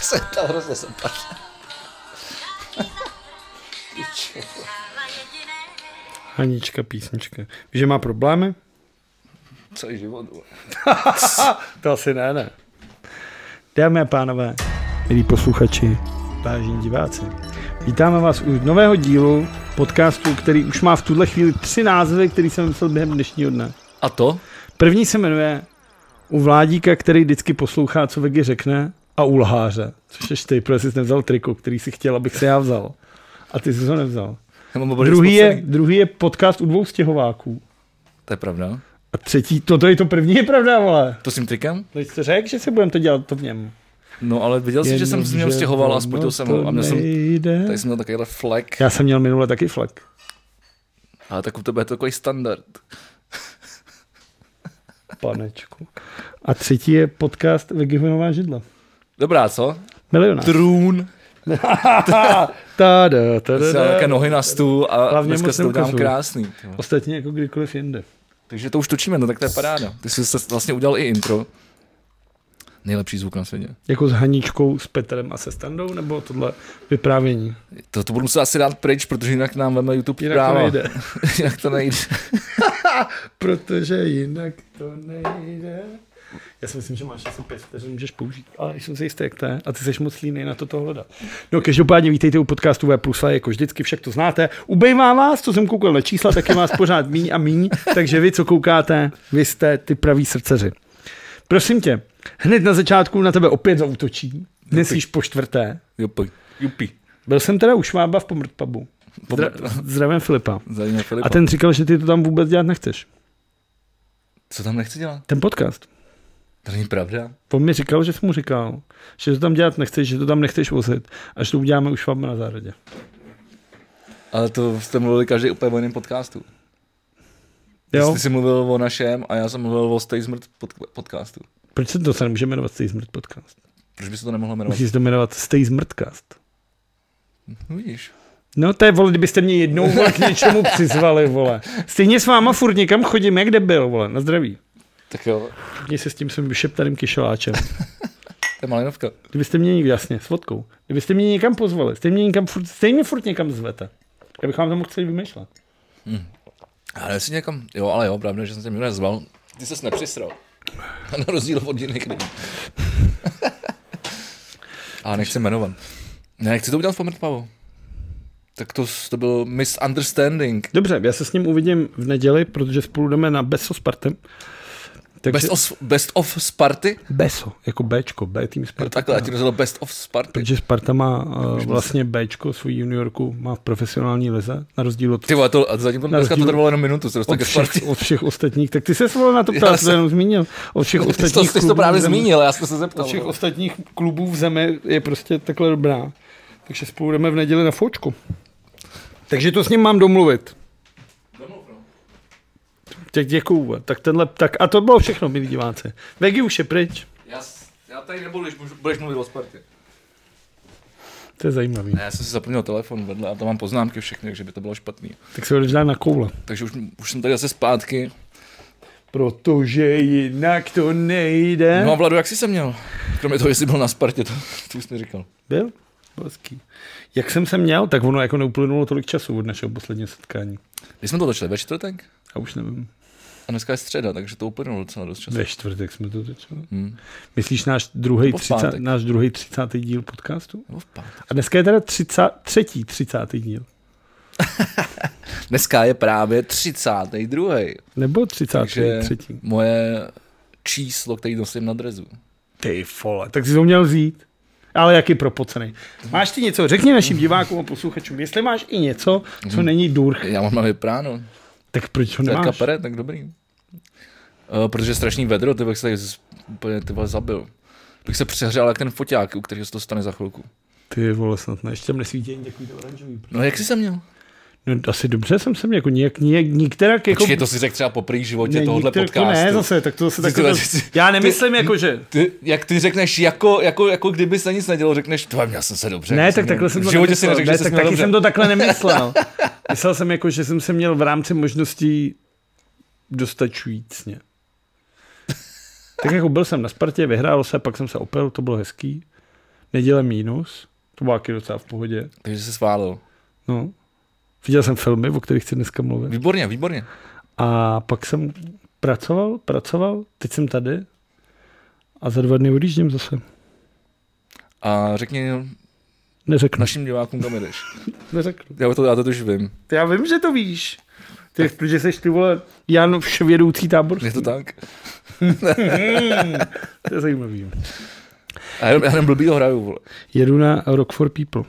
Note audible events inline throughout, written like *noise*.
jsem *laughs* tam hrozně jsem padl. Piče. Hanička, písnička. Víš, že má problémy? Co je život? vole. To asi ne, ne. Dámy a pánové, milí posluchači, vážení diváci, vítáme vás u nového dílu podcastu, který už má v tuhle chvíli tři názvy, který jsem myslel během dnešního dne. A to? První se jmenuje U vládíka, který vždycky poslouchá, co Vegy řekne, a u lháře, což ješ ty, protože jsi nevzal triko, který si chtěl, abych se já vzal. A ty jsi ho nevzal. Já mám obory Druhý je, spocený. druhý je podcast u dvou stěhováků. To je pravda. A třetí, to, to je to první, je pravda, ale. To s tím trikem? Teď jste No, řekl, že si budeme to dělat to v něm. No ale viděl jsi, že jsem s ním stěhoval a spotil jsem ho. A měl jsem, jsem... tady jsem měl takovýhle flek. Já jsem měl minule taky flek. Ale tak u tebe je to takový standard. Panečku. A třetí je podcast Vegihonová židla. Dobrá, co? Milionář. Trůn. Tada, tada, Jsem tada. nějaké nohy na stůl a Hlavně Hlavně dneska moc se to udělám neukazuj. krásný. ty vole. Ostatně jako kdykoliv jinde. Takže to už točíme, no tak to je paráda. Ty jsi se vlastně udělal i intro. Nejlepší zvuk na světě. Jako s Haníčkou, s Petrem a se Standou, nebo tohle vyprávění? To, to budu muset asi dát pryč, protože jinak nám veme YouTube Jinak práva. to nejde. *laughs* jinak to *laughs* nejde. Protože jinak to nejde. Já si myslím, že máš asi pět vteřin, můžeš použít, ale jsem si jistý, jak to je. A ty jsi moc líný na to toho hledat. No, každopádně vítejte u podcastu V plus A, jako vždycky, však to znáte. Ubejvá vás, co jsem koukal na čísla, tak je vás pořád míň a míň, takže vy, co koukáte, vy jste ty praví srdceři. Prosím tě, hned na začátku na tebe opět zautočí. Dnes již po čtvrté. Jupi. Jupi. Byl jsem teda u Švába v Pomrt pubu. Zdra- Zdravím Filipa. Zajímá Filipa. A ten říkal, že ty to tam vůbec dělat nechceš. Co tam nechci dělat? Ten podcast. To není pravda. On mi říkal, že jsem mu říkal, že to tam dělat nechceš, že to tam nechceš vozit a že to uděláme už vám na zahradě. Ale to jste mluvili každý úplně o jiném podcastu. Jo. Jo? Ty jsi mluvil o našem a já jsem mluvil o Stay Smrt pod, podcastu. Proč se to se nemůže jmenovat Stay Zmrt podcast? Proč by se to nemohlo *laughs* jmenovat? Musí se to jmenovat Stay Zmrtcast. No, Vidíš. No to je, vole, kdybyste mě jednou vole, k něčemu přizvali, vole. Stejně s váma furt někam chodím, jak debil, vole, na zdraví. Tak jo, Mě se s tím svým vyšeptaným kyšeláčem. to je malinovka. Kdybyste mě někdy, jasně, s vodkou. Kdybyste mě někam pozvali, stejně mě někam furt, stejně furt někam zvete. Já bych vám to mohl celý vymýšlet. Ale jsi někam, jo, ale jo, pravda, že jsem tě minulé zval. Ty ses nepřisral. *laughs* Na rozdíl od jiných lidí. *laughs* ale nechci jmenovat. Ne, nechci to udělat v pomrtpavu. Tak to, s- to byl misunderstanding. Dobře, já se s ním uvidím v neděli, protože spolu jdeme na Beso Spartem. Takže Best of, best of Sparty? Beso, jako Bčko, B tým Sparta. No Takhle, já ti rozhodl Best of Sparty. Protože Sparta má uh, vlastně Bčko, svůj juniorku má v profesionální lize, na rozdíl od, Ty vole, to, a zatím to dneska to rozdíl trvalo jenom minutu, se dostal od, ke Spartě. všech, od všech *laughs* ostatních. Tak ty se svolil na to Já ptát, jsem- to jenom zmínil. Od všech Ty jsi to, ostatních ty jsi klubů to právě v zemi- zmínil, já jsem se Od zeptal. všech ostatních klubů v zemi je prostě takhle dobrá. Takže spolu jdeme v neděli na fočku. Takže to s ním mám domluvit. Tak děkuju. Tak tenhle, tak a to bylo všechno, milí diváci. Vegi už je pryč. Já, s- já tady nebudu, když můžu- budeš mluvit o Spartě. To je zajímavý. Ne, já jsem si zapomněl telefon vedle a tam mám poznámky všechny, takže by to bylo špatný. Tak se jdeš dát na koule. Takže už, už jsem tady zase zpátky. Protože jinak to nejde. No a Vlado, jak jsi se měl? Kromě toho, jestli byl na Spartě, to, to už jsi neříkal. Byl? Hezký. Jak jsem se měl, tak ono jako neuplynulo tolik času od našeho posledního setkání. Když jsme to točili ve čtvrtek? A už nevím. A dneska je středa, takže to uplynulo docela dost času. Ve čtvrtek jsme to začali. Hmm. Myslíš náš druhý, Nebo v 30, pátek. náš druhý 30. díl podcastu? Nebo v pátek. A dneska je teda 30, třetí 30. díl. Dneska je právě 32. Nebo 33. Takže třetí. moje číslo, který nosím na drezu. Ty vole, tak jsi to měl vzít. Ale jaký propocený. Máš ty něco? Řekni našim divákům a posluchačům, jestli máš i něco, co není durch, Já mám vypráno. tak proč ho Hmm. To je nemáš? kapere, tak dobrý. Uh, protože strašný vedro, ty bych se tady z- úplně ty vole zabil. Bych se přehřel jak ten foťák, u kterého se to stane za chvilku. Ty vole, snad ne, ještě tam nesvítí ani takový to oranžový. No jak jsi se měl? No asi dobře jsem se měl, jako nějak, nějak, nikterak, jako... Počkej, to si řekl třeba po prý životě ne, tohohle nikterak to jako podcastu. Ne, zase, tak to Ty zase tak... si- To, ty- já nemyslím, jako že... Ty, jak ty řekneš, jako, jako, jako kdyby se nic nedělo, řekneš, to měl jsem se dobře. Ne, jako tak jsem měl- takhle jsem to V životě si nemyslel. neřekl, že jsem ne, tak měl taky dobře. jsem to takhle nemyslel. Myslel jsem jako, že jsem se měl v rámci možností dostačujícně. Tak jako byl jsem na Spartě, vyhrálo se, pak jsem se opil, to bylo hezký. Neděle mínus, to bylo taky docela v pohodě. Takže se sválil. No. Viděl jsem filmy, o kterých chci dneska mluvit. Výborně, výborně. A pak jsem pracoval, pracoval, teď jsem tady a za dva dny odjíždím zase. A řekni Neřeknu. našim divákům, kam jdeš. Neřeknu. Já to, já to už vím. Já vím, že to víš. Ty, protože jsi ty vole Jan Vševědoucí tábor. Je to tak? To je zajímavý. A jenom, já jenom blbýho hraju, vole. Jedu na Rock for People.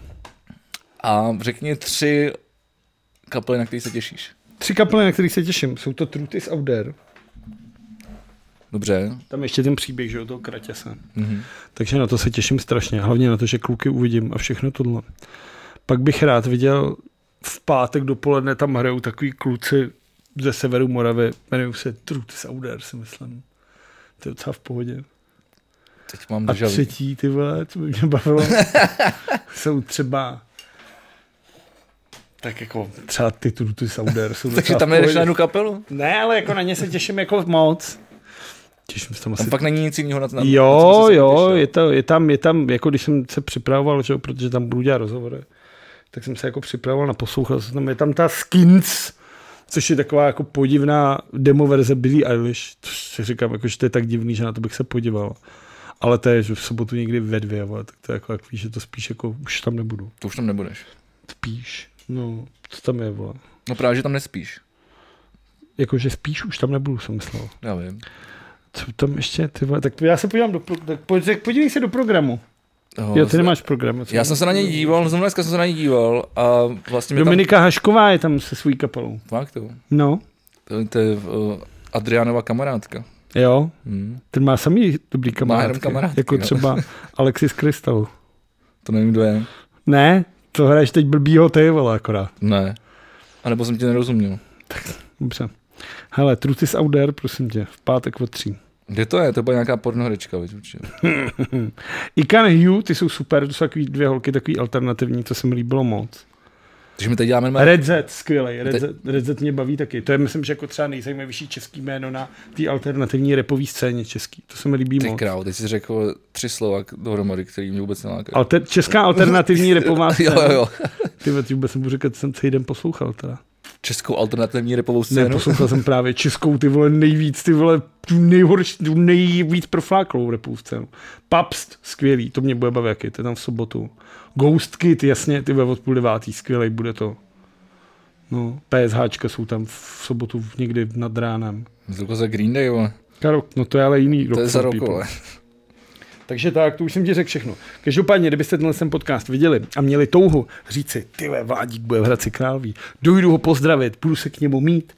A řekni tři kapely, na které se těšíš. Tři kapely, na kterých se těším, jsou to Truth is Out There. Dobře. Tam ještě ten příběh, že o toho kratěse. Mhm. Takže na to se těším strašně. Hlavně na to, že kluky uvidím a všechno tohle. Pak bych rád viděl v pátek dopoledne tam hrajou takový kluci ze severu Moravy. Jmenují se Truth is Out There, si myslím. To je docela v pohodě. Teď mám A državý. třetí, ty vole, co by mě *laughs* bavilo, jsou třeba tak jako třeba ty Truty Sauder *laughs* jsou *laughs* Takže docela tam v nejdeš pohodě. na jednu kapelu? Ne, ale jako na ně se těším jako moc. Těším se tam asi. Tam fakt není nic jiného na to. na- na co jo, se jo, těšil. je, to, je, tam, je tam, jako když jsem se připravoval, že, jo, protože tam budu dělat rozhovory, tak jsem se jako připravoval na poslouchal jsem tam, je tam ta Skins, což je taková jako podivná demo verze Billie Eilish, což si říkám, jako, že to je tak divný, že na to bych se podíval. Ale to je že v sobotu někdy ve dvě, vole, tak to je jako, jak víš, že to spíš jako už tam nebudu. To už tam nebudeš. Spíš, no, co tam je, vole. No právě, že tam nespíš. Jakože spíš už tam nebudu, jsem myslel. Já vím. Co tam ještě, ty vole, tak já se podívám do, pro, tak pojď- tak podívej se do programu. Oho, Jo, ty nemáš program. co? No, Já jsem se na něj díval, zrovna dneska jsem se na něj díval a vlastně mi Dominika Hašková je tam se svojí kapelou. tam... Fakt to. No. To, to je uh, Adriánova kamarádka. Jo, Hmm. ten má samý dobrý jenom kamarádky. kamarádky, jako no. třeba Alexis Crystal. To nevím, kdo je. Ne, to hraješ teď blbýho ty, vole, akorát. Ne. A nebo jsem tě nerozuměl. Dobře. Hele, Truth is out there, prosím tě, v pátek od tří. Kde to je? To byla nějaká pornohrečka, víš určitě. Ikan Hugh, ty jsou super, to jsou takový dvě holky, takový alternativní, to se mi líbilo moc. Takže my teď děláme jméno. Red Z, skvělej, Red, Te- Z, Red Z mě baví taky. To je, myslím, že jako třeba nejzajímavější český jméno na té alternativní repové scéně český. To se mi líbí Ty moc. král, teď jsi řekl tři slova k- dohromady, který mě vůbec nelákají. Alter, česká alternativní repová scéna. *laughs* jo, jo, jo. Ty vole, ty vůbec nebudu říkat, jsem celý den poslouchal teda. Českou alternativní repovou Ne, scénu. poslouchal jsem právě českou, ty vole, nejvíc, ty vole, tu nejhorší, tu nejvíc profláklou repovou scénu. Papst, skvělý, to mě bude bavit, jaký, to je tam v sobotu. Ghost Kid, jasně, ty vole, od půl devátý, skvělej, bude to. No, PSHčka jsou tam v sobotu v- někdy nad ránem. Zluko za Green Day, vole. Karok, no to je ale jiný to je za rok, People. vole. Takže tak, to už jsem ti řekl všechno. Každopádně, kdybyste tenhle sem podcast viděli a měli touhu říci, ty vole, Vládík bude v Hradci Králví, dojdu ho pozdravit, půjdu se k němu mít,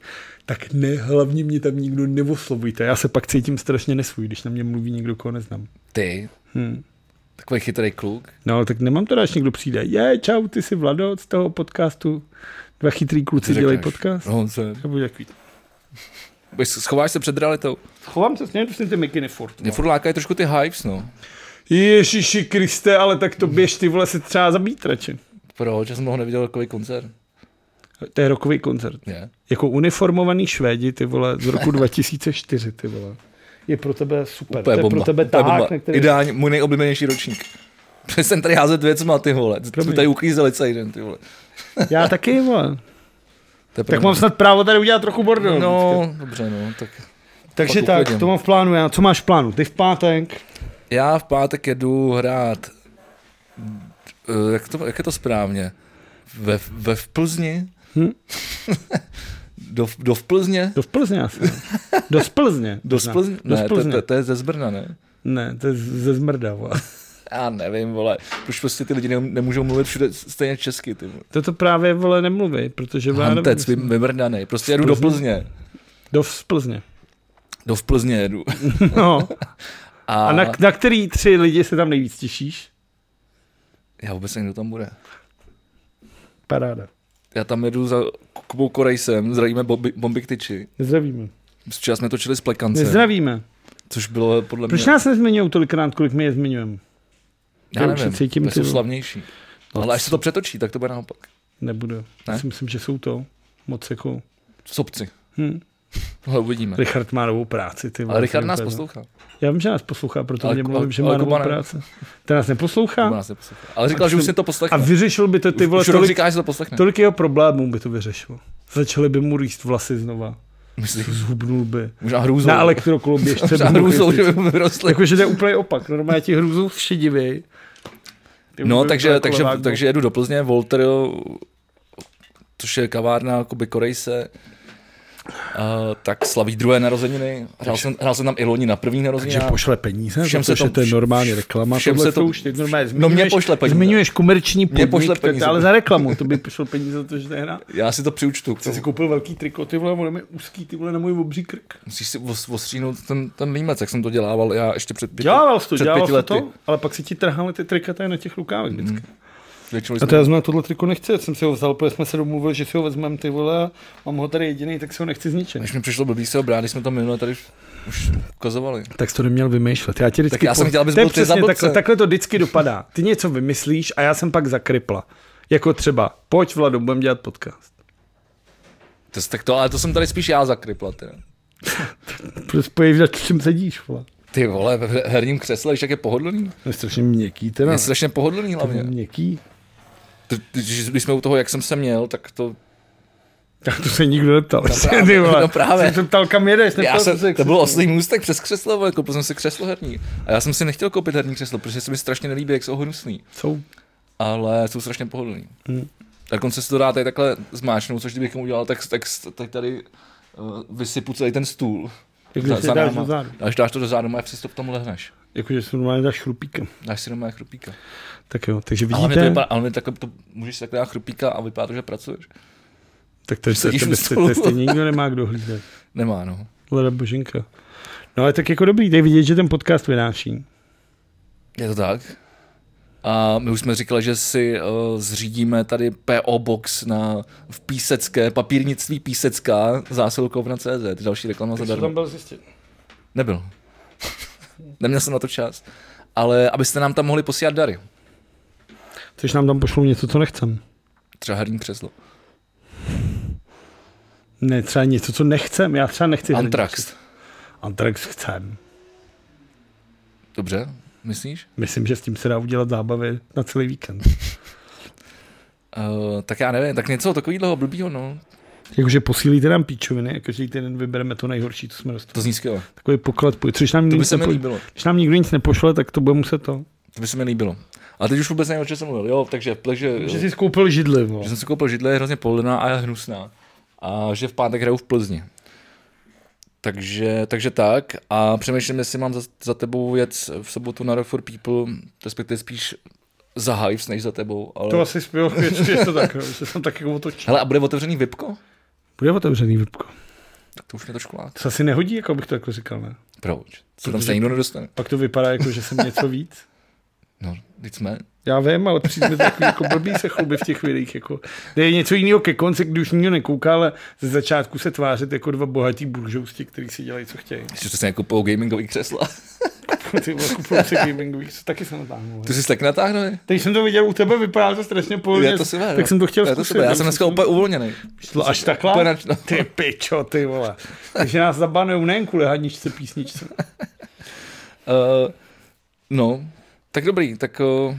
tak ne, hlavně mě tam nikdo neoslovujte. Já se pak cítím strašně nesvůj, když na mě mluví někdo, koho neznám. Ty, Hmm. takový chytrý kluk. No ale tak nemám to, až někdo přijde. Je, čau, ty jsi Vlado z toho podcastu. Dva chytrý kluci Ty dělají řekneš, podcast. No, co? je? Já budu takový. Bys- Schováš se před realitou. Chovám se, směju si ty mikiny furt. Mě furt lákají trošku ty hypes, no. Ježiši Kriste, ale tak to běž ty vole se třeba zabít radši. Proč? Já jsem dlouho neviděl takový koncert. To je rokový koncert. Je. Jako uniformovaný Švédi, ty vole, z roku 2004, ty vole. Je pro tebe super. Úplně to je bomba. pro tebe Úplně bomba. tak, na který... Ideálně, můj nejoblíbenější ročník. *laughs* Protože jsem tady házet věcma, ty vole. Co Promiň. Jsme tady uklízeli celý den, ty vole. Já taky, vole. To je Tak pravda. mám snad právo tady udělat trochu bordel. No, dobře, no, tak. Takže fakt tak, uklidím. to mám v plánu já. Co máš v plánu? Ty v pátek? Já v pátek jedu hrát, eh, jak, to, jak je to správně, ve, ve v Plzni? Hm? *laughs* do, do v Plzně? Do v Plzně asi. ne? Do z Plzně. *laughs* Do z možná. Plzně? Do Ne, z to, Plzně. to, to je ze Zbrna, ne? Ne, to je ze zmrda, vole. Já nevím, vole, proč prostě ty lidi ne, nemůžou mluvit všude stejně česky, ty vole. To to právě, vole, nemluví, protože... vole, já Hantec, nevím, vy- vymrdanej, prostě jedu do Plzně? Plzně. Do z Plzně. *laughs* Do v Plzně jedu. No. A, A na, na který tři lidi se tam nejvíc těšíš? já vůbec nevím, kdo tam bude. Paráda. Já tam jedu za Kubou Korejsem, zdravíme bomby, bomby k tyči. Nezdravíme. Včera jsme točili z Plekance, Nezdravíme. což bylo podle mě... Proč nás nezmiňují tolikrát, kolik my je zmiňujeme? Já Já už nevím, se cítím, to ty jsou vole. slavnější. No. Ale až se to přetočí, tak to bude naopak. Nebudu. Ne? Já si myslím, že jsou to moc jako... Sobci. Hm. Ale uvidíme. Richard má novou práci. Ty vole, Ale Richard to je nás úplně- no. poslouchá. Já vím, že nás poslouchá, proto Ale mě Ku- mluvím, že ale má novou Kuba ne. práci. Ten nás Kuba neposlouchá? nás neposlouchá. Ale říkal, že už si to A poslechne. vyřešil by to ty vole Už rok tolik, říká, že to poslechne. tolik jeho problémů by to vyřešilo. Začaly by mu rýst vlasy znova. Myslím, Zhubnul by. možná hrůzou. Na Jako- elektrokoloběžce Možná by mu hrůzou, že rýst- by mu vyrostly. Jakože to je úplně opak. Normálně ti hrůzou šedivý. Ty No, úplně takže, jako takže, levák, no. takže jedu do Plzně, Volter, což je kavárna Kuby Korejse, a, tak slaví druhé narozeniny. Hrál, jsem, hrál jsem tam i loni na první Takže narozeniny. pošle peníze, Všem protože se to- to je normálně reklama. všem tohle se to- už teď normálně No, mně zmiňuješ- pošle peníze. Zmiňuješ komerční podnik, pošle to- peníze. ale za reklamu, to by pošlo peníze za to, že to je hra. Já si to přiučtu. k Ty tomu. jsi koupil velký triko, ty vole, ono mi úzký, ty vole, na můj obří krk. Musíš si os- ostřínout ten, ten límec, jak jsem to dělával já ještě před pěti, Dělával jsi to, před dělával pěti jsi to, lety. Mhm. to, ale pak si ti trháme ty trika tady na těch rukávech vždycky. Většinou A jsme- to já znám, tohle triko nechci, já jsem si ho vzal, protože jsme se domluvili, že si ho vezmeme ty vole, a mám ho tady jediný, tak si ho nechci zničit. Když mi přišlo blbý se ho brát, když jsme to minule tady už ukazovali. Tak jsi to neměl vymýšlet. Já ti vždycky Tak já jsem chtěl, abys To je byl ty za přesně blbce. takhle, takhle to vždycky dopadá. Ty něco vymyslíš a já jsem pak zakrypla. Jako třeba, pojď Vlado, budeme dělat podcast. To, tak to, ale to jsem tady spíš já zakrypla. Teda. Prostě pojeď, na čem sedíš, vole. Ty vole, v her- herním křesle, víš, jak je pohodlný? To je strašně měkký teda. Je strašně pohodlný To je hlavně. měkký. *laughs* Ty- ty- Když když jsme u toho, jak jsem se měl, tak to... Tak to se nikdo neptal. No právě, *laughs* ty vole. no právě. Jsem se ptal, kam jedeš. Já neptal jsem se, jsem, jak to se- bylo oslý můstek přes křeslo, vole, koupil jsem si křeslo herní. A já jsem si nechtěl koupit herní křeslo, protože se mi strašně nelíbí, jak jsou hnusný. Jsou. Ale jsou strašně pohodlný. Hm. Dokonce se to dá tady takhle zmáčnout, což kdybych udělal, tak, tak, tak tady uh, vysypu celý ten stůl. Jak když se dáš náma. do zádu. Až dáš to do zádu, a přes to v tom lehneš. Jakože se Jako, normálně dáš chrupíkem. Dáš si doma chrupíka. Tak jo, takže Ale mě to vidíte. vypadá, ale mě takhle, to, můžeš si takhle dát chrupíka a vypadá to, že pracuješ. Tak to je to sedíš u je stejně stolu. to je stejně nikdo nemá kdo hlídat. Nemá, no. Leda boženka. No ale tak jako dobrý, tady vidět, že ten podcast vynáší. Je to tak. A my už jsme říkali, že si uh, zřídíme tady PO Box na, v Písecké, papírnictví Písecká, zásilkovna CZ, další reklama zadarmo. byl zjistit. Nebyl. Neměl jsem na to čas. Ale abyste nám tam mohli posílat dary. Což nám tam pošlou něco, co nechcem. Třeba herní křeslo. Ne, třeba něco, co nechcem. Já třeba nechci. hrdinky. Antrax. Antrax chcem. Dobře, myslíš? Myslím, že s tím se dá udělat zábavy na celý víkend. Uh, tak já nevím, tak něco takového blbýho, no. *laughs* Jakože posílíte nám píčoviny a každý týden vybereme to nejhorší, co jsme dostali. To zní skvěle. Takový poklad. půjde. Což nám To by nic se mi nepo... líbilo. Když nám nikdo nic nepošle, tak to bude muset to. To by se mi líbilo. A teď už vůbec nevím, o čem jsem mluvil. Jo, takže, takže Že jsi skoupil židli, no. že jsem si koupil židle, je hrozně pohodlná a je hnusná. A že v pátek hraju v Plzni. Takže, takže tak a přemýšlím, jestli mám za, za tebou jet v sobotu na Rock for People, respektive spíš za Hives než za tebou. Ale... To asi spěl, *laughs* je to tak, no, že jsem tak jako otočil. Hele, a bude otevřený VIPko? Bude otevřený webko. Tak to už mě trošku láká. To se asi nehodí, jako bych to jako říkal, ne? Proč? Co tam Protože- se nikdo nedostane? Pak to vypadá jako, že jsem něco víc. No, teď jsme. Já vím, ale přijde mi to takový jako blbý se chluby v těch videích. Jako. Je něco jiného ke konci, když už nikdo nekouká, ale ze začátku se tvářit jako dva bohatí buržousti, kteří si dělají, co chtějí. *laughs* Ještě jste si nekupou jako gamingový křesla. Ty vole, kupují si gamingový, co taky jsem *laughs* natáhnul. Ty jsi tak natáhnul? Teď jsem to viděl u tebe, vypadá to strašně pohodlně. Je to super. tak no. jsem to chtěl Je zkusit. super. Já jsem dneska úplně uvolněný. šlo až Úplně takhle. nač- no. Ty pičo, ty vole. Takže nás zabanujou nejen kvůli hadničce písničce. Uh, no, tak dobrý, tak uh,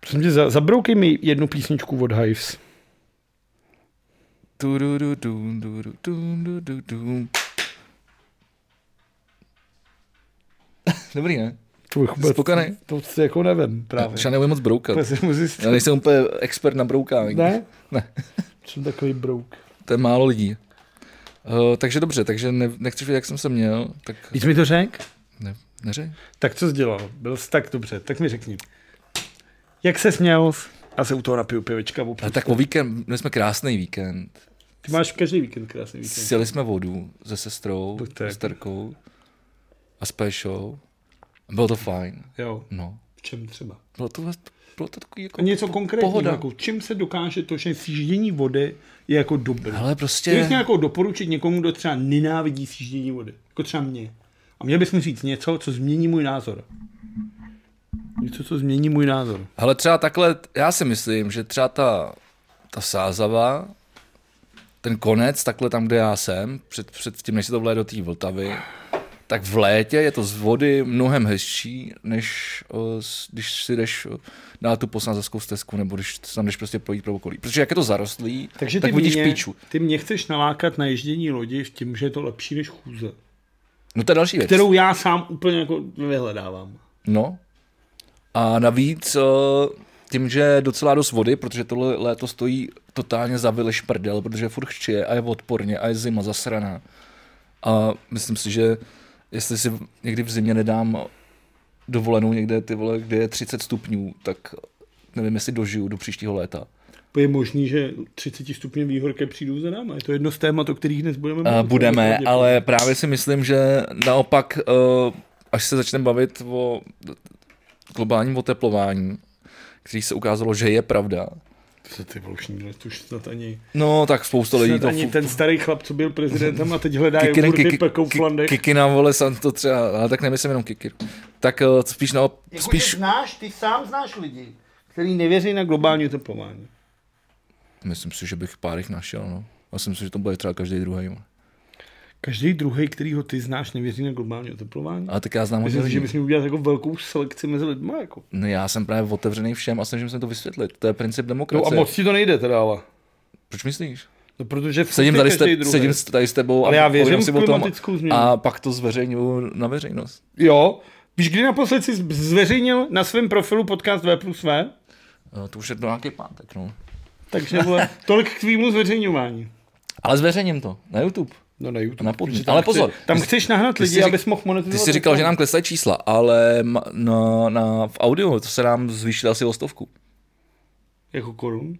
Prosím tě, za- zabroukej mi jednu písničku od Hives. Tu, du, du, du, du, du, du, du, du, du. *laughs* Dobrý, ne? To bych vůbec, Spokojený? to, to jako nevím právě. Já nebudu moc broukat. Vůbec jsem zjistil. Já nejsem úplně expert na broukání. Ne? Ne. Jsem takový brouk. To je málo lidí. Uh, takže dobře, takže ne, nechceš vědět, jak jsem se měl, tak Víš mi to řek? ne, neřej. Tak co jsi dělal? Byl jsi tak dobře, tak mi řekni. Jak se směl? A se u toho napiju pivečka. opiju. Ale tak o víkend, měli jsme krásný víkend. Ty máš každý víkend krásný víkend. Sjeli jsme vodu se sestrou, Tak to je- s Terkou a s Péšou. Bylo to fajn. Jo, No. v čem třeba? Bylo to, bylo to takový jako... A něco konkrétního, Pohoda. jako čím se dokáže to, že sjíždění vody je jako dobré. Ale Ty bys prostě... nějakou doporučit někomu, kdo třeba nenávidí sjíždění vody, jako třeba mě. A měl bys mi říct něco, co změní můj názor. Něco, co změní můj názor. Ale třeba takhle, já si myslím, že třeba ta, ta sázava ten konec, takhle tam, kde já jsem, před, před tím, než se to vlé do té Vltavy, tak v létě je to z vody mnohem hezčí, než o, s- když si jdeš o, na tu posázovskou stezku, nebo když se tam jdeš prostě projít pro okolí. Protože jak je to zarostlý, Takže ty tak vidíš mě, píču. Ty mě chceš nalákat na ježdění lodi v tím, že je to lepší než chůze. No to je další věc. Kterou já sám úplně jako vyhledávám. No. A navíc eh, tím, že je docela dost vody, protože tohle léto stojí totálně za vyleš prdel, protože furt chčije a je odporně a je zima zasraná. A myslím si, že jestli si někdy v zimě nedám dovolenou někde, ty vole, kde je 30 stupňů, tak nevím, jestli dožiju do příštího léta. Je možný, že 30 stupňů výhorky přijdou za náma. Je to jedno z témat, o kterých dnes budeme Eh, mluvit. Budeme, Pravděpodobně. ale právě si myslím, že naopak, eh, až se začneme bavit o globálním oteplování, který se ukázalo, že je pravda, Co ty volšní, to už snad ani... No, tak spousta lidí Snad to... ani fu- ten starý chlap, co byl prezidentem a teď hledá kikiny- jogurty kiki- pekou ki- flandek. Kikina, vole, sam to třeba, ale tak nemyslím jenom kikir. Tak eh, spíš na, Jako spíš, Ty znáš, ty sám znáš lidi, který nevěří na globální oteplování. myslím si, že bych pár jich našel, no. Myslím si, že to bude třeba každý druhý. vole. Každý druhý, který ho ty znáš, nevěří na globální oteplování. Ale tak já znám hodně Myslím si, že lidí. bychom udělat jako velkou selekci mezi lidmi. Jako. No, já jsem právě otevřený všem a snažím se to vysvětlit. To je princip No a demokracie. moc ti to nejde teda, ale. Proč myslíš? No, protože furt Sedím je tady, s každý te, druhý. sedím s- tady s tebou Ale a já věřím povídám v si o tom klimatickou změnu. A pak to zveřejňuju na veřejnost. Jo. Víš, kdy naposled jsi zveřejnil na svém profilu podcast V plus V? No, to už je do nějaký pátek, no. Takže vole, *laughs* tolik k tvýmu zveřejňování. Ale zveřejním to na YouTube. No na YouTube. Na podnik. protože tam Ale pozor, Chci, tam ty jsi- chceš nahnat ty jsi lidi, řík- abys mohl monetizovat. Ty jsi říkal, reklamu. že nám klesají čísla, ale ma- na, na, v audio to se nám zvýšilo asi o stovku. Jako korun?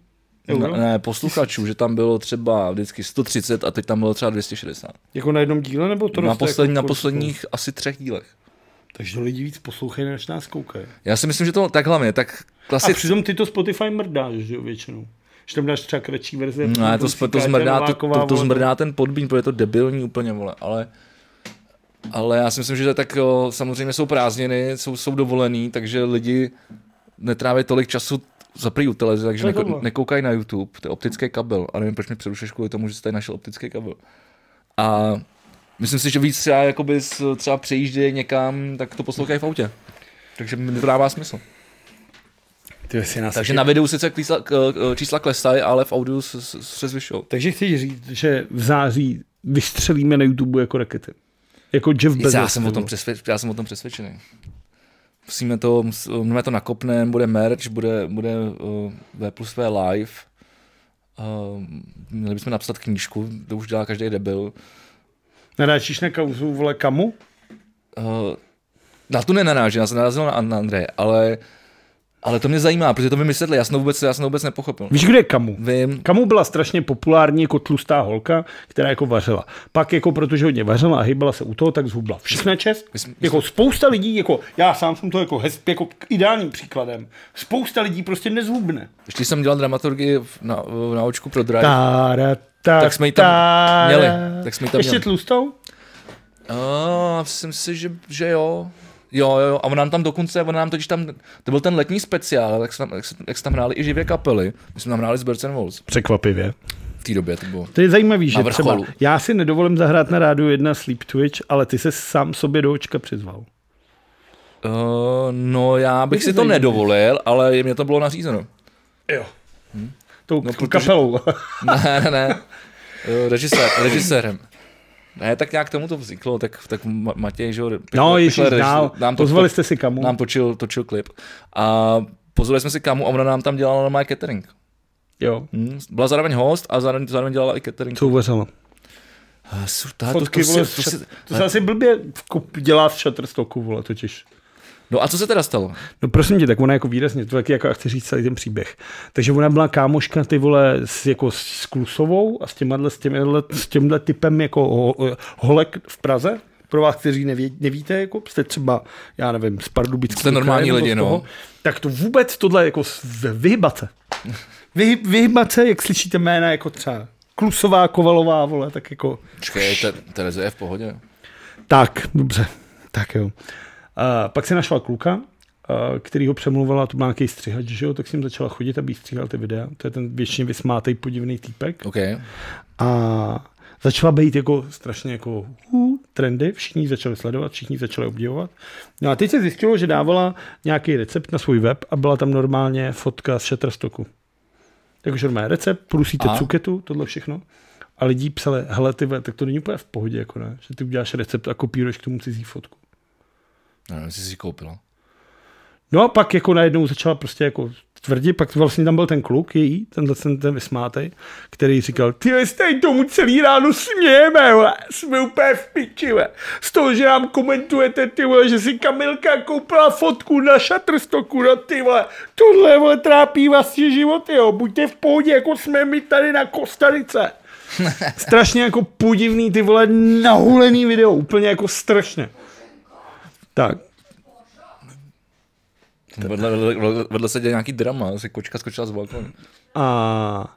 Ne, Euro? ne, posluchačů, že tam bylo třeba vždycky 130 a teď tam bylo třeba 260. Jako na jednom díle, nebo to Na, roste poslední, jako na v kurzu? posledních asi třech dílech. Takže lidi víc poslouchají, než nás koukají. Já si myslím, že to tak hlavně, tak A klasicky. přitom ty to Spotify mrdáš, že jo, většinou. Že tam dáš třeba kratší Ne, verze. potom No, to, si to, to, Káťa zmrdá, to, Nováková, to, to vole, zmrdá ten podbín, protože je to debilní úplně, vole, ale, ale já si myslím, že to je tak jo, samozřejmě jsou prázdniny, jsou, jsou dovolený, takže lidi netráví tolik času za prý u televize, takže To je neko, tohle. nekoukají na YouTube, to je optický kabel, a nevím, proč mi přerušuješ kvůli tomu, že jsi tady našel optický kabel. A myslím si, že víc třeba, jakoby s- třeba přejíždějí někam, tak to poslouchají v autě. Takže mi to dává smysl. Ty si nás Takže na videu sice klísla, k- k- čísla klesají, ale v audiu se, se- se zvyšou. Takže chci říct, že v září vystřelíme na YouTube jako rakety. Jako Jeff Bezos. já, jsem o tom ty přesvědč, já jsem o tom přesvědčený. Musíme to, mus- mnohem to nakopneme, bude merch, bude, bude uh, V plus V live. Uh, měli bychom napsat knížku, to už dělá každý debil. vole. Naráčíš na kauzu, vole, kamu? Uh, na tu nenarážím, já jsem narazil na, na Andreje, ale, ale to mě zajímá, protože to vymysleli, já jsem to vůbec, já jsem to vůbec nepochopil. Víš, kde je kamu? Vím, Kamu byla strašně populární jako tlustá holka, která jako vařila. Pak jako protože hodně vařila a hýbala se u toho, tak zhubla. Všechna čest. My jsme- my Jako spousta lidí, jako já sám jsem to jako, hez, jako ideálním příkladem. Spousta lidí prostě nezhubne. když jsem dělal dramaturgii v- na, na očku pro Drive, Tára, tá, Tak jsme ji tam tára. měli, tak jsme ji tam Ještě měli. tlustou? A myslím si, že, že jo. Jo, jo, jo. A on nám tam dokonce, on nám totiž tam, to byl ten letní speciál, jak se tam, jak se, jak se tam hráli i živě kapely. My jsme tam hráli s Birds and Wolves. Překvapivě. V té době to bylo. To je zajímavý, že třeba vrcholu. já si nedovolím zahrát na rádu jedna Sleep Twitch, ale ty se sám sobě do očka přizval. Uh, no já bych Je to si to zajímavý. nedovolil, ale mě to bylo nařízeno. Jo. Tou No, no, protože- kapelou. *laughs* Ne, ne, ne. *laughs* Jo, Režisér, režisérem. Ne, tak nějak tomu to vzniklo, tak, tak Ma- Matěj, že jo, No, Pichler- ještě Pichler režis- dál. nám to- Pozvali jste si kamu. Nám točil, točil klip. A pozvali jsme si kamu a ona nám tam dělala normální catering. Jo. Hmm. Byla zároveň host a zároveň, zároveň dělala i catering. Co uvařila? A jsou ta, to, to, Fotky, vole, to, to, to, se, to, to se asi blbě v kup- dělá v Shutterstocku, vole, totiž. No a co se teda stalo? No prosím tě, tak ona jako výrazně, to taky jako, já chci říct celý ten příběh. Takže ona byla kámoška ty vole s, jako s Klusovou a s, těmhle, s, těmhle, s tímhle typem jako ho, holek v Praze. Pro vás, kteří neví, nevíte, jako jste třeba, já nevím, z Pardubického Jste normální kraje nebo lidi, z toho, no. Tak to vůbec tohle jako s- vyhybat se. Vy, vyhybat se, jak slyšíte jména, jako třeba Klusová, Kovalová, vole, tak jako Čekej, te, Tereze je v pohodě. tak, dobře. Tak jo. Uh, pak se našla kluka, a, který ho přemluvala, to byl nějaký střihač, že jo, tak jsem začala chodit, aby jí stříhal ty videa. To je ten většině vysmátej podivný týpek. OK. A začala být jako strašně jako uh, trendy, všichni ji začali sledovat, všichni ji začali obdivovat. No a teď se zjistilo, že dávala nějaký recept na svůj web a byla tam normálně fotka z Shutterstocku. Takže normálně recept, prusíte A? cuketu, tohle všechno. A lidi psali, hele ty vole, tak to není úplně v pohodě, jako ne? že ty uděláš recept a kopíruješ k tomu cizí fotku. Nevím, jestli jsi si koupila. No a pak jako najednou začala prostě jako tvrdě, pak vlastně tam byl ten kluk její, tenhle ten, ten vysmátej, který říkal, ty vy jste tomu celý ráno smějeme, vole. jsme úplně v piči, vole. z toho, že nám komentujete, ty vole, že si Kamilka koupila fotku na Shutterstocku, no ty vole, tohle vole, trápí vlastně život, jo, buďte v pohodě, jako jsme my tady na Kostarice. Strašně jako podivný, ty vole, nahulený video, úplně jako strašně. Tak, Vedle, vedle, vedle se děje nějaký drama, se kočka skočila z balkonu. A...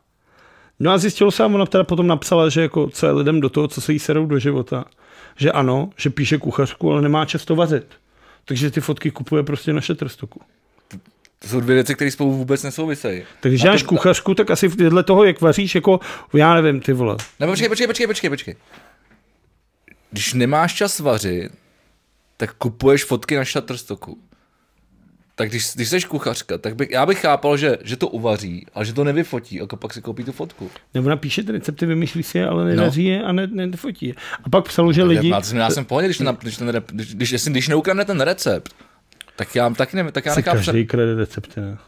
No a zjistilo se, a ona teda potom napsala, že jako co je lidem do toho, co se jí serou do života. Že ano, že píše kuchařku, ale nemá často vařit. Takže ty fotky kupuje prostě na Shutterstocku. To jsou dvě věci, které spolu vůbec nesouvisejí. Takže když máš kuchařku, tak asi vedle toho, jak vaříš, jako já nevím, ty vole. Nebo počkej, počkej, počkej, počkej, počkej. Když nemáš čas vařit, tak kupuješ fotky na Shutterstocku. Tak když, když jsi kuchařka, tak bych, já bych chápal, že, že to uvaří, ale že to nevyfotí, a pak si koupí tu fotku. Nebo napíše ty recepty, vymyslí si je, ale nedaří je a ne, nefotí No. je. A pak psalo, že Lidi... lidi... Já, jsem, já jsem v pohodě, když, ten, nap- když, ten, rep- když, když, jestli- když neukradne ten recept, tak já taky nevím, tak já Se nechám pře- každý krade recepty, ne?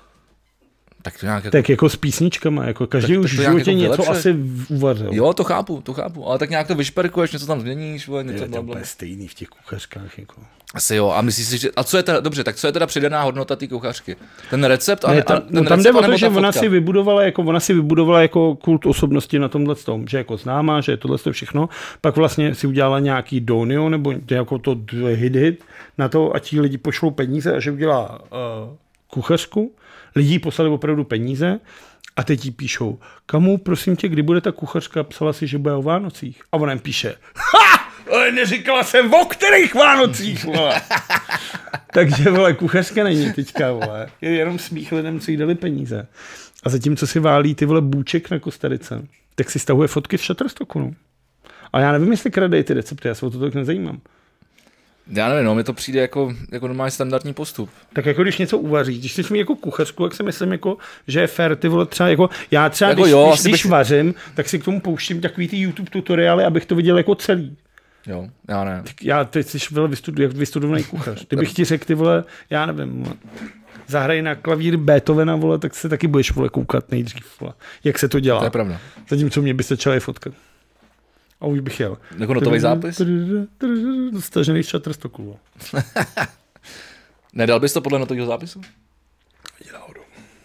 Tak to nějak jako... Tak jako s písničkama, jako každý tak už to v nějak životě jako něco vylepšili. asi v- uvařil. Jo, to chápu, to chápu, ale tak nějak to vyšperkuješ, něco tam změníš, vole, Je něco to tam úplně stejný v těch kuchařkách. Jako. Asi jo, a myslíš si, že... A co je teda, dobře, tak co je teda přidaná hodnota té kuchařky? Ten recept a, Ne, ne, tam, a ten no, tam jde recept, o to, anebo že ta ona fotka? si, vybudovala jako, ona si vybudovala jako kult osobnosti na tomhle tom, že jako známá, že je tohle to všechno, pak vlastně si udělala nějaký donio nebo jako to d- hit hit na to, ať jí lidi pošlou peníze a že udělá uh, kuchařku, lidi jí poslali opravdu peníze a teď jí píšou, kamu, prosím tě, kdy bude ta kuchařka, psala si, že bude o Vánocích. A ona jim píše, ha, ale neříkala jsem o kterých Vánocích, vole. Takže vole, kuchařka není teďka, vole. Je jenom smích lidem, co jí dali peníze. A zatímco si válí ty vole bůček na Kostarice, tak si stahuje fotky v Shutterstocku. No. A já nevím, jestli kradej ty recepty, já se o to tak nezajímám. Já nevím, no, mi to přijde jako, jako normální standardní postup. Tak jako když něco uvaříš, když jsi mi jako kuchařku, tak si myslím, jako, že je fér ty vole třeba jako, já třeba Jako jako když, jo, jo, když, asi když bych- vařím, tak si k tomu pouštím takový ty YouTube tutoriály, abych to viděl jako celý. Jo, já ne. Tak já teď jsi byl vystudu, jak vystudovaný kuchař. Kdybych ti řekl, ty vole, já nevím, vole, zahraj na klavír Beethovena, vole, tak se taky budeš vole koukat nejdřív, vole, jak se to dělá. To je pravda. Zatímco mě by stačila i fotka. A už bych jel. Jako notový zápis? Stažený z Shutterstocku. vole. Nedal bys to podle notového zápisu?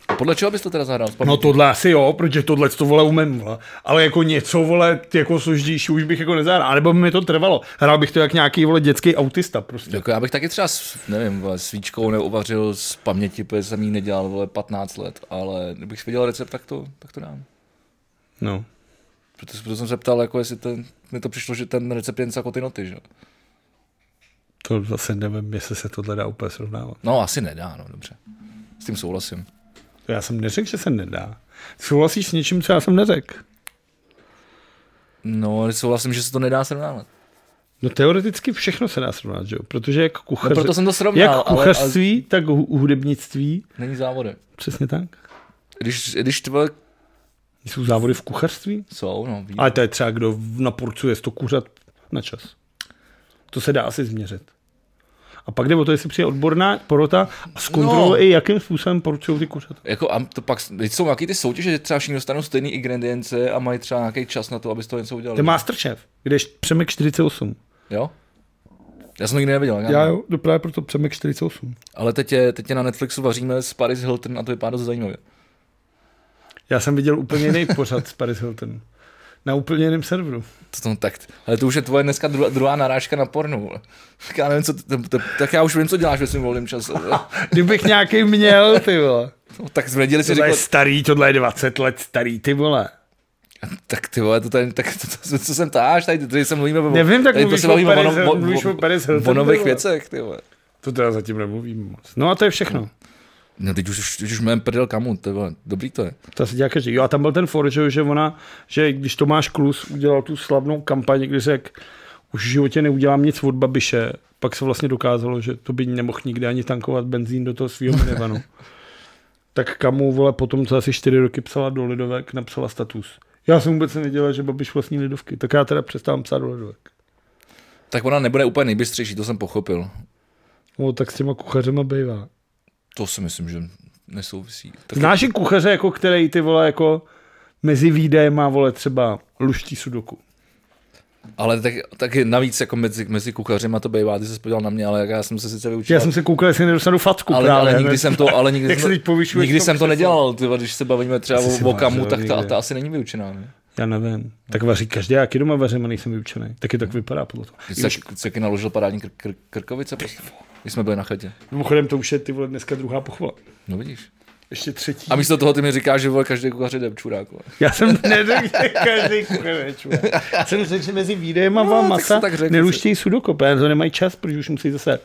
A podle čeho bys to teda zahrál? No tohle asi jo, protože tohle to vole umím, vole. ale jako něco vole, ty jako složitější už bych jako nezahrál, A nebo by mi to trvalo. Hrál bych to jak nějaký vole dětský autista prostě. Jako já bych taky třeba, s, nevím, vole, svíčkou neuvařil z paměti, protože jsem ji nedělal vole, 15 let, ale kdybych věděl recept, tak to, tak to dám. No. Proto, proto jsem se ptal, jako jestli ten, mi to přišlo, že ten recept je něco jako ty noty, že? jo. To zase nevím, jestli se tohle dá úplně srovnávat. No asi nedá, no dobře. S tím souhlasím. To já jsem neřekl, že se nedá. Souhlasíš s něčím, co já jsem neřekl? No, ale souhlasím, že se to nedá srovnávat. No teoreticky všechno se dá srovnat, že jo? Protože jak kuchař... No, proto jsem to srovnal, Jak ale- kuchařství, ale, ale... tak hu- hudebnictví. Není závody. Přesně tak. Když, když tvoje Jsou závody v kuchařství? jsou, no, ví. Ale to je třeba, kdo v- naporcuje 100 kuřat na čas. To se dá asi změřit. A pak jde o to, jestli přijde odborná porota a zkontroluje, no. jakým způsobem porcují ty kuřata. Jako, a to pak, teď jsou nějaký ty soutěže, že třeba všichni dostanou stejné ingredience a mají třeba nějaký čas na to, aby z toho něco To udělali. je Masterchef, kde je Přemek 48. Jo? Já jsem to nikdy neviděl, já. Já nevím. jo, no právě proto Přemek 48. ale teď je, teď je, na Netflixu vaříme s Paris Hilton a to vypadá dost zajímavě. Já jsem viděl úplně jiný pořad z Paris Hilton. Na úplně jiném serveru. To, to, tak, ale to už je tvoje dneska druhá, druhá narážka na pornu. vole. Tak já, nevím, co, to, to, tak já už vím, co děláš ve svém volném čase. *laughs* vole. Kdybych nějaký měl, ty vole. No, tak v neděli si Tohle řekl, je starý, tohle je 20 let starý, ty vole. tak ty vole, to tady, tak to, to, co jsem táš, tady, tady se mluvíme o, Nevím, tak tady to mluvíš se o bavíme Paris ono- Hilton, mluvíš o Paris Hilton, o nových ty vole. věcech, ty vole. To teda zatím nemluvím moc. No a to je všechno. No teď už, teď už mém prdel kamu, to bylo, dobrý to je. To se dělá každý. Jo, a tam byl ten for, že, že ona, že když Tomáš Klus udělal tu slavnou kampaň, kdy řekl, už v životě neudělám nic od Babiše, pak se vlastně dokázalo, že to by nemohl nikdy ani tankovat benzín do toho svého minivanu. tak kamu, vole, potom, co asi čtyři roky psala do Lidovek, napsala status. Já jsem vůbec nevěděla, že Babiš vlastní Lidovky, tak já teda přestávám psát do Lidovek. Tak ona nebude úplně nejbystřejší, to jsem pochopil. No, tak s těma kuchařema bývá. To si myslím, že nesouvisí. Tak Znáš i kuchaře, jako který ty vole jako mezi výdaje má vole třeba luští sudoku. Ale tak, taky navíc jako mezi, mezi kuchařima to bývá, ty se podíval na mě, ale jak já jsem se sice vyučil. Já jsem se koukal, jestli nedostanu fatku ale, právě. ale, nikdy ne? jsem to, ale nikdy, Jak se jsem, teď povyšuješ nikdy v tom jsem to křesle. nedělal, ty, vole, když se bavíme třeba Asi si o, o kamu, vážil, tak ta, nikdy. ta, asi není vyučená. Ne? Já nevím. Tak vaří každý, já i doma vařím a nejsem vyučený. Taky tak vypadá podle toho. Ty jsi tak- jsi taky naložil parádní kr- kr- krkovice, prostě, když jsme byli na chatě. Mimochodem to už je ty vole dneska druhá pochvala. No vidíš. Ještě třetí. A místo toho ty mi říkáš, že vole, každý kuchař jde čurák. vole. Já jsem neřekl, že každý kuchař. vole. Já jsem řekl, že mezi výdejem a No, no, tak masa jsem tak řekl. neluštějí sudokop, já to nemají čas, protože už musí zase...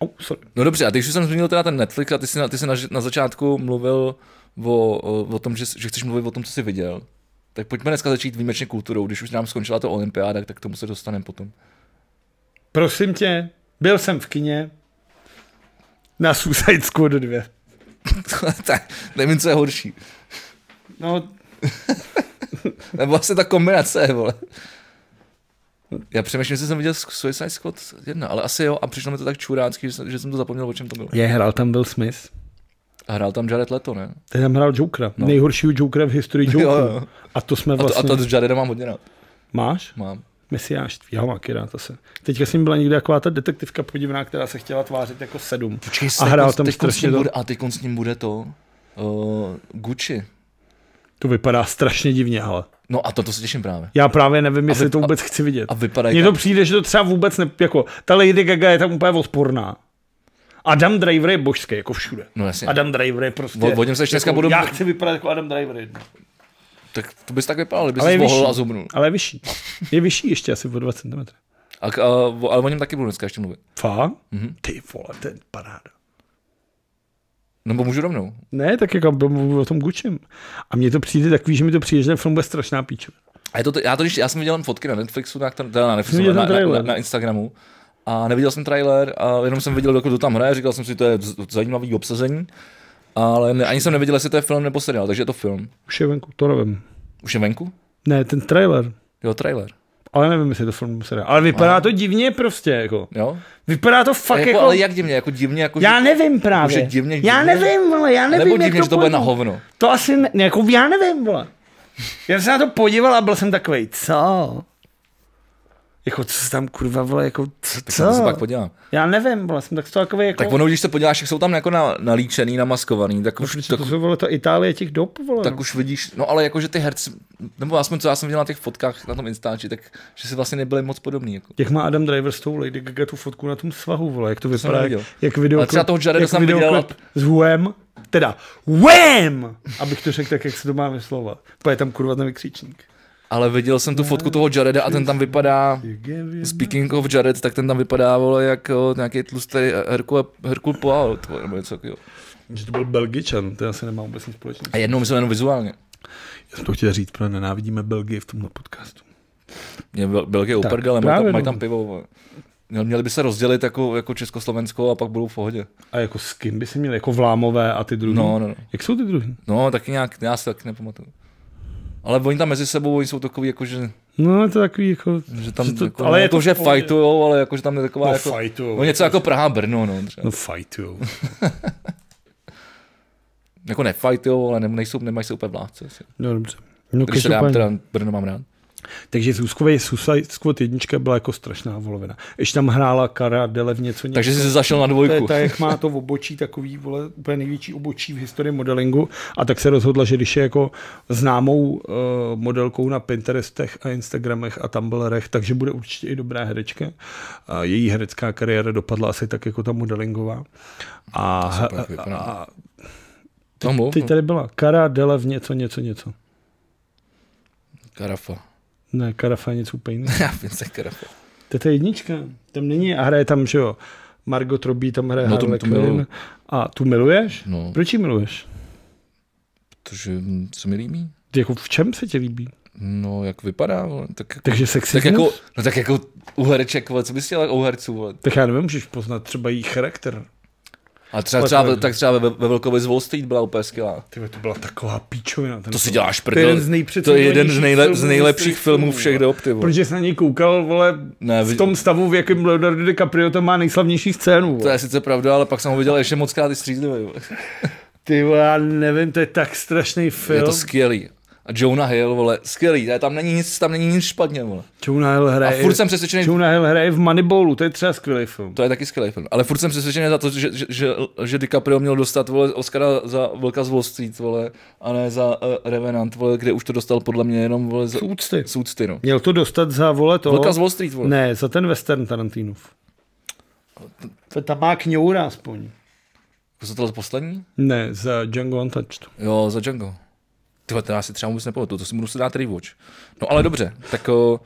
Au, sorry. No dobře, a teď už jsem zmínil teda ten Netflix a ty jsi na, ty jsi na, na začátku mluvil o, o, o tom, že, že chceš mluvit o tom, co jsi viděl. Tak pojďme dneska začít výjimečně kulturou, když už nám skončila to olympiáda, tak k tomu se dostaneme potom. Prosím tě, byl jsem v kině na Suicide Squad 2. *laughs* tak, nevím, co je horší. No, Nebo asi ta kombinace, vole. Já přemýšlím, jestli jsem viděl Suicide Squad 1, ale asi jo, a přišlo mi to tak čurácky, že jsem, že jsem to zapomněl, o čem to bylo. je, hrál tam Will Smith. A hrál tam Jared Leto, ne? Ten tam hrál Jokera, no. No. nejhoršího Jokera v historii Jo, Jokeru. jo. A to jsme A to, vlastně... a to z Jareda mám hodně rád. Máš? Mám. Mesiášství, já ho mám taky rád zase. Teďka jsem byla někde taková ta detektivka podivná, která se chtěla tvářit jako sedm. Počkej, A hrál teďkon- tam teďkon s strašně ním to- bude, A teď s ním bude to uh, Gucci. To vypadá strašně divně, ale. No a to, to se těším právě. Já právě nevím, jestli vy- to vůbec chci vidět. A vypadají Mně to tam, přijde, že to třeba vůbec ne... Jako, ta Lady Gaga je tam úplně odporná. Adam Driver je božský, jako všude. No jasně. Adam Driver je prostě... O- o něm se ještě dneska jako, budu- Já chci vypadat jako Adam Driver jednou. tak to bys tak vypadal, kdyby Ale jsi je vyšší. vohl a zubnul. Ale je vyšší. Je vyšší ještě asi o 2 cm. A, k- a, o- ale o něm taky budu dneska ještě mluvit. Fá? Mhm. Mm-hmm. Ty vole, ten paráda. Nebo můžu rovnou. Ne, tak jako mluvím o tom Gučem. A mně to přijde takový, že mi to přijde, že ten film bude strašná píčovina. A je to, já, to, když, já jsem viděl jen fotky na Netflixu, tak tam, teda na, Netflixu, Viděl na, jsem na, na, trailer. na, Instagramu. A neviděl jsem trailer, a jenom jsem viděl, dokud to tam hraje, říkal jsem si, to je z- zajímavý obsazení. Ale ne, ani jsem nevěděl, jestli to je film nebo seriál, takže je to film. Už je venku, to nevím. Už je venku? Ne, ten trailer. Jo, trailer. Ale nevím, jestli je to film nebo seriál. Ale vypadá to divně prostě, jako. Jo? Vypadá to A fakt jako, jako... ale jak divně, jako divně, jako Já že- nevím právě. Jakože divně, já divně? nevím, vole, já nevím, nebo jak divně, že to bude na pojmu. hovno. To asi, ne, jako já nevím, vole. Já jsem se na to podíval a byl jsem takovej, co? Jako, co se tam kurva, vole, jako, co? Tak se pak podívám. já nevím, vole, jsem tak z toho takovej, jako... Tak ono, když se podíváš, jak jsou tam jako na, nalíčený, namaskovaný, tak už, tak, to jsou, vole, ta Itálie těch dob, vole. tak už vidíš, no ale jakože ty herci, nebo aspoň co já jsem viděl na těch fotkách na tom Instači, tak že si vlastně nebyli moc podobný. Jako. Jak má Adam Driver s tou Lady Gaga tu fotku na tom svahu, vole, jak to vypadá, jak, neviděl. jak videoklip, Ale třeba toho Jareda jak jsem viděl, videoklip s Wham, teda Wham, abych to řekl tak, jak se to má vyslovat. To je tam kurva ten vykřičník. Ale viděl jsem tu fotku toho Jareda a ten tam vypadá, speaking of Jared, tak ten tam vypadá, vole, jak o, nějaký tlustý Herkule, Herkul Poirot, vole, nebo něco takového. Že to byl Belgičan, to asi nemá vůbec nic společného. A jednou myslím jenom vizuálně. Já jsem to chtěl říct, protože nenávidíme Belgii v tomhle podcastu. Mě Bel- Belgie Tak, uprdele, mají právě, tam, mají no. tam pivo. vole. Měl- Měli by se rozdělit jako, jako Československo a pak budou v pohodě. A jako s kým by se měl? Jako vlámové a ty druhý? No, no, no. Jak jsou ty druhý? No, taky nějak, já se taky nepamatuju. Ale oni tam mezi sebou oni jsou takový, jako, že, No, je to takový jako... že tam, Že to, to- jako, ale ale je je to, to v že pohodě. fightujou, ale jako, že tam je taková, No, jako, fightujou. no něco jako Praha Brno, no, třeba. No fightujou. Jako nefightujou, ale ne, nejsou, nemají se úplně v lásce. asi. No dobře. No, Když se dám, každopádně. teda Brno mám rád. Takže Zuzkovej Suicide Squad jednička byla jako strašná volovina. Ještě tam hrála Kara Delev něco něco. Takže jsi se zašel na to je dvojku. ta, jak má to obočí, takový vole, úplně největší obočí v historii modelingu. A tak se rozhodla, že když je jako známou uh, modelkou na Pinterestech a Instagramech a Tumblrech, takže bude určitě i dobrá herečka. A její herecká kariéra dopadla asi tak jako ta modelingová. A, pak a, vypadá. a To mluv, teď tady byla Kara Delev něco, něco, něco. No, *laughs* Karafa. Ne, Karafa je něco úplně jiného. Já vím se karafa. To je ta jednička. Tam není a hraje tam, že jo, Margot Robbie tam hraje No, no, to- to Harlequin. miluju. A tu miluješ? No, Proč ji miluješ? protože hm, se mi líbí. Jako v čem se ti líbí? No, jak vypadá, vole, tak, Takže sexismus? tak jako, no tak jako u hereček, vole, co bys dělal u herců, vole? tak já nevím, můžeš poznat třeba její charakter. A třeba, Ale třeba, to ve- nevím. tak třeba ve, ve Velkovi z Wall Street byla úplně skvělá. Ty vole, to byla taková píčovina. Ten To si film. děláš to je prdel. jeden z To je jeden z, nejpředstavovanějších nejle, filmů z nejlepších historických filmů všech vole. dob, ty vole. Protože jsi na něj koukal, vole, Ne, v vi- tom stavu, v jakém Leonardo DiCaprio tam má nejslavnější scénu. to vole. je sice pravda, ale pak jsem ho viděl ještě moc krát i střízlivý. vole. Ty vole, já nevím, to je tak strašný film. Je to skvělý. A Jonah Hill, vole, skvělý, ne, tam není nic, tam není nic špatně, vole. Jonah Hill A hraje, furt jsem přesvědčený, Jonah Hill hraje v Moneyballu, to je třeba skvělý film. to je taky skvělý film, ale furt jsem přesvědčený za to, že, že, že, že DiCaprio měl dostat, vole, Oscara za Velka z Wall Street, vole, a ne za uh, Revenant, vole, kde už to dostal podle mě jenom, vole, za To... Úcty. soucty, no. Měl to dostat za, vole, to... Velka z Wall Street, vole. Ne, za ten western Tarantinův. To tam má kňoura aspoň. Jako Za tohle poslední? Ne, za Django Untouched. Jo, za Django. Tyhle, to já si třeba vůbec nepamatuju, to si budu se dát rewatch. No ale dobře, tak o,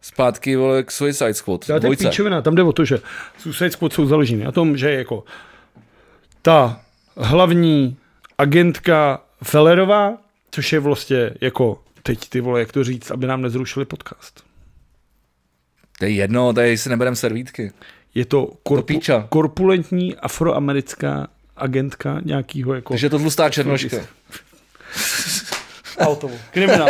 zpátky vole, k Suicide Squad. To je tak dvojce. píčovina, tam jde o to, že Suicide Squad jsou založeny na tom, že jako ta hlavní agentka Fellerová, což je vlastně jako teď ty vole, jak to říct, aby nám nezrušili podcast. To je jedno, tady si nebereme servítky. Je to píča. korpu- korpulentní afroamerická agentka nějakýho jako... Takže je to tlustá černoška. Autovo. Kriminál.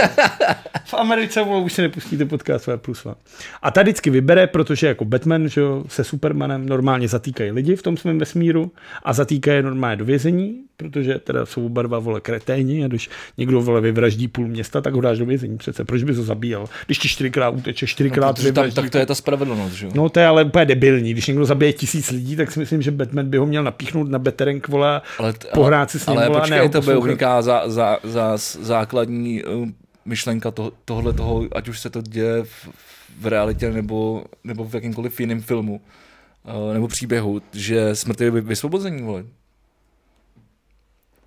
V Americe vole, už si nepustíte podcast své plus vám. A ta vždycky vybere, protože jako Batman že jo, se Supermanem normálně zatýkají lidi v tom svém vesmíru a zatýkají je normálně do vězení, protože teda jsou oba dva vole kreténi a když někdo vole vyvraždí půl města, tak ho dáš do vězení přece. Proč by to zabíjel? Když ti čtyřikrát uteče, čtyřikrát No, Protože tam, vyvraždí. tak to je ta spravedlnost, že jo? No to je ale úplně debilní. Když někdo zabije tisíc lidí, tak si myslím, že Batman by ho měl napíchnout na beterenk, vole, Ale, t- pohrát si s ním, ale vole, a ne počkej, ho to by poslouchat. uniká za, za, za s- základní um, myšlenka toho, tohle toho, ať už se to děje v, v realitě nebo, nebo v jakýmkoliv jiném filmu uh, nebo příběhu, že smrt je vy- vysvobození, vole.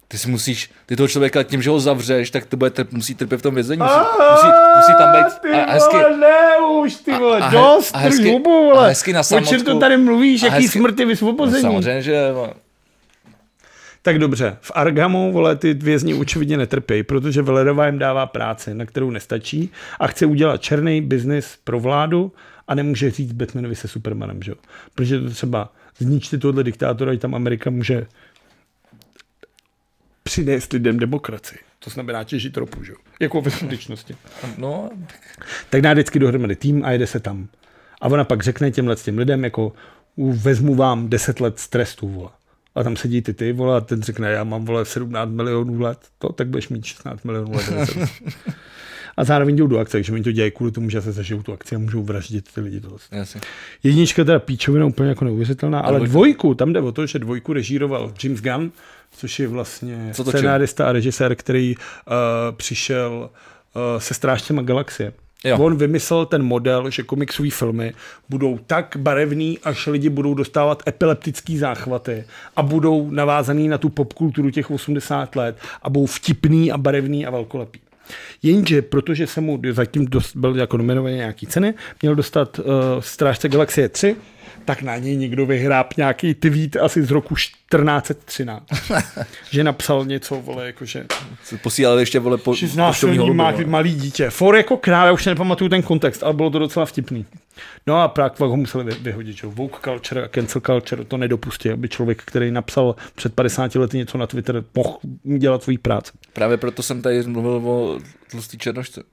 Ty si musíš, ty toho člověka tím, že ho zavřeš, tak to bude trp, musí trpět v tom vězení, musí, musí, musí tam být a, a hezky, Ah, No, Ty vole, ne už, ty vole, a he- dost, a hezky- drž hubu, vole. a hezky na O čem samotku. to tady mluvíš, A jaký hezky- smrti no, vysvobození? samozřejmě, že no, Tak dobře, v Argamu, vole, ty vězni očividně netrpějí, protože Velerová jim dává práci, na kterou nestačí a chce udělat černý biznis pro vládu a nemůže říct Batmanovi se Supermanem, že jo? Protože to třeba zničte tohle diktátora, i tam Amerika může přinést lidem demokracii. To znamená těžit ropu, že jo? Jako ve skutečnosti. no, tak dá vždycky dohromady tým a jede se tam. A ona pak řekne těmhle těm lidem, jako "U, vezmu vám 10 let z trestu, vole. A tam sedí ty ty, vole, a ten řekne, já mám, vole, 17 milionů let, to, tak budeš mít 16 milionů let. trestu." a zároveň jdou do akce, takže oni to dělají kvůli tomu, že se zažijou tu akci a můžou vraždit ty lidi. Dost. jasně. Jednička teda píčovina úplně jako neuvěřitelná, ale dvojka? dvojku, tam jde o to, že dvojku režíroval James Gunn, což je vlastně Co točil? scenárista a režisér, který uh, přišel uh, se strážcema galaxie. Jo. On vymyslel ten model, že komiksové filmy budou tak barevný, až lidi budou dostávat epileptický záchvaty a budou navázaný na tu popkulturu těch 80 let a budou vtipný a barevný a velkolepý. Jenže, protože se mu zatím dost, byl jako nominovaný nějaký ceny, měl dostat uh, Strážce Galaxie 3, tak na něj někdo vyhráp nějaký tweet asi z roku 1413. že napsal něco, vole, jako jakože Posílali ještě, vole, po, že poštovní znásilní holubu, má vole. malý dítě. For jako král, já už si nepamatuju ten kontext, ale bylo to docela vtipný. No a Prague pak ho museli vy- vyhodit, že jo. Woke culture a cancel culture to nedopustí, aby člověk, který napsal před 50 lety něco na Twitter, mohl dělat svůj práci. Právě proto jsem tady mluvil o tlustý černošce.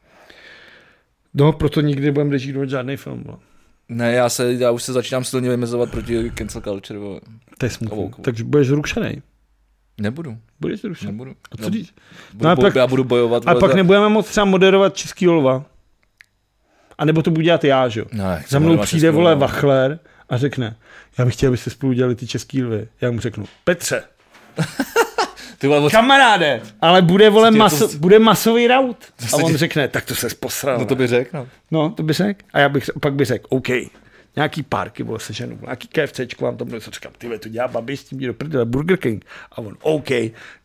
No, proto nikdy nebudeme režírovat žádný film. Vole. Ne, já, se, já už se začínám silně vymezovat proti cancel culture. Vole. To je smutné. Woke. Takže budeš zrušený. Nebudu, Budeš zrušený. nebudu. A co No, když? budu, a bo- pak- já budu bojovat. A vole, pak za- nebudeme moc třeba moderovat Český lva. A nebo to budu dělat já, že jo? Ne, nechci Za mnou moderovat přijde, Českou vole, lvu. Vachler a řekne, já bych chtěl, abyste spolu dělali ty český lvy. Já mu řeknu, Petře, Ty vole, kam? kamaráde, ale bude, vole, Co tě- maso, co- bude masový raut. A se on tě- řekne, tak to se posral. No to by řekl. No. no, to by řekl. A já bych, pak by řekl, OK, nějaký párky, vole, seženu, nějaký KFCčko, vám tam bude, co říkám, ty vole, to dělá babi, s tím jde do prdele, Burger King. A on, OK,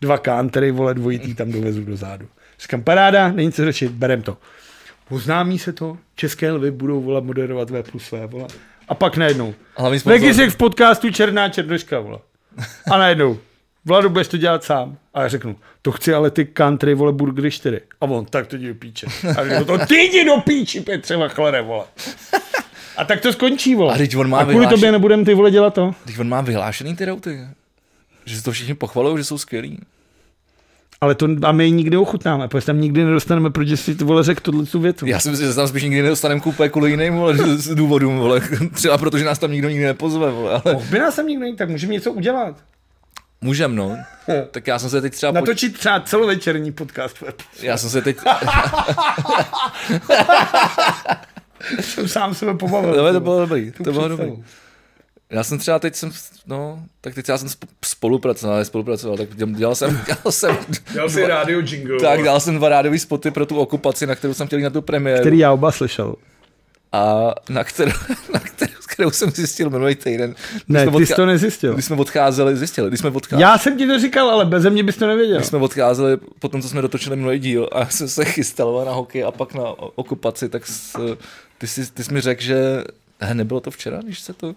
dva kántery, vole, dvojitý tam dovezu do zádu. Říkám, paráda, není co řešit, berem to. Oznámí se to, české lvy budou, vole, moderovat V plus V, vole. A A pak najednou. Hlavní Legisek v podcastu Černá Černoška, vole. A najednou. Vladu, budeš to dělat sám. A já řeknu, to chci ale ty country, vole, burgery 4. A on, tak to jdi do píče. A řeknu, to ty jdi do píči, Petře Vachlere, vole. A tak to skončí, vole. A teď on má a kvůli vyhlášen- tobě nebudem ty, vole, dělat to. Teď on má vyhlášený ty routy. Že se to všichni pochvalují, že jsou skvělí. Ale to, a my ji nikdy ochutnáme, protože tam nikdy nedostaneme, protože si, ty, vole, řekl tuhle tu větu. Já si myslím, že se tam spíš nikdy nedostaneme k úplně kvůli jiným vole, z- důvodům, vole. *laughs* Třeba protože nás tam nikdo nikdy nepozve, vole. Ale By nás tam nikdo není, tak můžeme něco udělat. můžem, no. Tak já jsem se teď třeba... Poč- Natočit třeba celovečerní podcast web. *laughs* já jsem se teď... *laughs* Jsem sám sebe pobavil. No, to bylo dobrý, Tu to bylo představu. dobrý. Já jsem třeba teď jsem, no, tak teď já jsem sp- spolupracoval, ne spolupracoval, tak děl- dělal jsem, *laughs* dělal jsem, Dělal si rádio jingle. tak dělal jsem dva rádový spoty pro tu okupaci, na kterou jsem chtěl jít na tu premiéru. Který já oba slyšel. A na kterou, *laughs* na kterou, kterou jsem zjistil minulý týden. Když Ne, jsme ty jsi to nezjistil. Když jsme odcházeli, zjistili, když jsme odcházeli. Já jsem ti to říkal, ale bez mě bys to nevěděl. Když jsme odcházeli po tom, co jsme dotočili minulý díl a *laughs* já jsem se chystal na hokej a pak na o- okupaci, tak s, ty, jsi, ty jsi mi řekl, že he, nebylo to včera, když se to,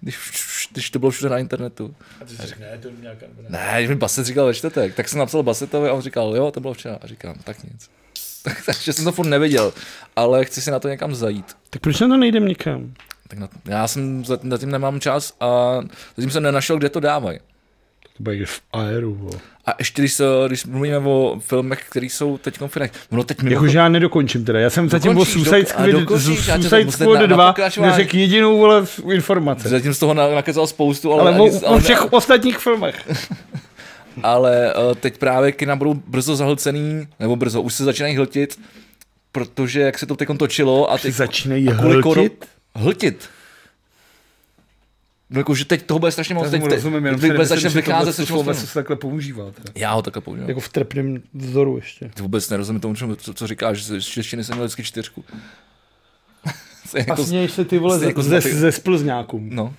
když, vš- když to bylo všude na internetu. A ty jsi řekl, ne, to nějaká... Ne, když mi Baset říkal ve čtvrtek, tak jsem napsal Basetovi a on říkal, jo, to bylo včera. A říkám, tak nic. *laughs* Tak, takže jsem to furt nevěděl, ale chci si na to někam zajít. Tak proč na to nejdem nikam? Tak na, já jsem za- zatím nemám čas a zatím jsem nenašel, kde to dávají. To bude někde v aeru. Bo. A ještě když, se, když mluvíme o filmech, které jsou teď konfinek, no teď mimo, Jakože já nedokončím teda. Já jsem zatím o Dokončíš, Suicide No dok- a Squad, dokončíš, já tě to Suicide musím Squad na- na 2 pokračování. neřekl jedinou vole informace. Zatím z toho na- nakecal spoustu, ale, Ale o, ani- o všech ostatních filmech. ale eh, teď právě kina budou brzo zahlcený, nebo brzo, už se začínají hltit, protože jak se to teď točilo a teď Začínají a kvůli koru- hltit? Hltit. No jakože teď toho bude strašně moc, teď, teď, teď si bude nemyslím, strašně že tohle vycházet strašně slovo moc se filmů. takhle používá. Teda. Já ho takhle používám. Jako v trepném vzoru ještě. Ty vůbec nerozumím tomu, čemu- co, co říkáš, že z češtiny jsem měl vždycky čtyřku. *laughs* To je A jako z- směješ se ty vole jako z- ze, ze, ze splzňákům. No,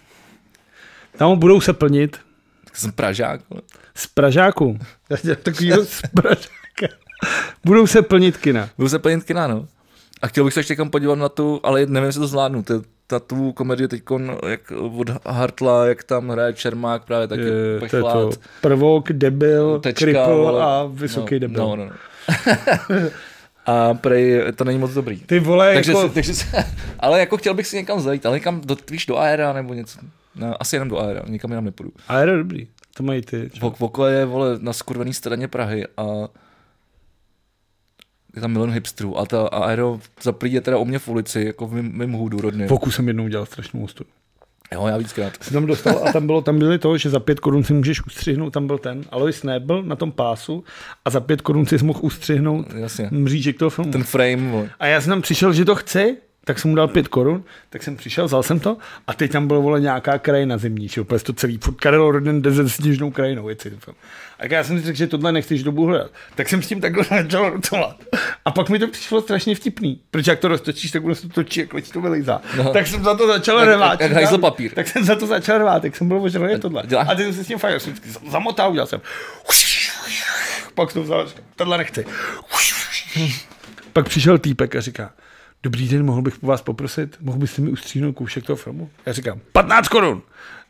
Tam budou se plnit tak jsem Pražák. ale- z *laughs* Pražáků. Já dělám takovýho z Pražáka. Budou se plnit kina. Byl se plnit kina, no. A chtěl bych se ještě kam podívat na tu, ale nevím, jestli to zvládnu, ta, ta tu komedii teď jak od Hartla, jak tam hraje Čermák, právě taky Je, Eh, to je to. Pechlát, Prvok, debil, Tečka, kripl vole. a vysoký no, debil. No, *laughs* no, no. A prej, to není moc dobrý. Ty vole, Takže, jako... si, takže si, *laughs* ale jako chtěl bych si někam zajít, ale někam do, víš, do Aera nebo něco. No, asi jenom do Aera, nikam jinam nepůjdu. A je dobrý. To mají ty. čo? Vok, Voko je, vole, na skurvený straně Prahy a je tam milion hipstrů a ta a Aero zaprý je teda u mě v ulici, jako v mým, mým hůdu rodným. Voku jsem jednou dělal strašnou mostu. Jo, já víckrát. Jsem tam dostal a tam bylo, tam byly to, že za pět korun si můžeš ustřihnout, tam byl ten Alois Nebel na tom pásu a za pět korun si mohl ustřihnout Jasně. mřížek toho filmu. Ten frame, vole. A já jsem tam přišel, že to chci, tak jsem mu dal pět korun, tak jsem přišel, vzal jsem to a teď tam bylo vole nějaká krajina zimní, že úplně to celý furt Karel Roden jde se sněžnou krajinou, je celý film. A já jsem si řekl, že tohle nechceš dobu hledat. Tak jsem s tím takhle *laughs* začal rotovat. A pak mi to přišlo strašně vtipný, protože jak to roztočíš, tak ono se to točí, jak letí to vylejzá. No. Tak jsem za to začal Jak- rvát. jak hajzl papír. Tak jsem za to začal rvát, tak jsem byl ožralý tohle. dělá- A teď jsem se s tím fakt, já jsem vždycky zamotal, udělal jsem. Pak jsem vzal, a říkal, tohle nechci. Pak přišel týpek a říká, dobrý den, mohl bych po vás poprosit, mohl byste mi ustříhnout kousek toho filmu? Já říkám, 15 korun.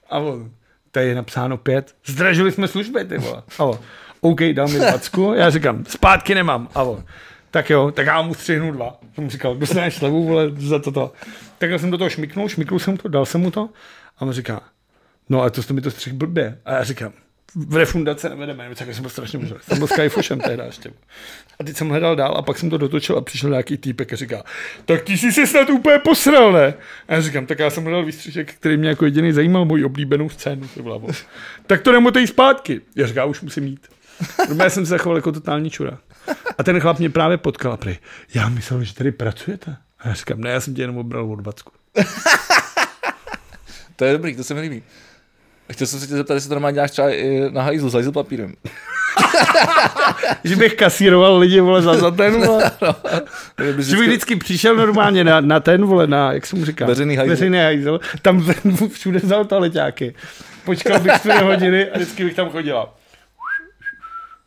A on, tady je napsáno pět, zdražili jsme služby, ty vole. A on, OK, dám mi dvacku, já říkám, zpátky nemám. A on, tak jo, tak já mu střihnu dva. Jsem mu říkal, dostaneš slevu, vole, za toto. Tak já jsem do toho šmiknul, šmiknul jsem to, dal jsem mu to. A on říká, no a to jste mi to střih blbě. A já říkám, v refundace nevedeme, nebo tak já jsem byl strašně možný. Jsem byl s Kajfušem tehdy ještě. A teď jsem hledal dál a pak jsem to dotočil a přišel nějaký týpek a říká, tak ty jsi se snad úplně posral, ne? A já říkám, tak já jsem hledal výstřižek, který mě jako jediný zajímal, moji oblíbenou scénu. Ty vole. *laughs* tak to nemotej zpátky. Já říkám, já už musím jít. Normálně jsem se zachoval jako totální čura. A ten chlap mě právě potkal a prý, já myslel, že tady pracujete. A já říkám, ne, já jsem tě jenom obral od vacku. To je dobrý, to se mi líbí. Chtěl jsem se tě zeptat, jestli to normálně děláš třeba i na hajzlu, s hajzl *laughs* papírem. Že bych kasíroval lidi, vole, za, za ten, vole. Že bys Že bych vždycky- vždycky přišel normálně na, na ten, vole, na, jak se mu říká? Veřejný hajzl. Veřejný hajzl. Tam *laughs* všude vzal toaleťáky. Počkal bych čtyři hodiny a *laughs* vždycky bych tam chodila.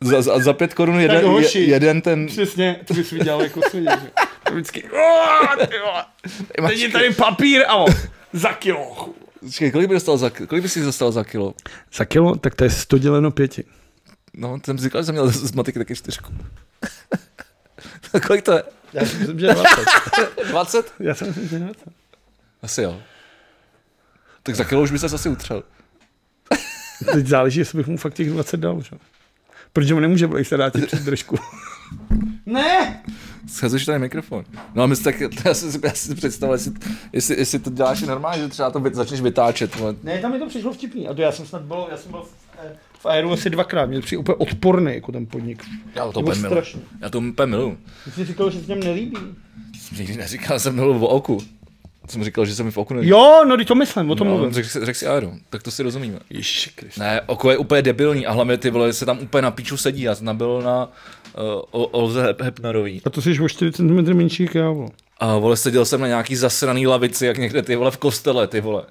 za, za, za pět korun Tak jeden, hoši. je, jeden ten... Přesně, to *laughs* bys viděl jako svině, že? To Vždycky, "Ó, ty vole, teď je tady papír a on, Za kilo. Počkej, kolik by, dostal za, kolik by si dostal za kilo? Za kilo, tak to je 100 děleno pěti. No, jsem říkal, že jsem měl z matiky taky čtyřku. *laughs* No, kolik to je? Já si myslím, že *laughs* 20. 20? Já si myslím, že 20. Asi jo. Tak za kilo už by se asi utřel. Teď záleží, jestli bych mu fakt těch 20 dal, že? Protože mu nemůže být se dát ti před držku. Ne! Schazuješ tady mikrofon. No a my si tak, *laughs* já si, já si představil, jestli, jestli, jestli, to děláš i normálně, že třeba to vy- začneš vytáčet. vole. Ne, tam mi to přišlo vtipný. A to já jsem snad byl, já jsem byl v, eh, v Aeru asi dvakrát. Mě to přijde úplně odporný jako ten podnik. Já to Nebo úplně miluju. strašně. Já to úplně miluju. Ty jsi říkal, že se těm nelíbí. Nikdy neříkal, že jsem mluvil o oku. Jsem říkal, že se mi v oku nelíbí. Jo, no, teď to myslím, o tom No, mluvím. řekl si, řek si Aeru, tak to si rozumíme. Ježiši Kriste. Ne, oko je úplně debilní a hlavně ty vole se tam úplně na píču sedí. Já jsem tam byl na uh, o- Olze Hep- Hepnerový. A to jsi o 4 cm menší jak já, vole. A vole, seděl jsem na nějaký zasraný lavici, jak někde ty vole v kostele, ty *laughs* vole.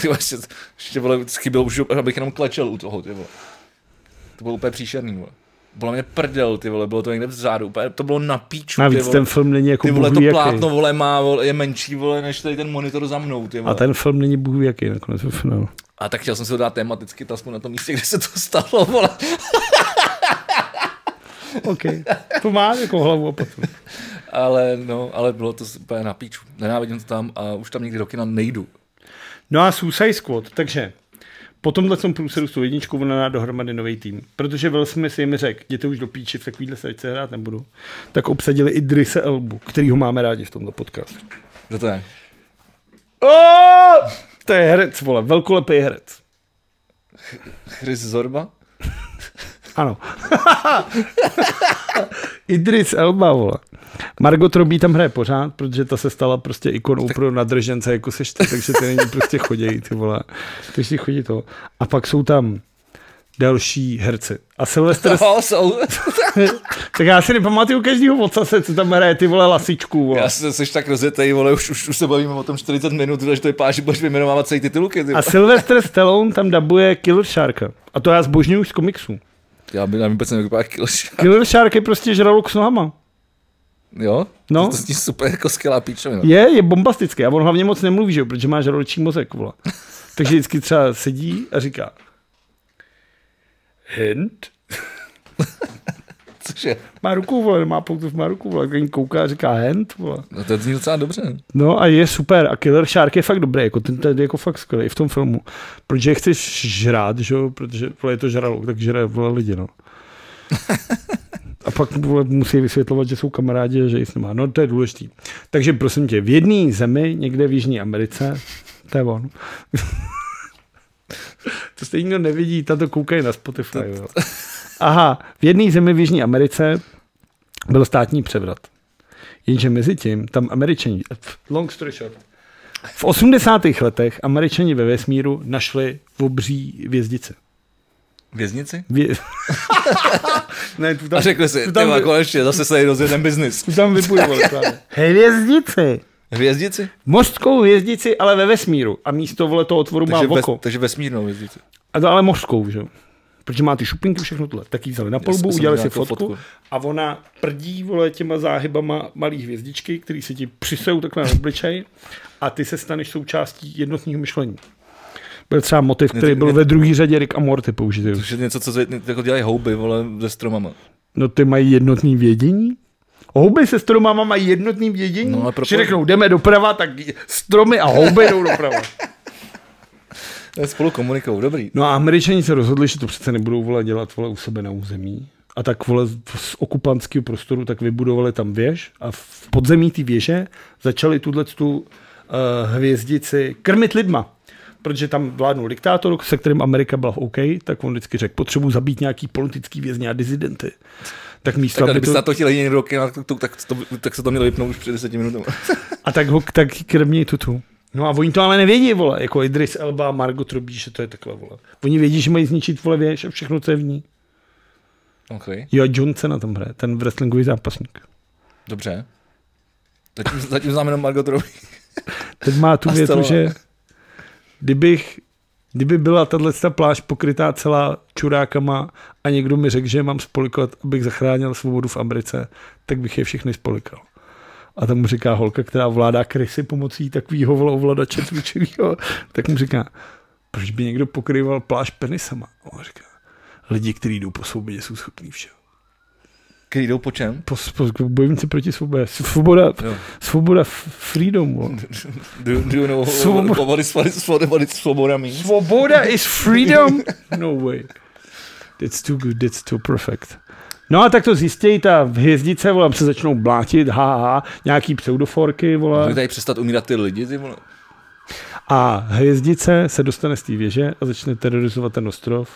Ty vole, ještě, ještě vole, chybělo už, abych jenom klečel u toho, ty vole. To bylo úplně příšerný, vole. Bylo mě prdel, ty vole, bylo to někde v řádu, úplně, to bylo na píču, ty Navíc vole. ten film není jako Ty vole, bůh to ví jaký. plátno, vole, má, vole, je menší, vole, než tady ten monitor za mnou, ty vole. A ten film není bůh ví jaký nakonec *laughs* ve finále. A tak chtěl jsem si to dát tematicky, to aspoň na tom místě, kde se to stalo, vole. OK. To má jako hlavu a patu. Ale, no, ale bylo to úplně na píču. Nenávidím to tam a už tam nikdy do kina nejdu. No a Suicide Squad, takže po tomhle tom průsedu s tou jedničkou ona dá dohromady nový tým. Protože Will Smith jim řekl, jděte už do píči, v takovýhle srdce hrát nebudu. Tak obsadili i Drise Elbu, kterýho máme rádi v tomto podcastu. Kdo to je? Oh! To je herec, vole, velkolepý herec. Chris Zorba? Ano. *laughs* Idris Elba, vole. Margot Robbie tam hraje pořád, protože ta se stala prostě ikonou pro nadržence, jako seš ty, takže ty není prostě chodějí, ty vole. Takže ty chodí to. A pak jsou tam další herci. A Sylvester, No, jsou. tak já si nepamatuju každýho ocase, co tam hraje, ty vole lasičku, *laughs* vole. Já se, seš tak rozjetej, vole, už, už, už se bavíme o tom 40 minut, že to je páži, budeš vyjmenovávat celý titulky. Ty. A Sylvester Stallone tam dabuje Killer Sharka. A to já zbožňuji už z komiksů. Já by nám vůbec nevypadá kilš. Killer Shark je prostě žralok s nohama. *laughs* Jo? No. To, to zní super jako skvělá píčovina. Je, je bombastický. A on hlavně moc nemluví, že jo, protože má žraločí mozek, vole. Takže vždycky třeba sedí a říká Hint? Cože? Má ruku, vole, nemá poutu, má ruku, vole. Když kouká a říká hint, vole. No to zní docela dobře. No a je super. A Killer Shark je fakt dobrý, jako ten tady je jako fakt skvělý v tom filmu. Protože je chceš žrát, že jo, protože vole, je to žralok, tak žere vole lidi, no. A pak vole, musí vysvětlovat, že jsou kamarádi a že jich nemá. No to je důležitý. Takže prosím tě, v jedné zemi, někde v Jižní Americe, to je on. *laughs* to stejně nikdo nevidí, tato koukají na Spotify. jo. Aha, v jedné zemi v Jižní Americe byl státní převrat. Jenže mezi tím tam američani, long story short, v 80. letech američani ve vesmíru našli obří vězdice. Věznici? Vě... *laughs* ne, tu tam, A řekli si, tu ty tam, vole, vy- konečně, zase se rozjedem biznis. tu tam vypůjovali právě. Hvězdici. Hvězdici? Mořskou hvězdici, ale ve vesmíru. A místo vole toho otvoru má Takže, ves, voko. takže vesmírnou hvězdici. A to ale mořskou, že jo? Protože má ty šupinky, všechno tohle. Tak jí vzali na jsem polbu, viděl udělali si nějakou fotku, fotku. a ona prdí, vole, těma záhybama malý hvězdičky, který se ti přisejou takhle na obličej a ty se staneš součástí jednotního myšlení. Byl třeba motiv, který byl ve druhé řadě Rick a Morty použitý. Což je něco, co zvědně- jako dělají houby, vole, se stromama. No ty mají jednotný vědění? Houby se stromama mají jednotný vědění? No, ale No, proto- Že řeknou, jdeme doprava, tak stromy a houby jdou *laughs* doprava. Ne, Spolu komunikou, dobrý. No a američani se rozhodli, že to přece nebudou vole dělat vole u sebe na území. A tak vole z- z okupantského prostoru tak vybudovali tam věž a v podzemí té věže začali tuhle tu uh, hvězdici krmit lidma. Protože tam vládnul diktátor, se kterým Amerika byla v OK, tak on vždycky řekl, potřebuji zabít nějaký politický vězně a dizidenty. Tak místo, Tak a aby kdyby to... se na to chtěli někdo do kina, tak, to, tak, to, tak se to mělo vypnout už před 10 *laughs* minutami. A tak ho tak krměj tutu. No a oni to ale nevědí, vole, jako Idris Elba a Margot Robbie, že to je takhle, vole. Oni vědí, že mají zničit, vole, věž a všechno, co je v ní. okay. Jo, John Cena tam hraje, ten wrestlingový zápasník. Dobře. Zatím, zatím znám jenom Margot Robbie. Ten má tu A větu, Stallone. že kdybych, kdyby byla tahle pláž pokrytá celá čurákama a někdo mi řekl, že je mám spolikovat, abych zachránil svobodu v Americe, tak bych je všechny spolikal. A tam mu říká holka, která ovládá krysy pomocí takového ovladače cvičivého, tak mu říká, proč by někdo pokryval pláž penisama? A on říká, lidi, kteří jdou po svobodě, jsou schopní všeho. Který jdou po čem? Po, po, bojím se proti svobodě. Svoboda, Jo. svoboda f- freedom. vole. Do, do you know Svoboda. what is, what is, what is svoboda means? Svoboda is freedom? *laughs* No way. That's too good, that's too perfect. No a tak to zjistějí, ta hvězdice, vole, se začnou blátit, ha, ha, ha, nějaký pseudoforky, Můžu vole. tady přestat umírat ty lidi, ty vole. A hvězdice se dostane z té věže a začne terorizovat ten ostrov.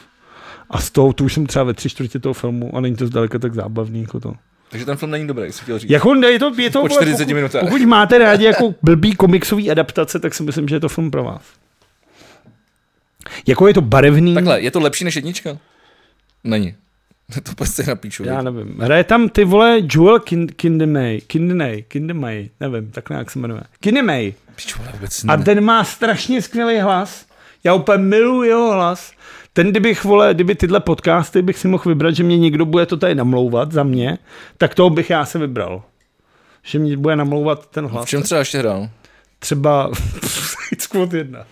A z toho, tu už jsem třeba ve tři čtvrtě toho filmu a není to zdaleka tak zábavný jako to. Takže ten film není dobrý, jsi chtěl říct. Jako ne, je to, je to Po vole, 40 pokud, minutách. pokud máte rádi jako blbý komiksový adaptace, tak si myslím, že je to film pro vás. Jako je to barevný. Takhle, je to lepší než jednička? Není. *laughs* To prostě napíšu. Já nevím. Hraje tam ty vole Joel Kin- Kindemay, Kindemay, Kindemay, nevím, tak nějak se jmenuje. Kindemay. Píču, ale vůbec A ne. ten má strašně skvělý hlas. Já úplně miluji jeho hlas. Ten, kdybych, vole, kdyby tyhle podcasty bych si mohl vybrat, že mě někdo bude to tady namlouvat za mě, tak toho bych já se vybral. Že mě bude namlouvat ten V hlas. čem třeba ještě hrál? Třeba *laughs* Squad 1.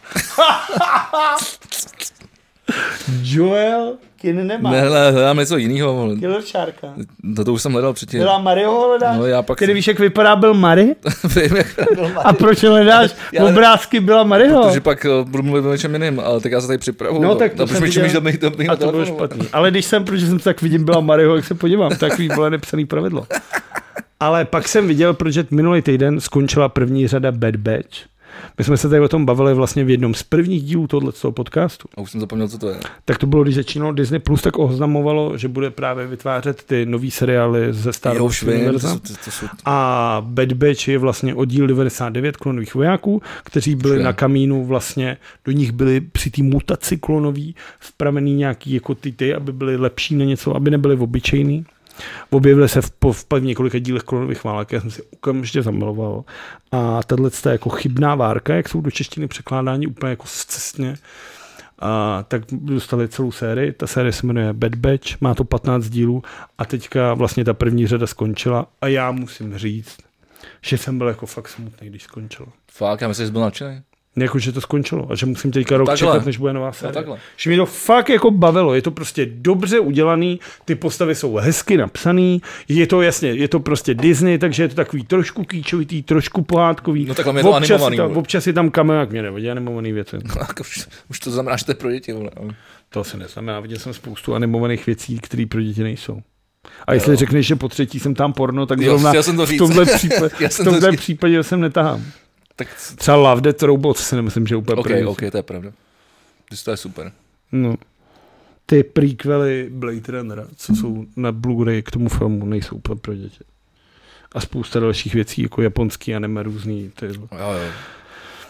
Joel Kinnemay. Ne, hele, hledám něco jiného. vole. Killer Sharka. No to už jsem hledal předtím. Byla Mario hledáš? No já pak Který jsem- víš, jak vypadá byl Mary? *laughs* Vím, jak- A proč hledáš *laughs* Já- obrázky byla Maryho? Protože pak eh, budu mluvit o něčem jiném, ale tak já se tady připravu. No, tak to a proč jsem mi viděl. čumíš do mých do mých A to bylo telefonů? špatný. Ale když jsem, protože jsem tak vidím, byla Maryho, jak se podívám, takový bylo nepsaný pravidlo. Ale pak jsem viděl, protože minulý týden skončila první řada Bad Batch. My jsme se tady o tom bavili vlastně v jednom z prvních dílů tohoto podcastu. A už jsem zapomněl, co to je. Tak to bylo, když začínalo Disney+, Plus, tak oznamovalo, že bude právě vytvářet ty nový seriály ze Star Jo, Wars už vím, to univerza. jsou, to, to jsou, A Bad Batch je vlastně oddíl 99 klonových vojáků, kteří byli Že? na kamínu vlastně, do nich byli při té mutaci klonový vpravený nějaký jako ty ty, aby byli lepší na něco, aby nebyli obyčejný. Objevily se v, po- v, v několika dílech klonových válek, já jsem si okamžitě zamiloval. A tahle jako chybná várka, jak jsou do češtiny překládáni úplně jako zcestně, a tak dostali celou sérii. Ta série se jmenuje Bad Batch, má to 15 dílů a teďka vlastně ta první řada skončila a já musím říct, že jsem byl jako fakt smutný, když skončilo. fakt, já myslím, že jsi byl nadšený. *laughs* Jako, že to skončilo a že musím teďka rok Takhle. No čekat, než bude nová série. takhle. že mě to fakt jako bavilo, je to prostě dobře udělaný, ty postavy jsou hezky napsaný, je to jasně, je to prostě Disney, takže je to takový trošku kýčovitý, trošku pohádkový. No takhle mě je to občas, je animovaný, tam, vole. občas je tam kamera, jak mě nevadí animovaný věci. Tak Jako už, už to znamená, že to je pro děti. Vole. To se neznamená, viděl jsem spoustu animovaných věcí, které pro děti nejsou. A jestli jo. řekneš, že po třetí jsem tam porno, tak Jo, zrovna chtěl jsem to v říct. *laughs* tomhle, případě, Já v jsem to tomhle říct. případě jsem netahám. Tak, Třeba Love Death Robot si nemyslím, že je úplně OK, první. OK, to je pravda. Ty jsi- To je super. No. Ty prequely Blade Runnera, co jsou na Blu-ray k tomu filmu, nejsou úplně pro děti. A spousta dalších věcí, jako japonský anime různý. Ty. Jo, jo.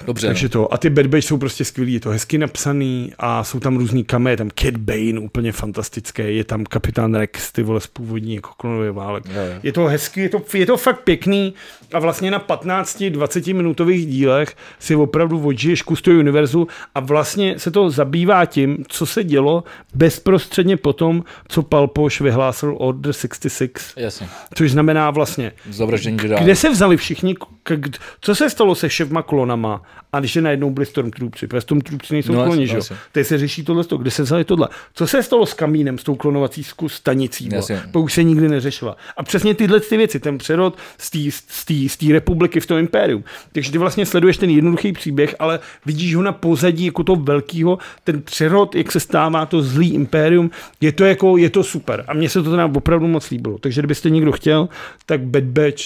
Dobře. Takže to. A ty Bad Batch jsou prostě skvělý, je to hezky napsaný a jsou tam různý kamery, je tam Cat Bane úplně fantastické, je tam Kapitán Rex, ty vole z původní jako klonově válek. no. jo, jo. Je to hezký, je to, je to fakt pěkný a vlastně na 15-20 minutových dílech si opravdu odžiješ kus toho univerzu a vlastně se to zabývá tím, co se dělo bezprostředně potom, co Palpoš vyhlásil Order 66, Jasně. což znamená vlastně Zavraždění no. Jedi. kde se vzali všichni, k- k- co se stalo se všema klonama, a když je najednou byli Stormtroopři, protože Stormtroopři nejsou No, no, kloni, jasně, že jo? jasně. Teď se řeší tohle, kde se vzali tohle. Co se stalo s kamínem, s tou klonovací zku- stanicí, vole? Jasně. to už se nikdy neřešila. A přesně tyhle ty věci, ten přerod z té- z té- z té republiky v tom impérium. Takže ty vlastně sleduješ ten jednoduchý příběh, ale vidíš ho na pozadí jako toho velkého, ten přerod, jak se stává to zlý impérium, je to jako, je to super. A mně se to teda opravdu moc líbilo. Takže kdybyste někdo chtěl, tak Bad Batch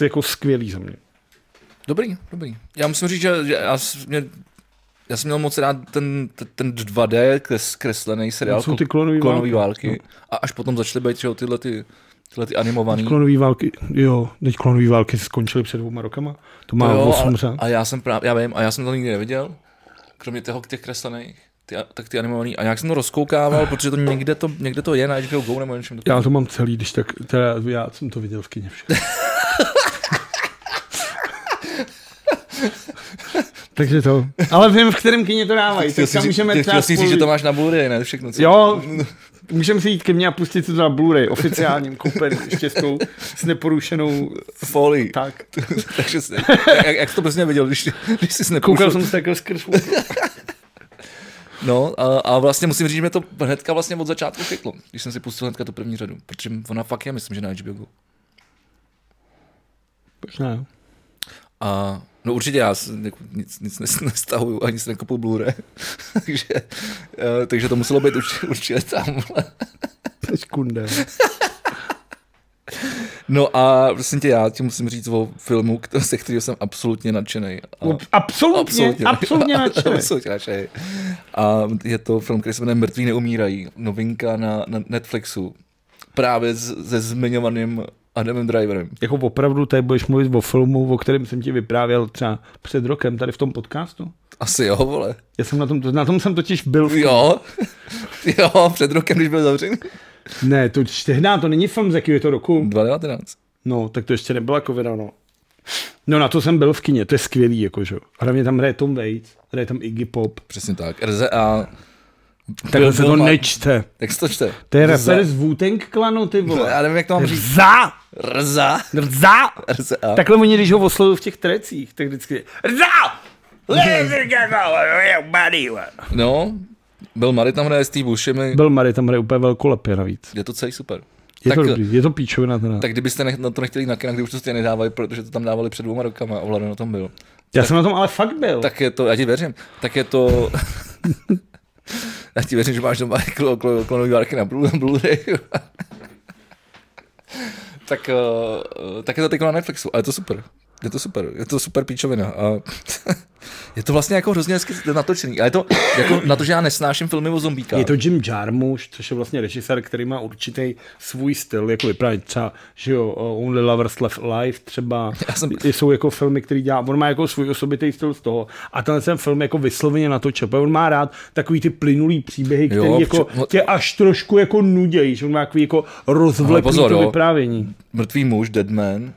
je jako skvělý za mě. Dobrý, dobrý. Já musím říct, že že já, s- mě, já jsem měl moc rád ten, ten- ten 2D kres, kreslený seriál. No, jsou ty klonový klonový války. války, No. A až potom začaly být že jo, tyhle, ty, tyhle ty animovaný. Klonové války, jo, teď klonové války skončily před dvouma rokama. To má Jo, 8 a, řád. a, já jsem právě, já vím, a já jsem to nikdy neviděl. Kromě toho těch kreslených. Ty, a- tak ty animovaný. A nějak jsem to rozkoukával, protože to někde to, někde to je na HBO Go nebo něčem. Já to mám celý, když tak, teda já jsem to viděl v *laughs* kyně všechno. Takže to. Ale vím, v kterém kyně to dávají, Chtěl tak jsi tam říct- můžeme chtěl třeba jsi říct, spolu- že to máš na Blu-ray, ne? Všechno, co Jo, Můžeme si jít ke mně a pustit si to na Blu-ray oficiálním koupem ještě s tou s neporušenou... Folii. *laughs* Tak. Takže jsi, jak, jak, jsi to přesně viděl, když, když jsi nepoušel? Koukal jsem se takhle skrz No a, a, vlastně musím říct, že mě to hnedka vlastně od začátku chytlo, když jsem si pustil hnedka tu první řadu, protože ona fakt je, myslím, že na HBO Go. No, Možná jo. A no určitě já s- jako nic, nic nes- nestahuju ani si nekupu Blu-ray, *laughs* takže, eh, takže to muselo být určitě, určitě tam. To je škunda. No a prosím tě, já ti musím říct o filmu, kter- se kterého jsem absolutně nadšený. A- No, Absolutně, absolutně, *laughs* absolutně nadšený. absolutně nadšený. A je to film, který se jmenuje Mrtví neumírají, novinka na, na Netflixu. Právě s, se zmiňovaným Adamem Driverem. Jako opravdu tady budeš mluvit o filmu, o kterém jsem ti vyprávěl třeba před rokem tady v tom podcastu? Asi jo, vole. Já jsem na tom, na tom jsem totiž byl. Jo, *laughs* jo, před rokem, když byl zavřený. Ne, to tehdy, to není film, z jakého je to roku. 2019. No, tak to ještě nebyla covida, no. No na to jsem byl v kině, to je skvělý, jako, jakože. Hlavně tam hraje Tom Waits, hraje tam Iggy Pop. Přesně tak. RZA. Takhle se to Bill- nečte. Jak se to čte? To je Rza. rapper z wu klanu, ty vole. Já nevím, jak to mám říct. Rza! Rza. Rza! RZA. Takhle oni, když ho oslovují v těch trecích, tak vždycky Rza! Let's go, No, byl Mary tam hraje s tý bušemi. Byl Mary tam hraje úplně velkolepě navíc. Je to celý super. Je tak, to dobrý, je to píčovina teda. tak kdybyste nech, na to nechtěli jít na kina, kdy už to stejně nedávají, protože to tam dávali před dvěma rokama a Vlado na tom byl. Já jsem na tom ale fakt byl. Tak je to, já ti věřím, tak je to... *laughs* já ti věřím, že máš doma jako klo, klo, klonový várky na Blu- Blu-ray. *laughs* tak, eh, tak je to teď na Netflixu, ale je to super. Je to super, je to super píčovina. A *laughs* je to vlastně jako hrozně hezky natočený. A je to jako na to, že já nesnáším filmy o zombíkách. Je to Jim Jarmusch, což je vlastně režisér, který má určitý svůj styl, jako vyprávět třeba, že jo, uh, Only Lovers Left Live třeba, *laughs* Já jsem- jsou jako filmy, který dělá, on má jako svůj osobitý styl z toho a tenhle ten film jako vysloveně natočil, protože on má rád takový ty plynulý příběhy, který Jo, no- jako protože- tě až trošku jako nudějí, že on má takový jako rozvleklý pozor, to jo. vyprávění. Mrtvý muž, Dead Man.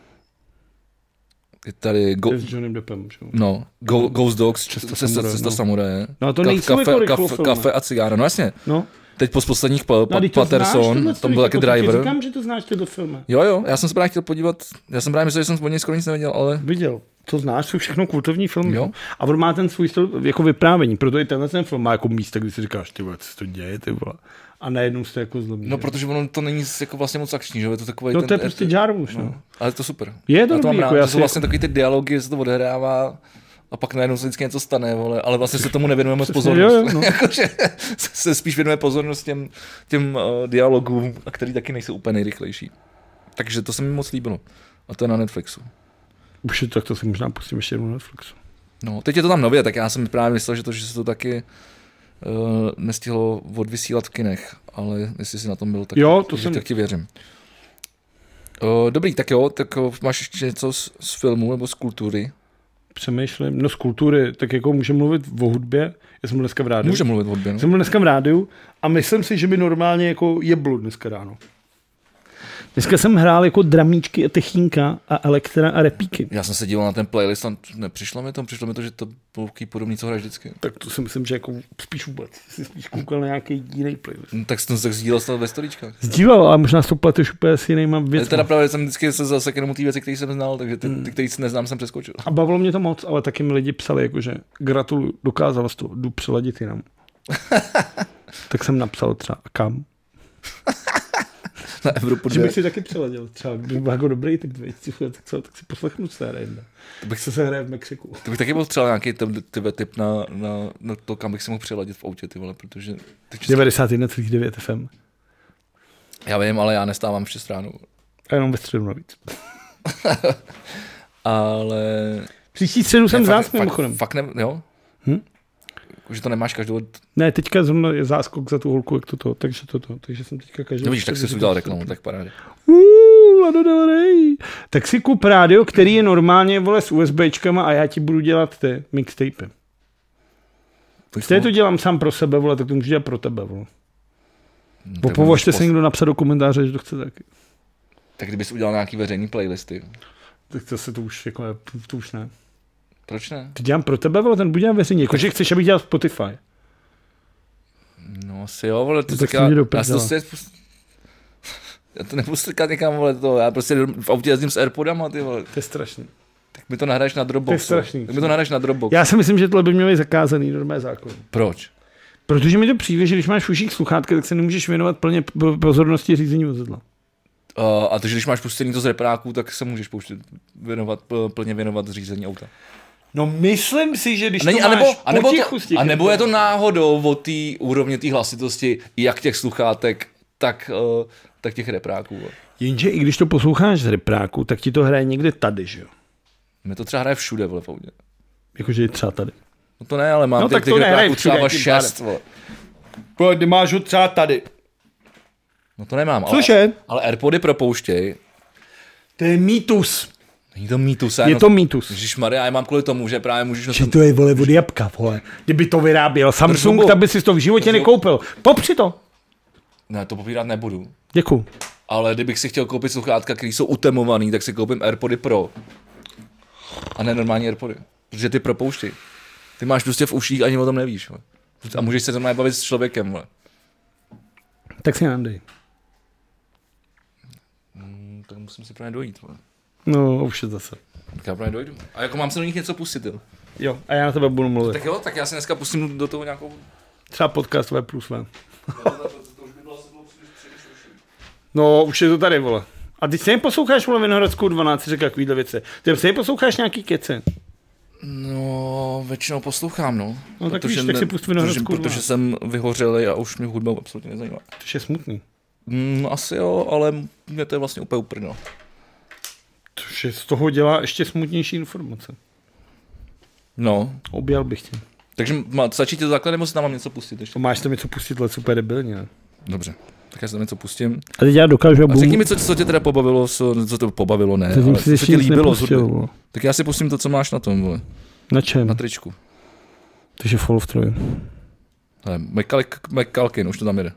Je tady go, To je S Johnnym Deppem, že jo. no, go, Ghost Dogs, Cesta, cesta, samuraje, cesta no. samuraje. No a to Ka- nejsou kafe, jako rychlo kafe, filmy. kafe, a cigára, no jasně. No, Teď po z posledních pa, no pa, a teď to znáš, Patterson, tohle, tam byl taky jako to ti driver. Říkám, že to znáš tyhle filmy. Jo, jo, já jsem se právě chtěl podívat, já jsem právě myslel, že jsem o něj skoro nic nevěděl, ale Viděl. To znáš, jsou všechno kultovní filmy. Jo. A on má ten svůj styl jako vyprávění, proto i tenhle ten film má jako místa, kdy si říkáš, ty vole, co to děje, ty vole. A najednou se to jako zlomí. no že? protože ono to není jako vlastně moc akční, že jo, je to takový no to je prostě Jarmusch, no. no. Ale je to super. Je to Já to mám dobrý, jako rád, já to si- jsou vlastně takový ty dialogy, že se to odehrává a pak najednou se vždycky něco stane, vole, ale vlastně se tomu nevěnujeme moc pozornost. jo, *laughs* jo, no. Jakože se spíš věnujeme pozornost těm, těm uh, dialogům, a který taky nejsou úplně nejrychlejší. Takže to se mi moc líbilo. A to je na Netflixu. Už je to, tak to si možná pustím ještě jednou na Netflixu. No, teď je to tam nově, tak já jsem právě myslel, že to, že se to taky uh, nestihlo odvysílat v kinech, ale jestli jsi na tom byl, tak, Jo, to že jsem- tak ti věřím. Uh, dobrý, tak jo, tak uh, máš ještě něco z, z filmu nebo z kultury? Přemýšlím, no z kultury, tak jako můžeme mluvit o hudbě. Já jsem byl dneska v rádiu. Může mluvit o hudbě, no? Jsem byl dneska v rádiu a myslím si, že by normálně jako jeblo dneska ráno. Dneska jsem hrál jako dramíčky a techínka a elektra a repíky. Já jsem se díval na ten playlist a nepřišlo mi to, přišlo mi to, že to bylo takový podobný, co hraje vždycky. Tak to si myslím, že jako spíš vůbec. Jsi spíš koukal na nějaký jiný playlist. No, tak jsem se sdílel snad ve storičkách. Sdílel, ale možná to plateš úplně s jinýma Ale věcmi. teda právě jsem vždycky se zase jenom ty věci, které jsem znal, takže ty, Hmm. ty které neznám, jsem přeskočil. A bavilo mě to moc, ale taky mi lidi psali, jakože gratuluju, dokázal jsi to, jdu *laughs* přeladit jinam. tak jsem napsal třeba a kam. Na Evropu Že 2. bych si taky přeladil, třeba by byl jako dobrý, tak dvě, tak, co, tak si poslechnu staré jedna. bych- Co se hraje v Mexiku. To bych taky potřeboval nějaký typ, typ, typ na, na, na, to, kam bych se mohl přeladit v autě, ty vole, protože ty české, 91,9 FM. já vím, ale já nestávám v 6 ráno. A jenom ve středu navíc. Ale... Příští středu jsem Ne, zás fakt, mimochodem. fakt, fakt ne, jo? Hm? Že to nemáš každou... Ne, teďka zrovna je záskok za tu holku, jak to to, takže to to, takže jsem teďka každý. No vidíš, tak jsi si udělal reklamu, tak paráda. Uuu, Lado Del Rey. Tak si kup rádio, který je normálně, vole, s USBčkama a já ti budu dělat ty mixtapy. Ty to dělám sám pro sebe, vole, tak to můžu dělat pro tebe, vole. No, tak Popovažte budeš se někdo napsat do komentáře, že to chce taky. pos- Tak kdybys udělal nějaký veřejný playlisty, Tak to se to už, jako, je- to už ne. proč ne? jako, To dělám pro tebe, vole, ten budu dělat veřejně. Jakože chceš, abych dělal Spotify. No asi jo, vole, to No tak tak já, jsi mě do já si to prdele. se já to nebudu strkat někam, vole, to, já prostě jdu- v autě jezdím s Airpodama, ty vole, To je strašný. tak mi to nahraješ na Dropbox. To je strašný. Tak mi to nahraješ na Dropbox. Já si myslím, že tohle by mělo být zakázaný normé zákon. Proč? Protože mi to přijde, že když máš v uších sluchátka, tak se nemůžeš věnovat plně p- pozornosti řízení vozidla. Uh, a to, že když máš puštěný to z repráků, tak se můžeš pouštět, věnovat, pl- plně věnovat řízení auta. No myslím si, že když A, není, a, nebo, a, nebo to, a nebo je to náhodou o té úrovni té hlasitosti, jak těch sluchátek, tak, uh, tak těch repráků. vole. Jenže i když to posloucháš z repráku, tak ti to hraje někde tady, že jo? Mě to třeba hraje všude vole, v autě. Jakože je třeba tady. No to ne, ale mám No, no, těch, tak těch to nehraje repráků všude, třeba tím šest. Vole. Pojď, máš ho třeba tady. No to nemám, ale, Cože? ale Airpody propouštěj. To je mýtus. Není to mýtus. já Je jenom- to mýtus. Ježišmarja, já mám kvůli tomu, že právě můžeš nosit... to je vole od jabka, vole. Kdyby to vyráběl Samsung, hubu. tak by si to v životě nekoupil. Popři to. Ne, to popírat nebudu. Děkuju. Ale kdybych si chtěl koupit sluchátka, které jsou utemovaný, tak si koupím Airpody Pro. A ne normální Airpody. Protože ty propouští. Ty máš prostě v uších, ani o tom nevíš. Vole. A můžeš se normálně bavit s člověkem. Vole. Tak si nám dej. Hm, Tak musím si právě dojít. Vole. No, už je zase. Tak já právě dojdu. A jako mám se do nich něco pustit. Jo. Jo, a já na tebe budu mluvit. Tak jo, tak já si dneska pustím do toho nějakou... Třeba podcast V plus V. No, už je to tady, vole. A ty stejně posloucháš, vole, Vinohradskou 12, říká takovýhle věci. Ty stejně posloucháš nějaký kece. No, většinou poslouchám, no. No tak víš, tak si pust protože, Vinohradskou protože 12. jsem vyhořelý a už mě hudba absolutně nezajímá. To je smutný. Mm, asi jo, ale mě to je vlastně úplně uprno. Což je z toho dělá ještě smutnější informace. No, Objal bych tě. takže má, stačí ti to takhle, nebo si tam mám něco pustit ještě? To No, máš tam něco pustit, ale super debilně. ne? Dobře, tak já si tam něco pustím. A teď já dokážu, A řekni mi, co, co tě teda pobavilo, co, co to pobavilo, ne, Zatím ale si co ještě ti nic líbilo. z nepustil, hudby. vole. Tak já si pustím to, co máš na tom, vole, Na čem? na tričku. Takže Fall of Troy. Ale Mekalik- McCalkin, už to tam jede.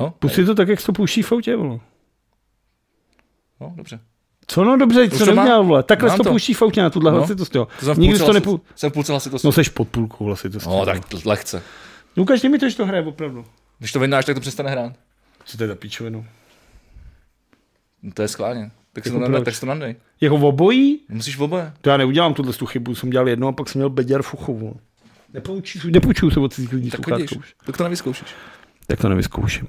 No, Pustit to tak, jak to pouští v autě, vole. no dobře. Co no dobře, Už co to má- neudělal, vole. Takhle mám to to. pouští v autě na tuhle No. hlasitost, jo. jsem v Nikdy půlce to hlasi- nepou... Jsem v půlce hlasitosti. No seš pod půlkou hlasitosti. No, tak t- lehce. No, ukaž mi to, že to hraje opravdu. Když to vyndáš, tak to přestane hrát. Co to je za píčovinu? No, to je skláně. Tak si Jako to, nandej, proč? tak si to nandej. No, Jako obojí? Musíš oboje. To já neudělám tuhle tu chybu, jsem dělal jedno a pak jsem měl beděr fuchovu. Nepoučuju, nepoučuju se od cizích lidí Tak sluchátko vidíš, už. tak to nevyzkoušíš. Tak to nevyzkouším.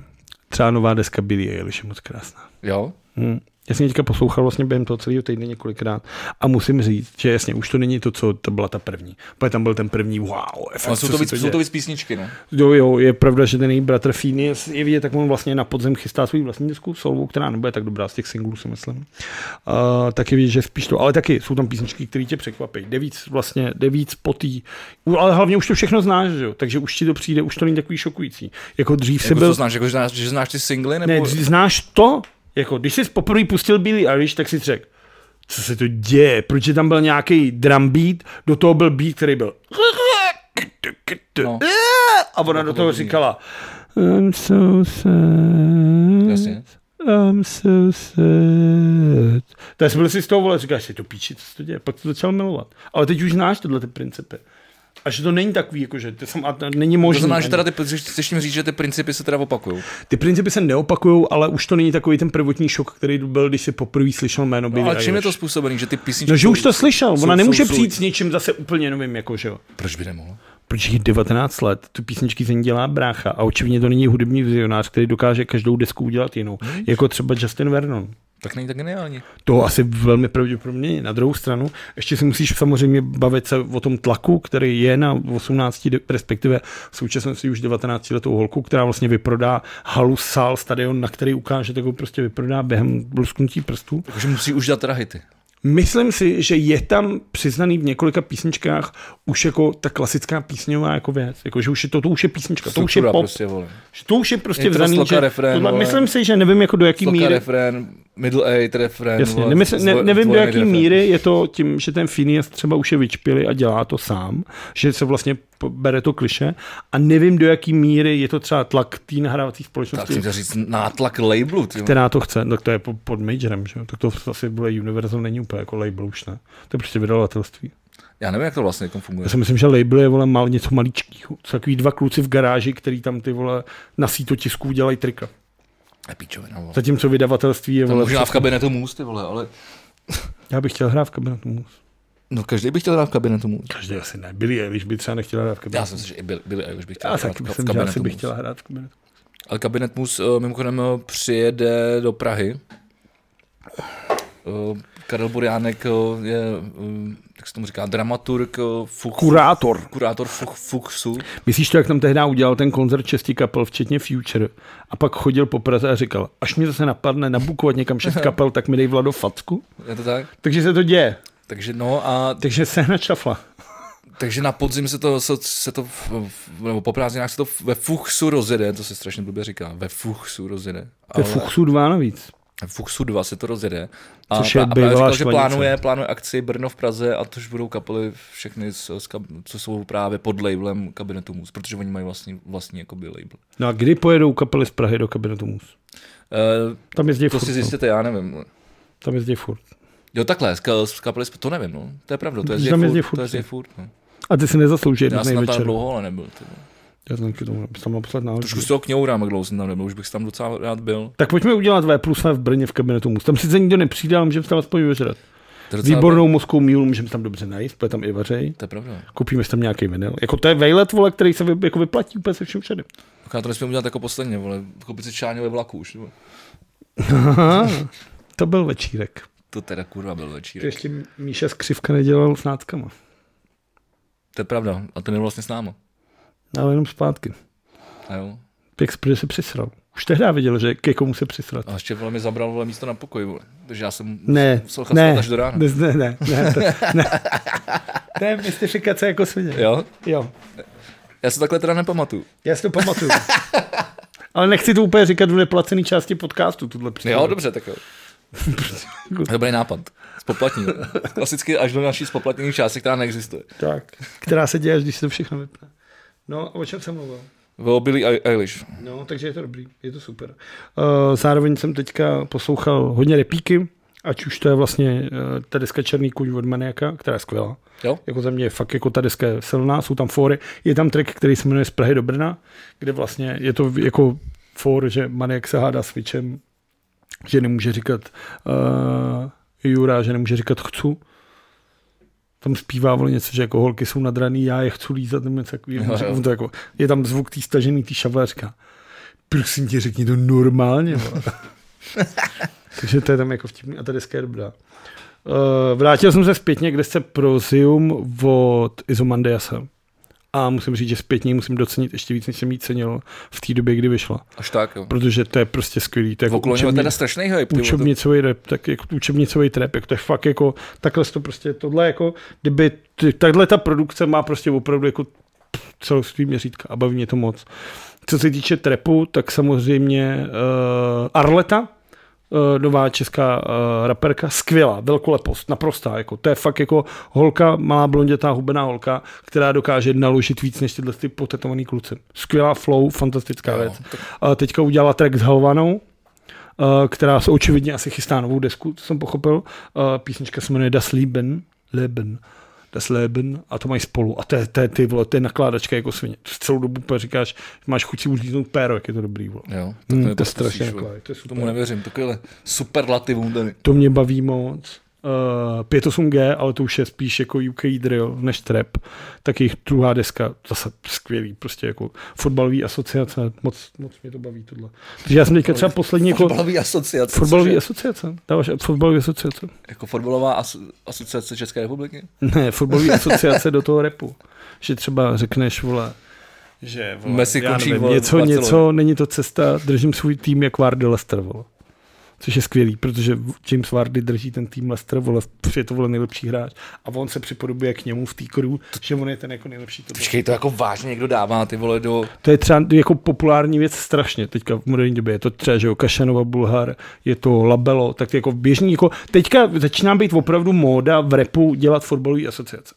Třeba nová deska Billy Eilish je moc krásná. Jo? Hmm. Já jsem ji teďka poslouchal vlastně během toho celého týdne několikrát a musím říct, že jasně, už to není to, co to byla ta první. Protože tam byl ten první wow efekt. Ale jsou co to, se víc, jsou děje. to víc písničky, ne? Jo, jo, je pravda, že ten její bratr Fíny je, je vidět, tak on vlastně na podzem chystá svůj vlastní desku solvou, která nebude tak dobrá z těch singlů, si myslím. Uh, taky víš, že spíš to, ale taky jsou tam písničky, které tě překvapí. Jde víc vlastně, jde víc po tý. U- Ale hlavně už to všechno znáš, že jo? takže už ti to přijde, už to není takový šokující. Jako dřív si Jako byl... to znáš, jako, že, znáš, že znáš ty singly, nebo... Ne, dřív znáš to, jako když jsi poprvé pustil Billy Eilish, tak si řekl, co se to děje, proč je tam byl nějaký drum beat, do toho byl beat, který byl No. a ona do toho říkala I'm so sad. Jasně. I'm so sad. Tak jsi byl si z toho vole, říkáš si to píči, co se to děje, pak to začal milovat. Ale teď už znáš tyhle ty principy. A že to není takový, jakože to jsem, a to není To možné. znamená, že teda ty, že chceš tím říct, že ty principy se teda opakují. Ty principy se neopakují, ale už to není takový ten prvotní šok, který byl, když si poprvé slyšel jméno Billie No, ale čím je Eilish. to způsobený, že ty písničky... No, že už jsou- to slyšel, jsou- ona nemůže jsou- přijít s něčím zase úplně novým, jako že jo. Proč by nemohla? Protože je 19 let, tu písničky z ní dělá brácha a očividně to není hudební vizionář, který dokáže každou desku udělat jinou, jako třeba Justin Vernon. Tak není tak geniální. To asi velmi pravděpodobně je. Na druhou stranu, ještě si musíš samozřejmě bavit se o tom tlaku, který je na 18, de- respektive v současnosti už 19 letou holku, která vlastně vyprodá halu, sál, stadion, na který ukáže, tak ho prostě vyprodá během lusknutí prstů. Takže musí už dát teda hity. Myslím si, že je tam přiznaný v několika písničkách už jako ta klasická písňová jako věc. Jako, že už je to, to už je písnička, to už je Struktura pop, prostě, vole. že to už je prostě Intro, vzaný, sloka, že refrén, tohle, vole. myslím si, že nevím jako do jaký Sloka, míry, refrén, middle eight, refrén. Jasně, vole, nemysl, ne, zdvoj- nevím do zdvojený jaký refrén. míry je to tím, že ten Phineas třeba už je vyčpili a dělá to sám, že se vlastně p- bere to kliše a nevím do jaký míry je to třeba tlak té nahrávací Tak společnosti, jsem chtěl říct nátlak labelu, ty. vole. která to chce, tak to je po- pod majorem, že jo? tak to asi bude Universal není úplně jako label už, ne? To je prostě vydavatelství. Já nevím, jak to vlastně jako funguje. Já si myslím, že label je vole mal něco maličkýho. To Jsou takový dva kluci v garáži, který tam ty vole na síto tisku dělají trika. Je píčovina, vole. Zatímco vydavatelství je To vole... možná v kabinetu můz, ty vole, ale... Já bych chtěl hrát v kabinetu mus. No každý bych chtěl hrát v kabinetu můz. Každý asi ne. Billy Eilish by třeba nechtěla hrát v kabinetu Já jsem si, že i Billy, Billy Eilish bych chtěl Já hrát taky v- myslím, v že asi kabinetu bych můz. chtěla hrát v kabinetu. Ale kabinet mus eh, mimochodem eh, přijede do Prahy. Eh, Karel Buriánek eh, je, eh, jak se tomu říká, dramaturg, eh, fuch, Kurátor. kurátor fuch, Fuchsu. Myslíš to, jak tam tehdy udělal ten koncert šesti kapel, včetně Future, a pak chodil po Praze a říkal, až mě zase napadne nabukovat *laughs* někam šest kapel, tak mi dej Vlado facku. Je to tak? Takže se to děje. Takže no a Takže sehnat šafla. Takže na podzim se to, se, se to v- v- nebo po prázdninách se to ve Fuchsu rozjede, to se strašně blbě říká, ve Fuchsu rozjede. To je Ale Fuchsu 2 navíc. ve Fuchsu 2 se to rozjede. A, Což je pra- a právě bývalá říkal, že štvanice. plánuje, plánuje akci Brno v Praze a tož budou kapely všechny, z, z, kab- co jsou právě pod labelem kabinetu Mus, protože oni mají vlastní, vlastní jakoby label. No a kdy pojedou kapely z Prahy do kabinetu Mus? E, Tam to jezdí furt. si no. zjistíte, já nevím. Tam jezdí furt. Jo, takhle, z, ka- z kapely, to nevím, no. To je pravda, to je Protože tam jezdí z furt to je ty. z furt, no. A ty si nezaslouží Já jednou jsem tam večer. tak dlouho, ale nebyl. Ty. vole. Já jsem taky tomu, abys tam mohl poslat náhodou. Trošku z toho kňourám, jak dlouho jsem tam nebyl, už bych tam docela rád byl. Tak pojďme udělat V plus V v Brně v kabinetu Mus. Tam sice nikdo nepřijde, ale můžeme se tam aspoň vyžrat. To je docela- Výbornou mozkou mílu můžeme tam dobře najít, bude tam i vařej. To je pravda. Koupíme si tam nějaký vinyl. Jako to je vejlet, vole, který se vy, jako vyplatí úplně se všem všude. Tak já to nesmím udělat jako posledně, vole. Koupit si čáňové vlaku už. vole. To byl večírek. To teda kurva byl To večírek. ještě Míša z křivka nedělal s náckama. To je pravda. A ten je vlastně s náma. Ale jenom zpátky. A jo. Pěk protože se přisral. Už tehdy viděl, že ke komu se přisrat. A ještě vole mi zabral vole místo na pokoji, vole. Takže já jsem Ne, musel ne, chlastat až do rána. ne, ne, ne, *laughs* ne, to, ne. To je mystifikace jako svině. Jo? Jo. Já se takhle teda nepamatuju. Já si to pamatuju. Ale nechci to úplně říkat v neplacený části podcastu, tuhle Jo, příhodu. dobře, tak *laughs* jo. Dobrý nápad. Spoplatní. Klasicky až do naší spoplatnění části, která neexistuje. Tak. Která se děje, až když se to všechno vypne. No, a o čem jsem mluvil? Bylo Billy Eil- Eilish. No, takže je to dobrý, je to super. Uh, zároveň jsem teďka poslouchal hodně repíky, ať už to je vlastně uh, ta deska Černý kůň od Maniaka, která je skvělá. Jo? Jako za mě je fakt jako ta deska je silná, jsou tam fóry. Je tam track, který se jmenuje Z Prahy do Brna, kde vlastně je to jako fór, že Maniak se hádá s Fičem, že nemůže říkat uh, Jura, že nemůže říkat chcu. Tam zpívá vole něco, že jako holky jsou nadraný, já je chci lízat, nebo něco takového. Jo, jo. On to jako, je tam zvuk tý stažený, tý šavle a říká, prosím tě, řekni to *laughs* normálně. vole." Takže to je tam jako vtipný a ta deska je dobrá. Eh, Vrátil jsem se zpětně k desce Prozium od Izomandiasa. A musím říct, že zpětně ji musím docenit ještě víc, než jsem ji cenil v té době, kdy vyšla. Až tak, jo. Protože to je prostě skvělý. To je jako Okolo něho je učební- teda strašný hype. ty vole, to- učebnicový rap, tak jako učebnicový trap, jako to je fakt jako, takhle to prostě, tohle jako, kdyby, ty, takhle ta produkce má prostě opravdu jako celoství měřítka a baví mě to moc. Co se týče trapu, tak samozřejmě uh, Arleta, eh, nová česká uh, raperka, skvělá, velkolepost, naprostá, jako, to je fakt jako holka, malá blondětá hubená holka, která dokáže naložit víc než tyhle ty potetovaný kluci. Skvělá flow, fantastická Jo, věc. Eh, Teďka udělala track s Halvanou, eh, která se očividně asi chystá novou desku, co jsem pochopil. Eh, Písnička se jmenuje Das Leben, Leben, Das Leben a to mají spolu. A to je, to je, ty, vole, to je nakládačka jako svině. To celou dobu úplně říkáš, že máš chuť si uříznout péro, jak je to dobrý. Vole. Jo, tak Hmm, mi to je pustíš, strašně vole. nakladaj, to je super. Tomu nevěřím, takovýhle superlativům tady. To mě baví moc. Uh, 5.8G, ale to už je spíš jako UK drill než trap, tak jejich druhá deska, zase skvělý, prostě jako fotbalový asociace, moc, moc mě to baví tohle. Takže já jsem teďka třeba poslední jako Fotbalový asociace. což fotbalový je- asociace, dáváš fotbalový asociace. Jako fotbalová aso- asociace České republiky? Ne, *laughs* fotbalové asociace do toho repu. Že třeba řekneš, vole, že vole, Messi já končí, nevím, vole, v něco, Barceloně. něco, není to cesta, držím svůj tým jak Vardy Lester, vole. Což je skvělý, protože James Vardy drží ten tým Lester, vole, je to vole nejlepší hráč. A on se připodobuje k němu v té kru, že on je ten jako nejlepší. To, Počkej, to jako vážně někdo dává ty vole do... to je třeba jako populární věc strašně teďka v moderní době. Je to třeba, že jo, Kašanova Bulhar, je to Labelo, tak jako běžný, jako teďka začíná být opravdu móda v repu dělat fotbalový asociace.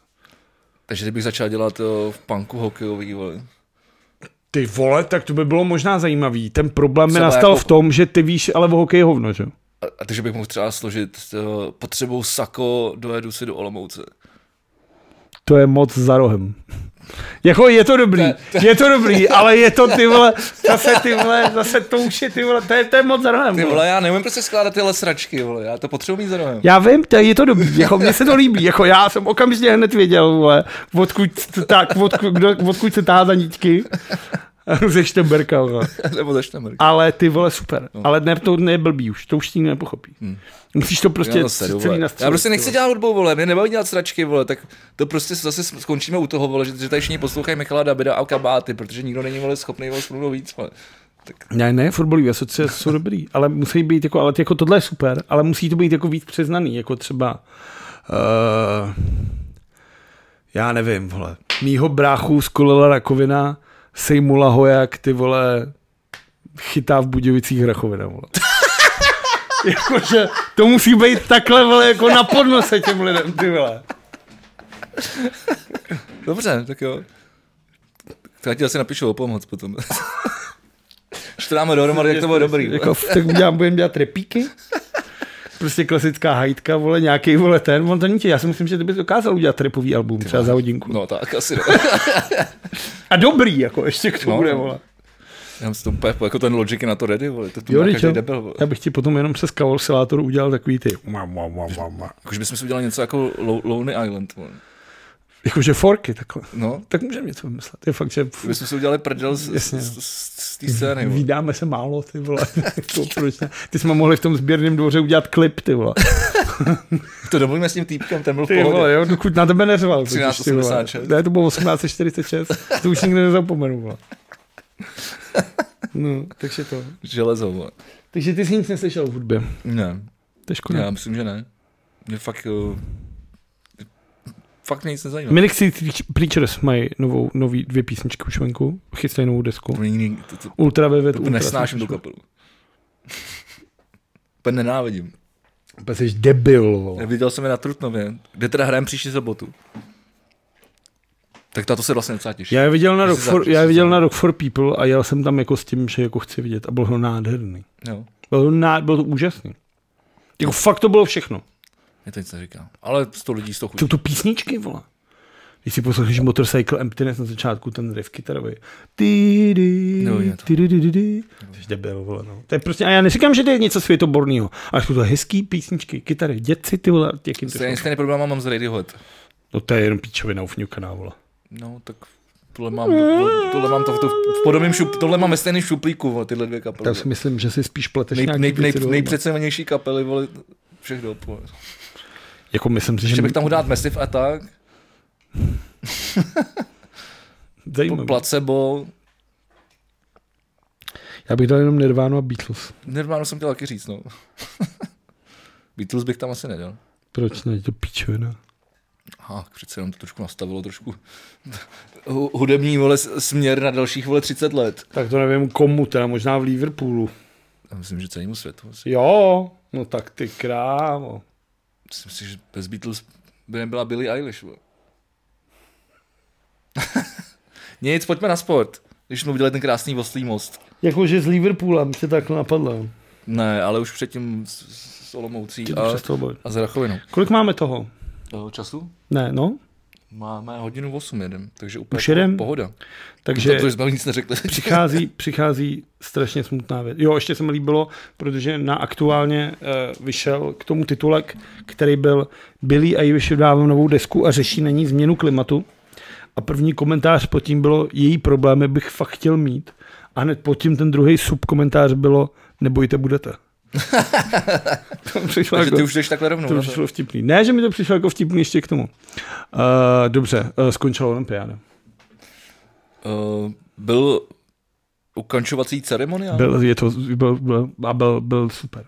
Takže kdybych začal dělat eh, v punku hokejový, vole. Ty vole, tak to by bylo možná zajímavý. Ten problém mi Třeba nastal jako- v tom, že ty víš, ale o hokeji hovno, že? A, a takže bych mohl třeba složit eh, potřebou sako, dojedu si do Olomouce. to je moc za rohem. Jako je to dobrý, je to dobrý, ale je to ty vole, zase ty vole, zase to už je ty vole, to je, to je moc za rohem. Ty vole. vole, já neumím prostě skládat tyhle sračky, vole, já to potřebuji mít za rohem. Já vím, to je to dobrý, jako mně se to líbí, jako já jsem okamžitě hned věděl, vole, odkud, t- tak, odkud, kdo, odkud se tahá za nitky *laughs* ze Štemberka, vole. Nebo začne mrkat. Ale ty vole, super, No. ale ne, to neblbý už, to už s tím nepochopí. Musíš to prostě Hmm. Já, to c- sedu, celý vole. nastřelit. já prostě nechci ty vole. dělat hudbu, vole, mě nebaví dělat sračky, vole, tak to prostě zase skončíme u toho, vole, že, že tady všichni poslouchají Michala Davida a kabáty, protože nikdo není, vole, schopný, vole, spolu víc, vole. Tak Ne, ne, fotbalové asociace jsou dobrý, ale musí být jako, ale jako tohle je super, ale musí to být jako víc přiznaný, jako třeba uh, já nevím, vole, mýho bráchu skolila rakovina, sejmula ho jak ty vole chytá v Budějovicích rakovina, vole. *laughs* Jakože to musí být takhle, vole, jako na podnose těm lidem, ty vole. Dobře, tak jo. Tak ti asi napíšu o pomoc *laughs* potom. Když to dáme dohromady, jak to bylo dobrý. vole. Jako, tak udělám, budeme dělat repíky. Prostě klasická hajtka, vole, nějaký vole ten, on to nítě. Já si myslím, že ty bys dokázal udělat repový album třeba za hodinku. No tak asi *laughs* ne. A dobrý, jako ještě k tomu, No. no. vole. Já jsem si to úplně, jako ten Logic je na to ready, vole. To tu Jo, má teď jo. každý debil, vole. Já bych ti potom jenom přes kavalsilátor udělal takový ty ma, ma, ma, ma, ma. Jakože bychom si udělali něco jako Lo- Lonely Island, vole. Jakože forky takhle. No, Tak můžeme něco vymyslet. Je fakt, že f- bychom si udělali prdel z, z, Jasně, z, z, z té scény, vole. Vídáme se málo, ty vole. Jako, proč ne? Ty jsme mohli v tom sběrném dvoře udělat klip, ty vole. To domluvíme s tím týpkem, ten byl v Ty vole, pohodě. jo, dokud na tebe neřval. totiž, ty vole. 1386. Ne, to bylo 1846, to už nikdy nezapomenu. Vole. No, takže to. Železo, vole. Takže ty jsi nic neslyšel v hudbě. Ne, To je já škoda. myslím, že ne. Mě fakt, jo, fakt mě nic nezajímá. Manic City Preachers mají novou, nový dvě písničky už venku, chystají novou desku. To mě nikdy- to- to- Ultra Vivid, To Ultra nesnáším tu kapelu. Úplně nenávidím. Úplně jsi debil. Vole. Viděl jsem je na Trutnově, kde teda hrajeme příští sobotu. Tak na to se vlastně docela těším. Já je viděl na, Jsi Rock for, zapřesný, já je viděl co? na Rock for People a jel jsem tam jako s tím, že jako chci vidět a bylo to nádherný. Jo, Bylo to, ná, bylo to úžasný. Jako fakt to bylo všechno. mě to nic neříká. Ale 100 lidí z toho chutí. Jsou to písničky, vole. Když si posloucháš Motorcycle Emptiness na začátku, ten riff kytarový. Ty, dy, No, je to. ty, dy, dy, dy, dy. To je debil, vole, no. To je prostě, a já neříkám, že to je něco světoborného, ale jsou to hezký písničky, kytary, děci, ty vole, jak jim to šlo. Stejný, stejný problém mám s Radiohead. No to je jenom píčovina ufňukaná, vole. No, tak tohle mám, tohle, tohle mám to v, to v podobném šup, tohle mám ve stejném šuplíku, vole, tyhle dvě kapely. Já si myslím, že si spíš pleteš Nej, nějaký nej, nej, věci no. dohromady. nejpřecenější kapely, vole, všech dob. vole. Jako myslím si, že... Ještě bych tam mohl dát Massive Attack, Zajímavý. Placebo, Já bych dal jenom Nirvánu a Beatles. Nirvánu jsem chtěl taky říct, no. *laughs* Beatles bych tam asi nedal. Proč ne? Je To píčovina. Aha, přece jenom to trošku nastavilo trošku *laughs* hu- hudební vole s- směr na dalších vole 30 let. Tak to nevím komu, teda možná v Liverpoolu. Já myslím, že celému světu. asi. Jo, no tak ty krávo. Myslím si, že bez Beatles by nebyla Billie Eilish. Vole. *laughs* Nic, pojďme na sport. Když jsme udělali ten krásný Voslý most. Jakože s Liverpoolem se takhle napadlo. Ne, ale už předtím s, s s Olomoucí a, a s Rachovinou. Kolik máme toho? Jo, Času? Ne, no. Máme hodinu 8 jedem, takže úplně Už jedem? pohoda. Takže Že... To, jsme nic *laughs* neřekli. přichází, přichází strašně smutná věc. Jo, ještě se mi líbilo, protože na aktuálně uh, vyšel k tomu titulek, který byl Billy Eilish vydává novou desku a řeší na ní změnu klimatu. A první komentář pod tím bylo, její problémy bych fakt chtěl mít. A hned pod tím ten druhý subkomentář bylo, *laughs* nebojte, budete. to mi *laughs* přišlo Takže jako- ty už jdeš takhle rovnou. to na mi to. přišlo vtipný. Ne, že mi to přišlo jako vtipný ještě k tomu. Uh, dobře, uh, skončila olympiáda. Eh, byl ukončovací ceremoniál? Byl, je to, byl, byl, a byl, byl super.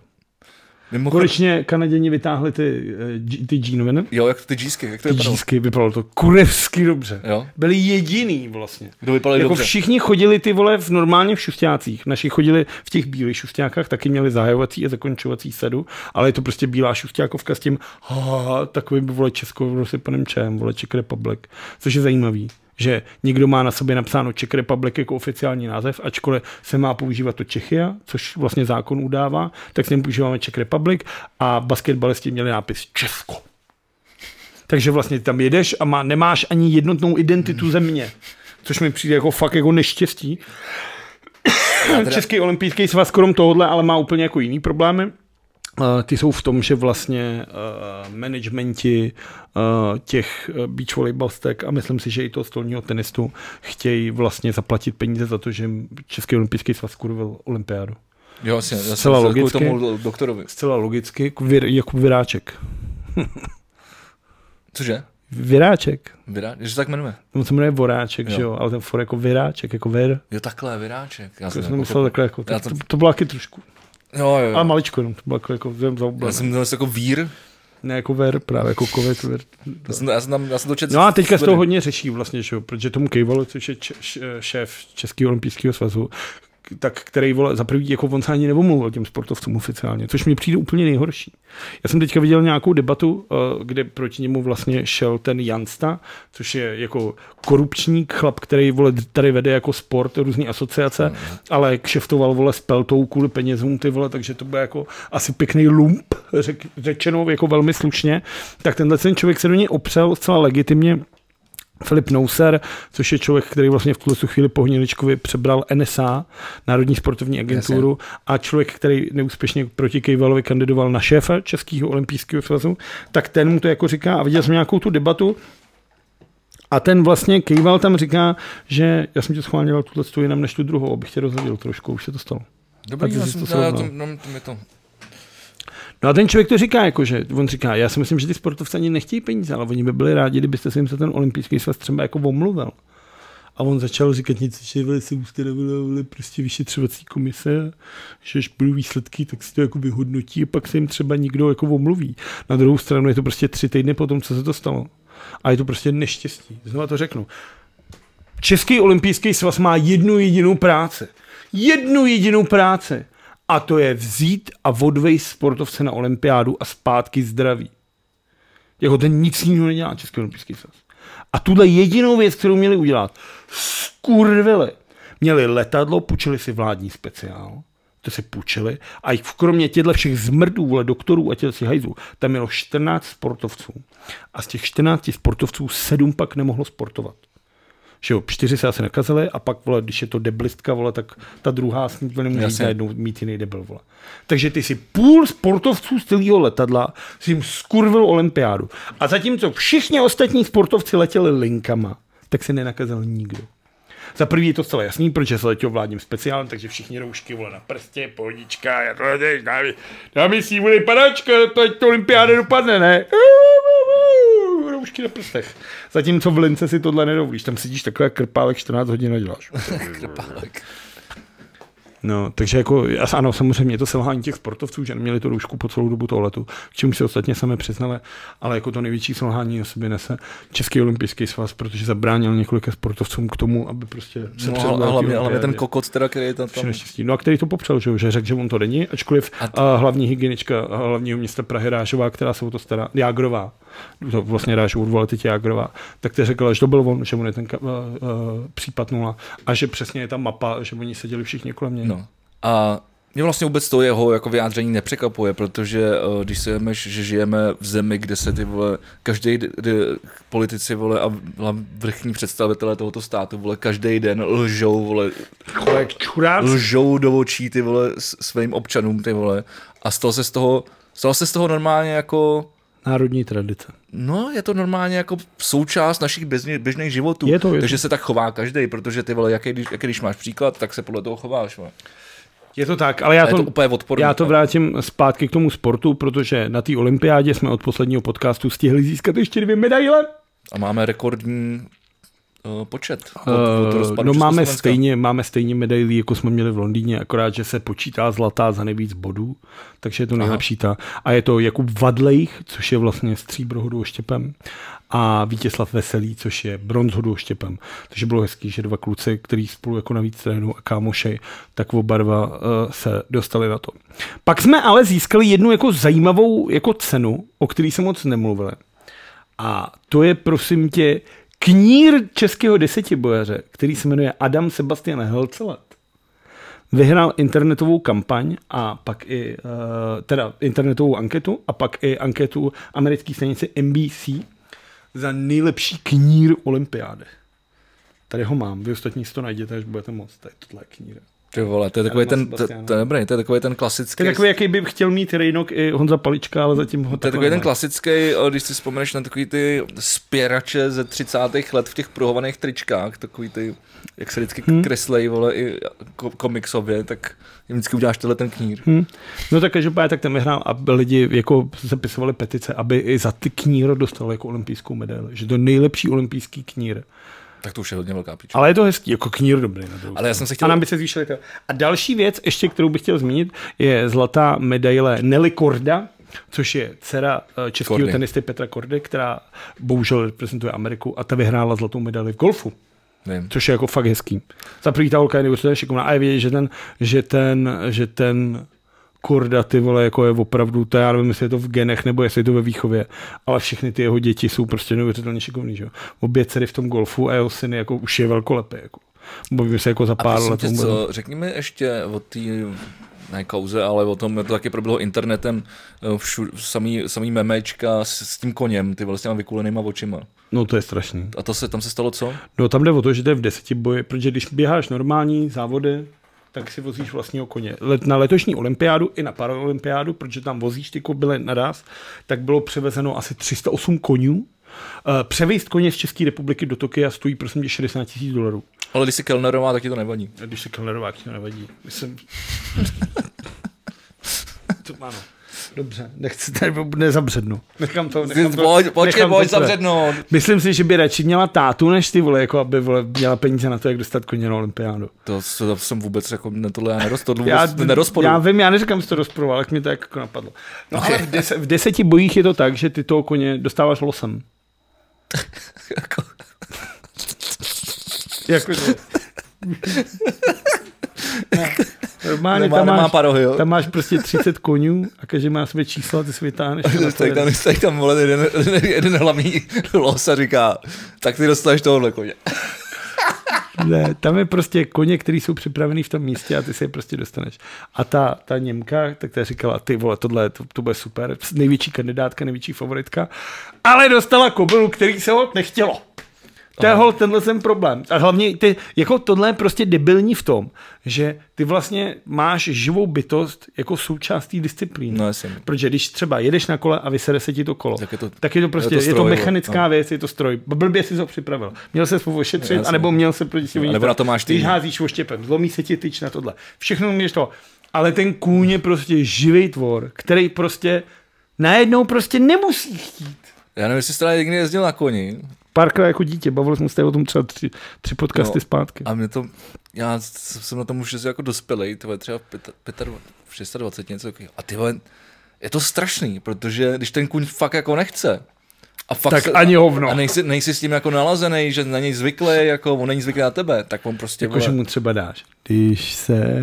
Mimochodem, Konečně Kanaděni vytáhli ty, eh, dž- ty džínoviny. jo, jak ty džísky, jak to Ty vypadalo? džísky, vypadalo to kurevsky dobře. Jo, Byli jediný vlastně. kdo vypadal Jako dobře. všichni chodili ty vole v normálně v šustácích. Naši chodili v těch bílých šustákách, taky měli zahajovací a zakončovací sedu, ale je to prostě bílá šustákovka s tím ha, ha, ha, takovým vole českou rozsypaným čem, vole Czech Republic, což je zajímavý že někdo má na sobě napsáno Czech Republic jako oficiální název, ačkoliv se má používat to Čechia, což vlastně zákon udává, tak s ním používáme Czech Republic a basketbalisti měli nápis Česko. Takže vlastně tam jedeš a má, nemáš ani jednotnou identitu země. Což mi přijde jako fakt jako neštěstí. Teda... Český olympijský svaz krom tohohle, ale má úplně jako jiný problémy. Eh, Ty jsou v tom, že vlastně uh, managementi eh, těch eh, beach volejbalistek a myslím si, že i toho stolního tenistu chtějí vlastně zaplatit peníze za to, že jim Český olympijský svaz kurvil olympiádu. Jo, jasně, já jsem Zcela kvůli logicky. tomu doktorovi. Zcela logicky, jako vir, Jakub Viráček. Cože? Viráček. Vyrá... Že se tak jmenuje? On se jmenuje Voráček, Jo. jo. že jo, ale ten for jako Viráček, jako Vir. Jo, takhle, Vyráček. Já To jsem, jsem myslel takhle, jako, Já tak, to, to- to bylo taky trošku, Jo, jo, ale jo. maličko jenom, to bylo jako, jako zem za Já oblast. jsem to jako vír. Ne jako Ver, právě jako Covid, Ver. Já jsem, já jsem, tam, já jsem to četl. No a teďka se z toho hodně řeší vlastně, že jo, protože tomu Kejvalo, což je č- š- šéf Českého olympijského svazu, k- tak který vole, za prvý, jako on se ani neomluvil těm sportovcům oficiálně, což mi přijde úplně nejhorší. Já jsem teďka viděl nějakou debatu, eh, kde proti němu vlastně šel ten Jansta, což je jako korupčník, chlap, který vole, tady vede jako sport různé asociace, ale kšeftoval vole s peltou kvůli penězům ty vole, takže to bude jako asi pěkný lump, řek, řečeno jako velmi slušně, tak tenhle ten člověk se do něj opřel zcela legitimně Filip Nouser, což je člověk, který vlastně v tuhle tu chvíli po Hněličkovi přebral NSA, Národní sportovní agenturu, a člověk, který neúspěšně proti Kejvalovi kandidoval na šéfa Českého olympijského svazu, tak ten mu to jako říká, a viděl jsem nějakou tu debatu, a ten vlastně Kejval tam říká, že já jsem tě schválně dal tuhle tu jinam než tu druhou, abych tě rozhodil trošku, už se to stalo. a Dobrý, ty já jsi jsem to to, já srovnal. to, no, to, mi to. No a ten člověk to říká, jako, že on říká, já si myslím, že ty sportovci ani nechtějí peníze, ale oni by byli rádi, kdybyste se jim za ten olympijský svaz třeba jako omluvil. A on začal říkat něco, že vole, se ustanovilo vole, prostě vyšetřovací komise, že až budou výsledky, tak si to jako vyhodnotí a pak se jim třeba nikdo jako omluví. Na druhou stranu je to prostě tři týdny po tom, co se to stalo. A je to prostě neštěstí. Znova to řeknu. Český olympijský svaz má jednu jedinou práci. Jednu jedinou práci. A to je vzít a odvej sportovce na olympiádu a zpátky zdraví. Jako ten nic jiného nedělá Český olympijský svaz. A tuhle jedinou věc, kterou měli udělat, skurvili. Měli letadlo, půjčili si vládní speciál, to si půjčili, a i kromě těchto všech zmrdů, vole, doktorů a těch si hajzů, tam mělo 14 sportovců. A z těch 14 sportovců 7 pak nemohlo sportovat že jo, čtyři se asi nakazili a pak, vole, když je to deblistka, vole, tak ta druhá s ní to nemůže jít Jasně. najednou mít jiný debil, vole. Takže ty si půl sportovců z celého letadla si jim skurvil olympiádu. A zatímco všichni ostatní sportovci letěli linkama, tak se nenakazil nikdo. Za prvý je to zcela jasný, protože se letěl vládním speciálem, takže všichni roušky vole na prstě, pohodička, já to jdeš, dámy, dámy si bude padačka, to ať to olympiáda dopadne, ne? *laughs* Roušky na prstech. Zatímco v lince si tohle nedovolíš, tam sedíš takhle krpálek 14 hodin a děláš. Krpálek. *laughs* No, takže jako, jas- ano, samozřejmě je to selhání těch sportovců, že neměli tu roušku po celou dobu toho letu, k čemu se ostatně sami přiznali, ale jako to největší selhání o sobě nese Český olympijský svaz, protože zabránil několika sportovcům k tomu, aby prostě se No, předali ale, na hlavně, ty hlavně ten olympiádě. kokot, teda, který je tam. Při tam. neštěstí. No a který to popřel, že, jo, že řekl, že on to není, ačkoliv A a t- a hlavní hygienička a hlavního města Prahy Rážová, která se o to stará, Jágrová, to vlastně Rážovou odvolala teď Jágrová, tak ty řekla, že to byl on, že on je ten ka- eh, eh, případ nula a že přesně je ta mapa, že oni seděli všichni kolem něj. No. A mě vlastně vůbec to jeho jako vyjádření nepřekapuje, protože eh, když si jemeš, že žijeme v zemi, kde se ty vole, každý politici vole a vla- vrchní představitelé tohoto státu vole každý den lžou vole, Kolek čurác. lžou do očí ty vole s- svým občanům ty vole a stalo se z toho, stalo se z toho normálně jako Národní tradice. No, je to normálně jako součást našich běžně- běžných životů. Je to, je to. Takže se tak chová každý, protože ty vole, jaký, když- jaký, když máš příklad, tak se podle toho chováš. Vole. Je to tak, ale já A je to, to úplně odporný. já to vrátím zpátky k tomu sportu, protože na té olympiádě jsme od posledního podcastu stihli získat ještě dvě medaile. A máme rekordní uh, počet. Od, od Uh, rozpadu no máme Československa. stejně, máme stejně medailí, jako jsme měli v Londýně, akorát, že se počítá zlatá za nejvíc bodů, takže je to nejlepší ta. A je to Jakub Vadlejch, což je vlastně stříbro hodou oštěpem a Vítězslav Veselý, což je bronz hodou oštěpem. Takže bylo hezký, že dva kluci, který spolu jako navíc trénují a kámošej, tak oba dva uh, se dostali na to. Pak jsme ale získali jednu jako zajímavou jako cenu, o který jsem moc nemluvil. A to je prosím tě knír českého desetibojaře, který se jmenuje Adam Sebastian Helcelat. Vyhrál internetovou kampaň a pak i, eh, teda internetovou anketu a pak i anketu americké stanice NBC, za nejlepší knír olympiády. Tady ho mám, vy ostatní si to najděte, až budete moc. Tady tohle je kníra. Ty vole, to je takový Adama ten, to, Sebastiana. to, je dobrý, to je takový ten To klasický, je takový, jaký by chtěl mít Rejnok i Honza Palička, ale zatím ho to je takový ten klasický, eh, když si vzpomeneš na takový ty spěrače ze 30. let v těch pruhovaných tričkách, takový ty, jak se vždycky hmm. kreslej, vole, i ko- komiksově, tak jim vždycky uděláš tenhle ten knír. Hm. No tak každopádně tak ten vyhrál, aby lidi jako zapisovali petice, aby i za ty kníro dostal jako olympijskou medaili. Že to je nejlepší olympijský knír. Tak to už je hodně velká píč. Ale je to hezký, jako knír dobrý na druhou Ale já jsem se Chtěl... chtěl... A nám by se zvýšily to. A další věc, ještě kterou bych chtěl zmínit, je zlatá medaile Nelly Korda, což je dcera eh, českého Kordy. tenisty Petra Kordy, která bohužel reprezentuje Ameriku a ta vyhrála zlatou medaili v golfu, Nevím. což je jako fakt hezký. Za první ta holka je neuvěřitelně šikovná a je vidět, že ten, že ten, že ten Korda, ty vole, jako je opravdu, to já nevím, jestli je to v genech, nebo jestli je to ve výchově, ale všechny ty jeho děti jsou prostě neuvěřitelně šikovný, že jo. Obě dcery v tom golfu a jeho syn je jako už je velkolepý, jako. Bojím se jako za A pár prosím let. tě, vůbec. co, řekni mi ještě o té ne kauze, ale o tom, to taky proběhlo internetem, eh, všude, samý, samý memečka s, s tím koněm, ty vole, s těma vykulenýma očima. No to je strašný. A to se, tam se stalo co? No tam jde o to, že to je v deseti boji, protože když běháš normální závody, tak si vozíš vlastního koně. Let, na letošní olympiádu i na paraolympiádu, protože tam vozíš ty kobyle naraz, tak bylo převezeno asi 308 konňů. Eh, Převést koně z České republiky do Tokia stojí prosím tě 60 tisíc dolarů. Ale když si Kellnerová, tak ti to nevadí. A Když se Kellnerová ti to nevadí. Myslím... *laughs* to ano. Dobře, nechci tady nezabřednu. Nechám to, nechám to, Pojď, počkej, nechám to pojď no. tvé. zabřednout. Myslím si, že by radši měla tátu než ty vole, jako aby vole, měla peníze na to, jak dostat koně na olympiádu. To, to, to jsem vůbec jako, ne, tohle já neroz, tohle vůbec nerozporu. já vím, já neříkám, že to rozporoval, ale mě to jako napadlo. No Okay. okay. ale v, des, v deseti bojích je to tak, že ty toho koně dostáváš losem. *laughs* Jako- *laughs* Jakože. ne, normálně nemá, tam, nemá máš, parohy, jo. tam máš prostě 30 konňů a každý má své čísla, ty *laughs* si vytáhneš. a tak tam, napojedeš. tak tam vole, jeden, *laughs* jeden hlavní *laughs* los a říká, tak ty dostaneš tohohle koně. Ne, tam je prostě koně, který jsou připravený v tom místě a ty si je prostě dostaneš. A ta, ta Němka, tak ta říkala, ty vole, tohle, to, to bude super, největší kandidátka, největší favoritka, ale dostala kobylu, který se ho nechtělo. To je hol, tenhle jsem problém. A hlavně, ty, jako tohle je prostě debilní v tom, že ty vlastně máš živou bytost jako součástí disciplíny. No, jasně. Protože když třeba jedeš na kole a vysede se ti to kolo, Tak je to- tak je to prostě je to je to stroj, mechanická no. věc, je to stroj. Blbě si to připravil. Měl se ošetřit, Jasně. anebo měl se proti A oni nebo to- na to máš Když tým. házíš oštěpem, zlomí se ti tyč na tohle. Všechno můžeš to. Ale ten kůň je prostě živý tvor, který prostě najednou prostě nemusí chtít. Já nevím, jestli jsi teda někdy jezdil na koni, Párkrát jako dítě, bavili jsme se tady o tom třeba tři, tři podcasty No, no, zpátky. A... A mě to, já s- jsem na tom už jako dospělej, to je třeba v pěta- pěta- v 26 něco takového. A ty vole, je to strašný, protože když ten kuň fakt jako nechce, a fakt Tak ani hovno. A nejsi, nejsi, s tím jako nalazený, že na něj zvyklý, jako on není zvyklý na tebe, tak on prostě, Jakože vole, mu třeba dáš. Když se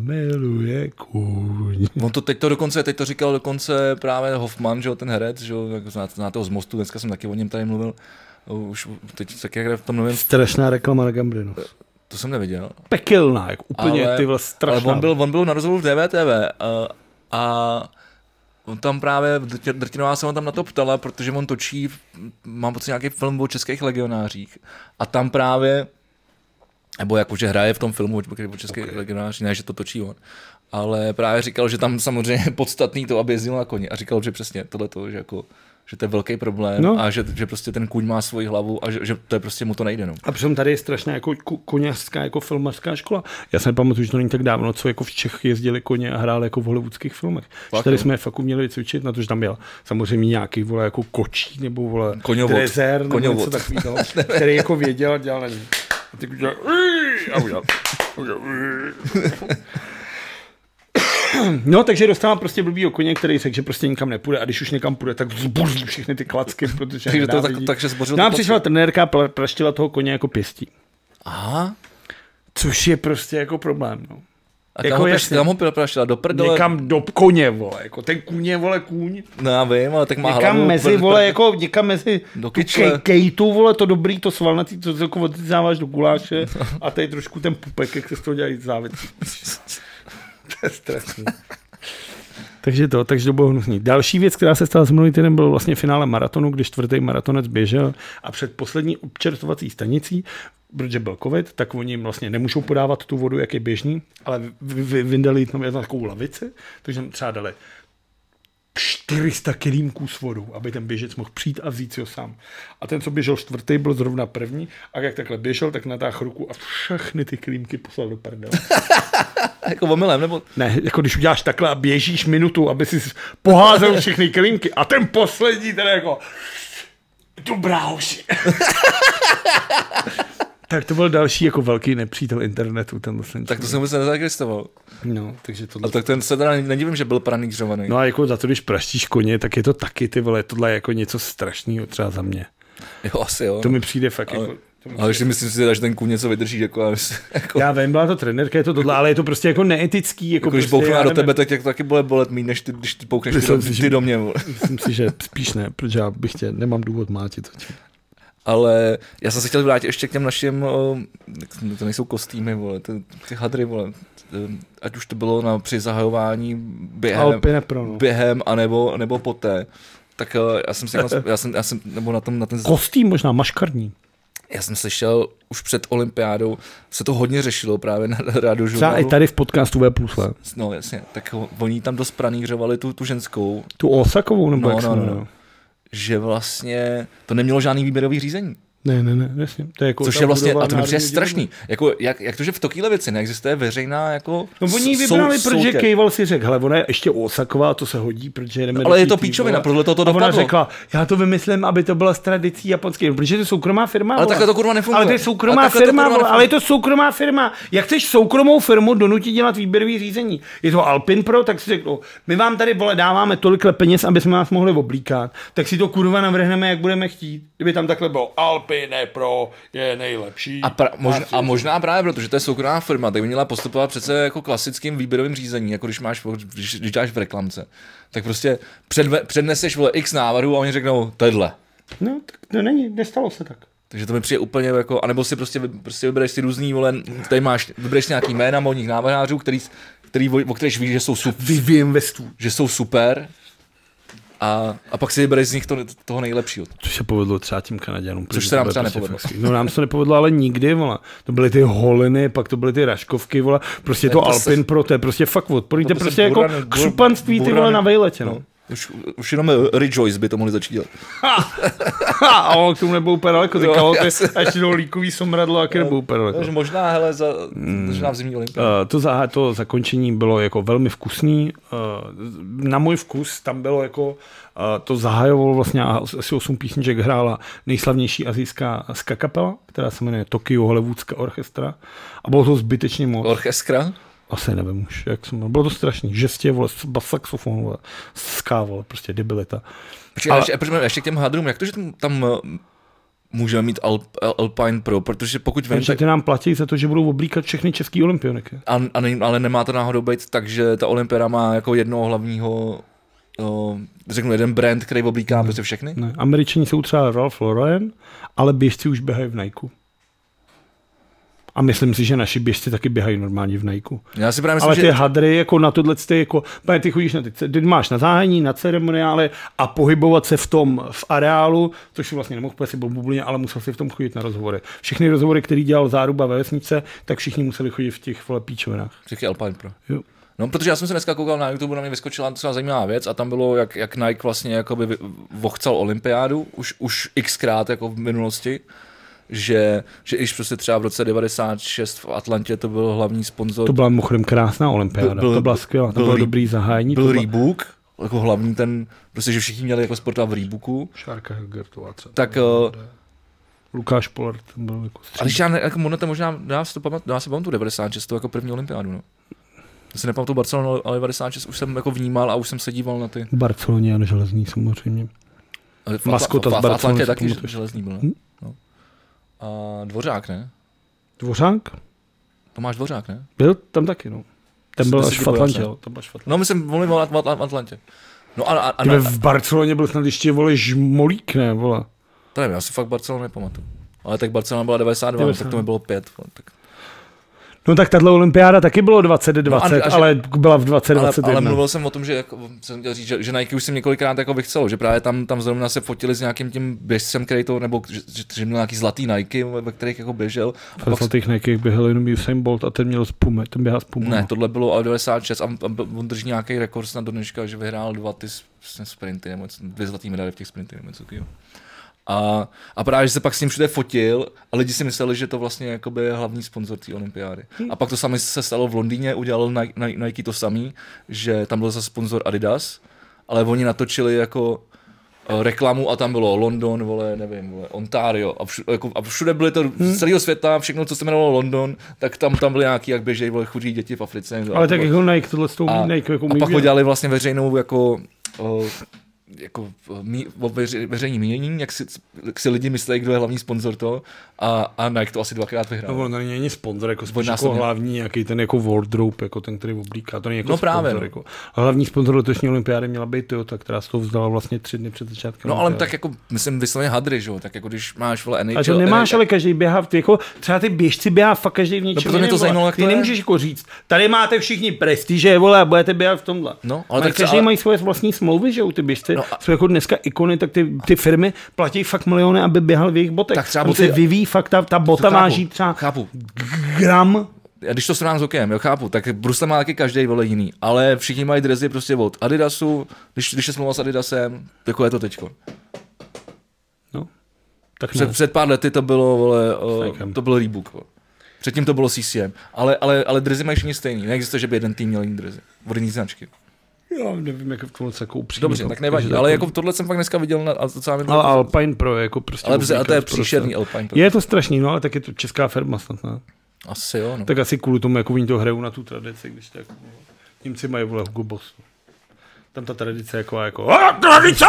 zamiluje kůň. on to teď to dokonce, teď to říkal dokonce právě Hoffman, že jo, ten herec, že jo, jako znáte, znáte ho z Mostu, dneska jsem taky o něm tady mluvil, už teď taky jak v tom novém, Strašná reklama na Gambrinu. to jsem neviděl, Pekelná, jak úplně ale, ty vole strašná. Ale on byl, on byl na rozhovoru v DVTV a, a on tam právě, Drtě- Drtinová se on tam na to ptala, protože on točí, mám pocit, nějaký film o českých legionářích a tam právě nebo jakože hraje v tom filmu, který byl český okay. legionář, ne, že to točí on. Ale právě říkal, že tam samozřejmě *laughs* je podstatný to, aby jezdil na koni. A říkal, že přesně tohle to, že jako že to je velký problém no. No. a že, že, prostě ten kůň má svoji hlavu a že, že to je prostě mu to nejde. No. A přitom tady je strašná jako ku- koněřská, jako filmařská škola. Já se nepamatuju, že to není tak dávno, co jako v Čech jezdili koně a hráli jako v hollywoodských filmech. Fakt, tady jo? jsme je fakt uměli cvičit, na to, že tam byl samozřejmě nějaký vole jako kočí nebo vole Koňovod. trezér nebo Koňovod. něco *laughs* takového, který jako věděl a dělal na ní. A ty udělal "Uii!" a udělal. udělal, "Uii!" No, takže dostává prostě blbýho koně, který řekl, že prostě nikam nepůjde a když už někam půjde, tak zboří všechny ty klacky, protože Takže to tak- nenávidí. takže zbořil Nám to přišla trenérka a pla- praštila toho koně jako pěstí. Aha. Což je prostě jako problém, no. A Jako kam, ho, jasně. praš- kam ho prašila? Do prdele? Někam do koně, vole, jako ten kůň je, vole, kůň. No já vím, ale tak má Někam hlavu. mezi, vole, jako někam mezi Do tu kyčle. kej- kejtu, vole, to dobrý, to svalnatý, to jako odřezáváš do guláše *laughs* a tady trošku ten pupek, jak se z toho dělají závit. to je strašný. Takže to, takže to bylo hnusný. Další věc, která se stala s minulý týden, bylo vlastně finále maratonu, kdy čtvrtý maratonec běžel a před poslední občertovací stanicí protože byl covid, tak oni jim vlastně nemůžou podávat tu vodu, jak je běžný, ale vy- vy- vyndali tam jednu takovou lavici, takže jim třeba dali 400 kelímků s vodou, aby ten běžec mohl přijít a vzít si ho sám. A ten, co běžel čtvrtý, byl zrovna první a jak takhle běžel, tak natáhl ruku a všechny ty kelímky poslal do prdele. *laughs* *laughs* Jako omylem, nebo... Ne, jako když uděláš takhle a běžíš minutu, aby si poházel všechny kelímky a ten poslední ten jako dobrá hoši. *laughs* tak to byl další jako velký nepřítel internetu, ten vlastně. Tak to jsem vůbec nezaregistroval. No, takže tohle... A tak ten se teda nedivím, že byl pranířovaný. No a jako za to, když praštíš koně, tak je to taky ty vole, tohle je jako něco strašného třeba za mě. Jo, asi jo. To mi přijde fakt ale... Ale, jako... to mi ale ještě myslím si, teda, že ten kůň něco vydrží, jako, já myslím, *laughs* jako, Já vím, byla to trenérka, je to tohle, ale je to prostě jako neetický. Jako, jako když prostě, já bouchne do nevím. tebe, tak jak to taky bude bolet mít, než ty, když ty poukneš ty, Myslím do, si, že- ty do mě. vole. Myslím si, že spíš ne, protože já bych tě, nemám důvod mátit. Ale já jsem se chtěl vrátit ještě k těm našim, o, jak- to nejsou kostýmy, vole, ty, ty hadry, vole. Ehm, Ať už to bylo na, při zahajování během, Alpine Pro, no. během anebo, nebo poté. Tak eh, já *laughs* jsem, si, já jsem, já jsem, nebo na, tom, na ten Kostým možná, maškarní. Já jsem slyšel už před olympiádou, se to hodně řešilo právě na *laughs* rádu Třeba i žurnálu. tady v podcastu V plus V. No jasně, tak ho- oni tam dost pranířovali tu, tu ženskou, Tu Osakovou, nebo No, jak se no, no. jmenuje? že vlastně to nemělo žádný výběrový řízení. Ne, ne, ne, jasně. To je jako Což ta je vlastně, budova a to mi přijde Národní strašný. Jako, jak, jak to, že v takovéhle věci neexistuje veřejná jako divadla. No oni ji sou- vybrali, protože soutěž. Kejval si řekl, hele, ona je ještě Osaková, to se hodí, protože jdeme ale do je to té týmu, píčovina, a- proto to a Ona dopadlo. řekla, já to vymyslím, aby to byla s tradicí japonské, no, protože to je soukromá firma. Ale vole. takhle to kurva nefunguje. Ale to je soukromá Ale takhle to firma, kurva vole, nefunguje. ale je to soukromá firma. Jak chceš soukromou firmu donutit dělat výběrový řízení? Je to Alpin Pro, tak si řeknou, my vám tady vole dáváme tolikle peněz, aby jsme vás mohli oblíkat, tak si to kurva navrhneme, jak budeme chtít. Kdyby tam takhle bylo Alpine Pro je nejlepší. A, pra, možná, a možná právě proto, že to je soukromá firma, tak by měla postupovat přece jako klasickým výběrovým řízení, jako když máš, když, když dáš v reklamce. Tak prostě předve, předneseš vole x návrhů a oni řeknou tohle. No, tak to není, nestalo se tak. Takže to mi přijde úplně jako, anebo si prostě, vy- prostě vybereš si různý, vole, tady máš, vybereš nějaký jména modních návrhářů, který, který, o o kterých víš, že jsou, su, Vivien Westwood. že jsou super, a, a pak si vybereš z nich to, toho nejlepšího. Což se povedlo třeba tím Kanaděnům. protože se to nám bylo třeba prostě nepovedlo. fakt skvělý. No nám se to nepovedlo, ale nikdy, vole. To byly ty holiny, pak to byly ty raškovky, vole. Prostě to, to se- No, Alpin Pro, to je prostě fakt odporný. To je to se prostě jako burany- bur- křupanství, ty vole, burany. na *laughs* vejletě, no. Už, už jenom Rejoice by to mohli začít dělat. Ha, a ono k tomu nebudou úplně daleko, ty Jo, kalhoty, já se- až jdou líkový somradlo, a k nebudou úplně daleko. Takže možná, hele, za, možná v zimní olympiádě. Eh, to, za, to zakončení bylo jako velmi vkusný. eh, Na můj vkus tam bylo jako, eh, to zahajovalo vlastně a asi 8 písniček hrála nejslavnější azijská ska kapela, která se jmenuje Tokyo Hollywoodská orchestra. A bylo to zbytečně moc. Orchestra? Asi nevím už, jak jsem, bylo to strašný. Žestě, vole, bas saxofon, vole, ska, vole, prostě debilita. Počkej, Ale- ale... ještě, počkej, ještě k těm hadrům, jak to, že tam, tam eh, můžeme mít Alp, Alpine Pro, protože pokud vím, Takže tak, ty nám platí za to, že budou oblíkat všechny český olympioniky. a, a ne, ale nemá to náhodou být tak, že ta Olympiáda má jako jednoho hlavního, o, řeknu jeden brand, který oblíká prostě všechny? Ne, Američani jsou třeba Ralph Lauren, ale běžci už běhají v Nike. A myslím si, že naši běžci taky běhají normálně v Nike. Já si právě myslím, Ale ty že... hadry jako na tohle, ty, jako, pane, ty chodíš na ty, ty máš na záhení, na ceremoniále a pohybovat se v tom v areálu, což si vlastně nemohl, protože si byl v bublině, ale musel si v tom chodit na rozhovory. Všechny rozhovory, které dělal Záruba ve vesnice, tak všichni museli chodit v těch vole píčovinách. Všechny Alpine Pro. Jo. No, protože já jsem se dneska koukal na YouTube, na mě vyskočila docela zajímavá věc a tam bylo, jak, jak Nike vlastně jakoby vy- vochcal olympiádu, už, už xkrát jako v minulosti, že, že iž prostě třeba v roce 96 v Atlantě to byl hlavní sponzor To byla mimochodem krásná olympiáda, Byl- byl- to byla skvělá, to byl bylo Reeb- dobrý zahájení. to byl byla... Reebok, jako hlavní ten, prostě, že všichni měli jako sportovat v Reeboku, Šárka Hilgertová třeba. tak eh, Lukáš Polar, ten byl jako ale když já ne, jako ono to možná dá si, to pamat, dá si pamatuju 96, to jako první olympiádu, no. Já si nepamatuju Barcelonu, ale- ale 96 už jsem jako vnímal a už jsem se díval na ty. v Barceloně Jan Železný samozřejmě. ale v Atla- Maskota z v- v Barcelony Atlantě si taky pamatuješ. železný byl, ne? Hm. No. A Dvořák, ne? Dvořák? Tomáš Dvořák, ne? Byl tam taky, no. Ten byl Jsme až si v Atlantě. divovali, jo, Tam byl až v Atlantě. No, my jsme mluvili o At- At- At- Atlantě. No a, a, a, Tyhle, a v Barceloně byl snad ještě, vole, žmolík, ne, vole. to nevím, já si fakt Barcelonu nepamatuju. Ale tak Barcelona byla 92, 92. tak to mi bylo pět. vole, Tak No tak tahle olympiáda taky bylo 2020, No a- a no, že- ale byla v Ale, 2021. ale mluvil jsem o tom, že jako, jsem chtěl říct, že, že Nike už si několikrát jako vychcelo, že právě tam, tam zrovna se fotili s nějakým tím běžcem, který to, nebo že, že, že měl nějaký zlatý Nike, ve ve kterých jako běžel. A pak, V těch Nike běhal jenom Usain Bolt a ten měl z Pumy, ten běhá z no. Pumy. ne, tohle bylo ale 96 a, a on drží nějaký rekord na dneška, že vyhrál dva ty s- s- sprinty, nebo něco, dvě zlatý medaile v těch sprintech, nebo něco takového. A, a právě, že se pak s ním všude fotil a lidi si mysleli, že to vlastně jakoby je hlavní sponzor té olympiády. A pak to samé se stalo v Londýně, udělal Ni- Ni- Nike to samý, že tam byl zase sponzor Adidas, ale oni natočili jako eh, reklamu a tam bylo London, vole, nevím, vole, Ontario a, všu, jako, a všude byly Hmm. to z celého světa, všechno, co se jmenovalo London, tak tam, tam byly nějaký, jak běžejí, vole, chudí děti v Africe. Ale tak jako Nike, tohle s tou A, Nike, jako a umí pak ho dělat. dělali vlastně veřejnou jako, o, jako o, mí, o veře, veřejný mínění, jak si, jak si lidi myslí, kdo je hlavní sponzor to a, a Nike to asi dvakrát vyhrál. No, on to není ani sponzor, jako spíš jako Dvojnásobně. hlavní nějaký ten jako wardrobe, jako ten, který oblíká, to není jako No právě, sponzor, no. jako. A hlavní sponzor letošní olympiády měla být Toyota, která se toho vzdala vlastně tři dny před začátkem. No ale olympiády. tak jako, myslím, vysloveně hadry, že jo, tak jako když máš, vole, NHL. A to nemáš, eh, ale každý běhá, v- jako třeba ty běžci běhá fakt každý v něčem. proto mě to jiném, vole. zajímalo, jak Ty to je. nemůžeš jako říct, tady máte všichni prestiže, vole, a budete běhat v tomhle. No, ale ale tak tak třeba- každý mají svoje vlastní smlouvy, že jo, ty běžci No no a- jsou jako dneska ikony, tak ty, ty firmy platí fakt miliony, aby běhal v jejich botech. Tak třeba Tam boty- se vyvíjí fakt, ta, ta to bota eh, chápu, váží třeba Chápu, gram Já když to srovnám s hokejem, jo, chápu, tak Brusle má taky každý vole jiný, ale všichni mají dresy prostě od Adidasu, když, když je smlouva s Adidasem, jako je to teďko. No. Tak Před, ne. před pár lety to bylo, vole, o, Nikem. to byl Reebok, vole. Předtím to bylo CCM, ale, ale, ale dresy mají všichni stejný, neexistuje, že by jeden tým měl jiný dresy, od jiný značky. Já nevím, jak v tomhle se jako upřímně. Dobře, to- tak nevadí, že ale to- jako tohle jsem fakt dneska viděl na, a docela mi bylo- Ale Alpine Pro je jako prostě... ale, ale to je obvyklý příšerný prostě. Alpine. Je to strašný, no ale tak je to česká firma snad, ne? Asi jo, no. Tak asi kvůli tomu, jako oni to hrajou na tu tradici, když tak... no. Němci mají vole Hugo Boss. Tam ta tradice je jako, jako "A, tradice!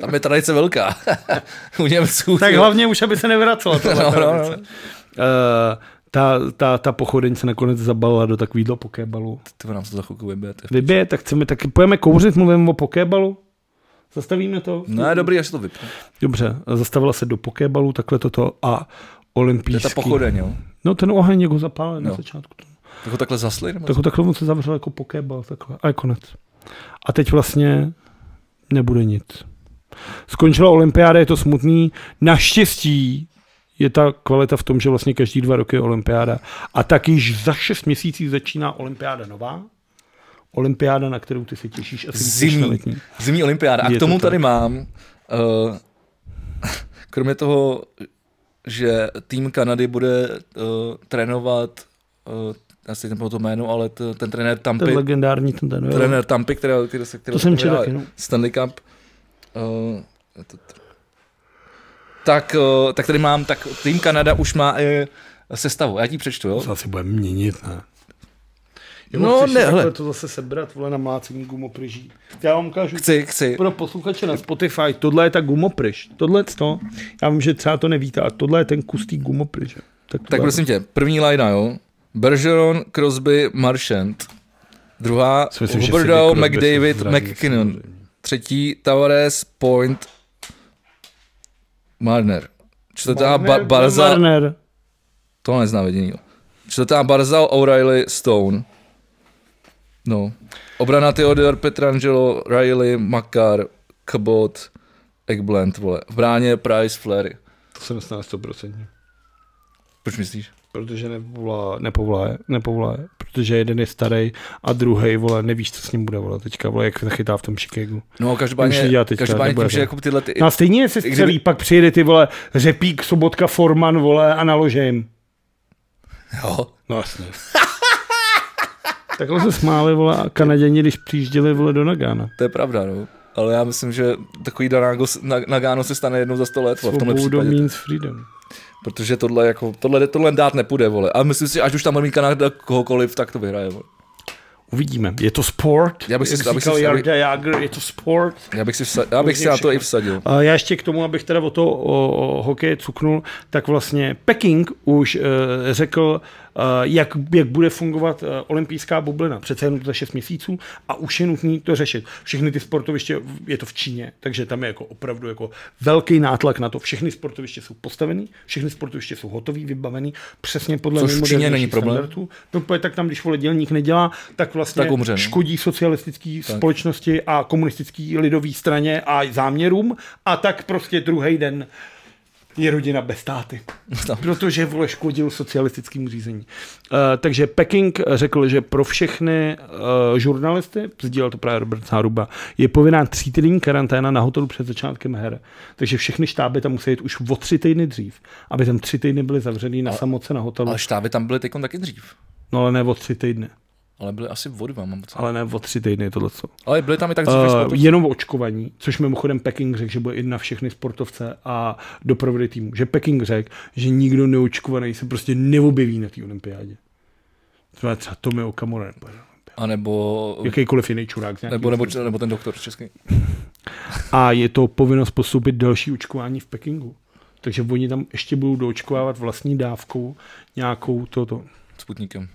Tam je tradice velká. *laughs* U Němců. Tak jo. hlavně už, aby se nevracela tahle No, *laughs* no, no. tradice. Eh, ta, ta, ta pochodeň se nakonec zabalila do takovýhle pokébalu. Ty vole, nám se to za chvilku vybije. ty. Vybije, tak chceme taky, pojeme kouřit, mluvíme o pokébalu. Zastavíme to? No, dobrý, až to vypne. Dobře, zastavila se do pokébalu, takhle toto a To je olympijský. ta pochodeň, jo. No ten oheň jako zapálen no. No. na začátku. Tak ho takhle zasli? Nebo Tak ho takhle on se zavřel jako pokébal, takhle. A je konec. A teď vlastně nebude nic. Skončila olympiáda, je to smutný. Naštěstí je ta kvalita v tom, že vlastně každý dva roky je olympiáda. A tak již za šest měsíců začíná olympiáda nová. Olympiáda, na kterou ty se těšíš. Asi víc než na Zimní, letní. zimní olympiáda. A Je k to tomu tak. tady mám, uh, *laughs* kromě toho, že tým Kanady bude uh, trénovat, uh, asi nebylo to jméno, ale t, ten trenér Ten Tampy, legendární ten ten. jo. trenér Tampy, který, který, který, který To jsem četl taky, no. Stanley Cup. Uh, to- to- tak, uh, tak tady mám, tak tým Kanada už má i sestavu. Já ti přečtu, jo? To asi bude měnit, ne? No, ne, hele. to zase sebrat, vole, na mlácení gumopryží. Já vám ukážu Chci, chci. pro posluchače na Spotify, tohle je ta gumopryž. Tohle to, já vím, že třeba to nevíte, ale tohle je ten kus té gumopryže. Tak, to Tak dám. prosím tě, první lajna, jo? Bergeron, Crosby, Marchand. Druhá, Si myslím, že si Huberdeau, Crosby se McDavid, zraní, McKinnon. samozřejmě. Třetí, Tavares, Point, Marner. Čtvrtá, ba- Marner, Barza, Marner. to neznám jediný. Čtvrtá, Barzal, O'Reilly, Stone. No. Obrana Theodor, Petrangelo, Riley, Makar, Cabot, Ekblend, vole. V bráně Price, Flair. To jsem dostal na 100%. Proč myslíš? Protože nepovolá, nepovolá, nepovolá, protože jeden je starý a druhý vole, nevíš, co s ním bude vole, teďka, vole, jak se chytá v tom Chicagu. No, Už každopádně, nedělá teďka, každopádně tím, nebude že to. jako tyhle ty, No a stejně se kdyby- střelí, pak přijede ty vole Řepík, Sobotka, Forman, vole a nalože jim. jo, No jasně. *laughs* Takhle se smáli, vole, a Kanaděni, když přijížděli, vole, do Nagána. To je pravda, no. Ale já myslím, že takový Danágo, na- Nagano se stane jednou za sto let, vole, v tomhle Svobodu případě. means freedom. Protože tohle, jako, tohle, tohle dát nepůjde, vole. A myslím si, až už tam bude mít Kanada kohokoliv, tak to vyhraje, vole. Uvidíme. Je to sport, Já bych si- jak já bych si- říkal já bych- Jarda Jagr, je to sport. Já bych si, vsa- já bych si na to i vsadil. A já ještě k tomu, abych teda o to o, o hokeje cuknul, tak vlastně Peking už e, řekl jak, jak bude fungovat eh, olympijská bublina. Přece jenom to za 6 měsíců a už je nutné to řešit. Všechny ty sportoviště, je to v Číně, takže tam je jako opravdu jako velký nátlak na to. Všechny sportoviště jsou postavený, všechny sportoviště jsou hotový, vybavený, přesně podle Což v Číně nejmodernějších není problém. standardů. No, to je tak tam, když vole dělník nedělá, tak vlastně Tak umře, no. škodí socialistické společnosti a komunistické lidové straně a záměrům a tak prostě druhý den je rodina bez státy. Protože vole škodil socialistickému řízení. Uh, takže Peking řekl, že pro všechny uh, žurnalisty, sdílel to právě Robert Záruba, je povinná třítýdenní karanténa na hotelu před začátkem her. Takže všechny štáby tam musí jít už o tři týdny dřív, aby tam tři týdny byly zavřený na samoce na hotelu. Ale štáby tam byly teď taky dřív. No ale ne o tři týdny. Ale byly asi o dva, mám pocit. Ale ne o tři týdny tohle co. Ale byly tam i tak dřív. Uh, Uh, jenom očkovaní, což mimochodem Peking řekl, že bude i na všechny sportovce a doprovody týmu. Že Peking řekl, že nikdo neočkovaný se prostě neobjeví na té olympiádě. Třeba třeba Tomio Okamura nebo a nebo, jakýkoliv jiný čurák. z nějaký- nebo, nebo, nebo, ten doktor český. A je to povinnost postupit další očkování v Pekingu. Takže oni tam ještě budou doočkovávat vlastní dávkou nějakou toto. Sputníkem.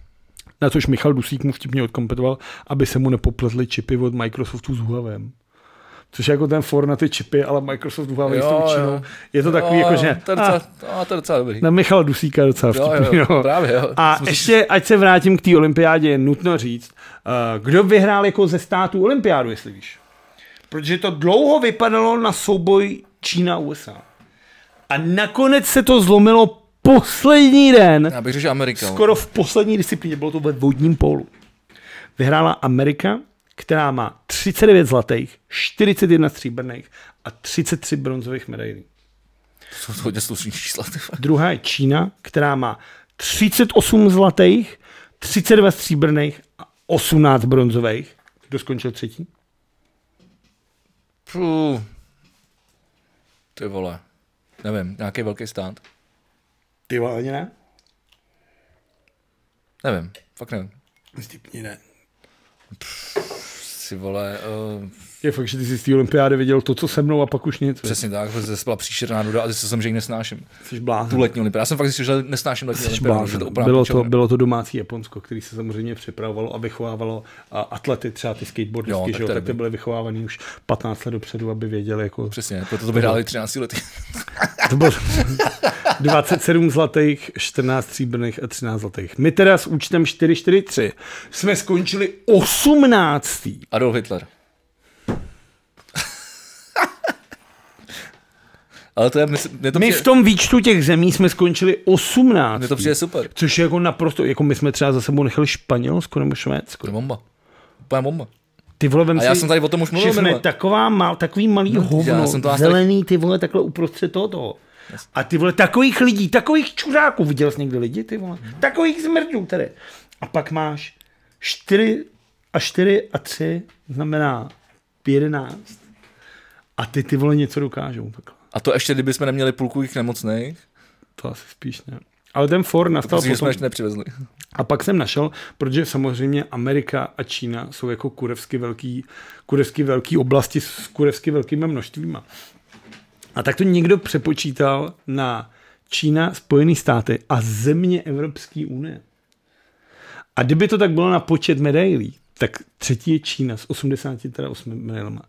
Na což Michal Dusík mu vtipně odkompetoval, aby se mu nepoplezly čipy od Microsoftu s Huawei. Což je jako ten for na ty čipy, ale Microsoft Huawei s Jo, tou jo. Čínou. Je to takový jako, že To je ah, docela, ah. to je docela dobrý. na Michala Dusíka je docela jo, vtipný. jo, no. právě, jo. A Musíš- ještě, ať se vrátím k té olympiádě, je nutno říct, eh, kdo vyhrál jako ze států olympiádu, jestli víš. Protože to dlouho vypadalo na souboj Čína-USA. A nakonec se to zlomilo poslední den Já bych řekl, že Amerika. skoro v poslední disciplíně, bylo to ve vodním pólu. Vyhrála Amerika, která má 39 zlatých, 41 stříbrných a 33 bronzových medailí. To jsou hodně slušný čísla. ty vole. Druhá je Čína, která má 38 zlatých, 32 stříbrných a 18 bronzových. Kdo skončil třetí? Pů. Ty vole. Nevím, nějaký velký stát. Ty vole, ani ne? Nevím, fakt nevím. Stipni ne. Si vole, uh, Je fakt, že ty jsi z té olympiády viděl to, co se mnou a pak už nic. přesně tak, protože byla příšerná nuda a zjistil jsem, že ji nesnáším. Jsi blázen. Tu letní olympiádu. Já jsem fakt zjistil, že nesnáším letní Jsi olympiádu. že blázen. to opravdu bylo, to, pičovina. bylo to domácí Japonsko, který se samozřejmě připravovalo a vychovávalo a atlety, třeba ty Jo, skateboardistky, tak že jo, to je tak ty dobrý. byly vychovávaný už 15 let dopředu, aby věděli, jako Přesně, proto to vyhráli 13 lety. *laughs* to bylo *laughs* 27 zlatých, 14 stříbrných a 13 zlatých. My teda s účtem 443 jsme skončili 18. Adolf Hitler. *laughs* Ale to je, mně se- mně to, My přijde, v tom výčtu těch zemí jsme skončili 18. mně to přijde super. Což je jako naprosto, jako my jsme třeba za sebou nechali Španělsko nebo Švédsko. To je bomba. Úplně bomba. Ty vole, vem A já si, jsem tady o tom už mluvil že jsme minule. taková mal, takový malý no, hovno, já jsem to asi tak- zelený, ty vole, takhle uprostřed tohoto. A ty vole, takových lidí, takových čuráků, viděl jsi někdy lidi, ty vole, No. takových zmrdů tady. A pak máš 4 a 4 a 3, znamená 11. A ty ty vole něco dokážou takhle. A to ještě, kdybychom neměli půlku jich nemocných, To asi spíš ne. Ale ten for nastal No, protože jsme No, potom. ještě nepřivezli. *laughs* A pak jsem našel, protože samozřejmě Amerika a Čína jsou jako kurevsky velký, kurevsky velký oblasti s kurevsky velkýma množstvíma. A tak to někdo přepočítal na Čína, Spojené státy a země Evropské unie. A kdyby to tak bylo na počet medailí, tak třetí je Čína s 88 medailema.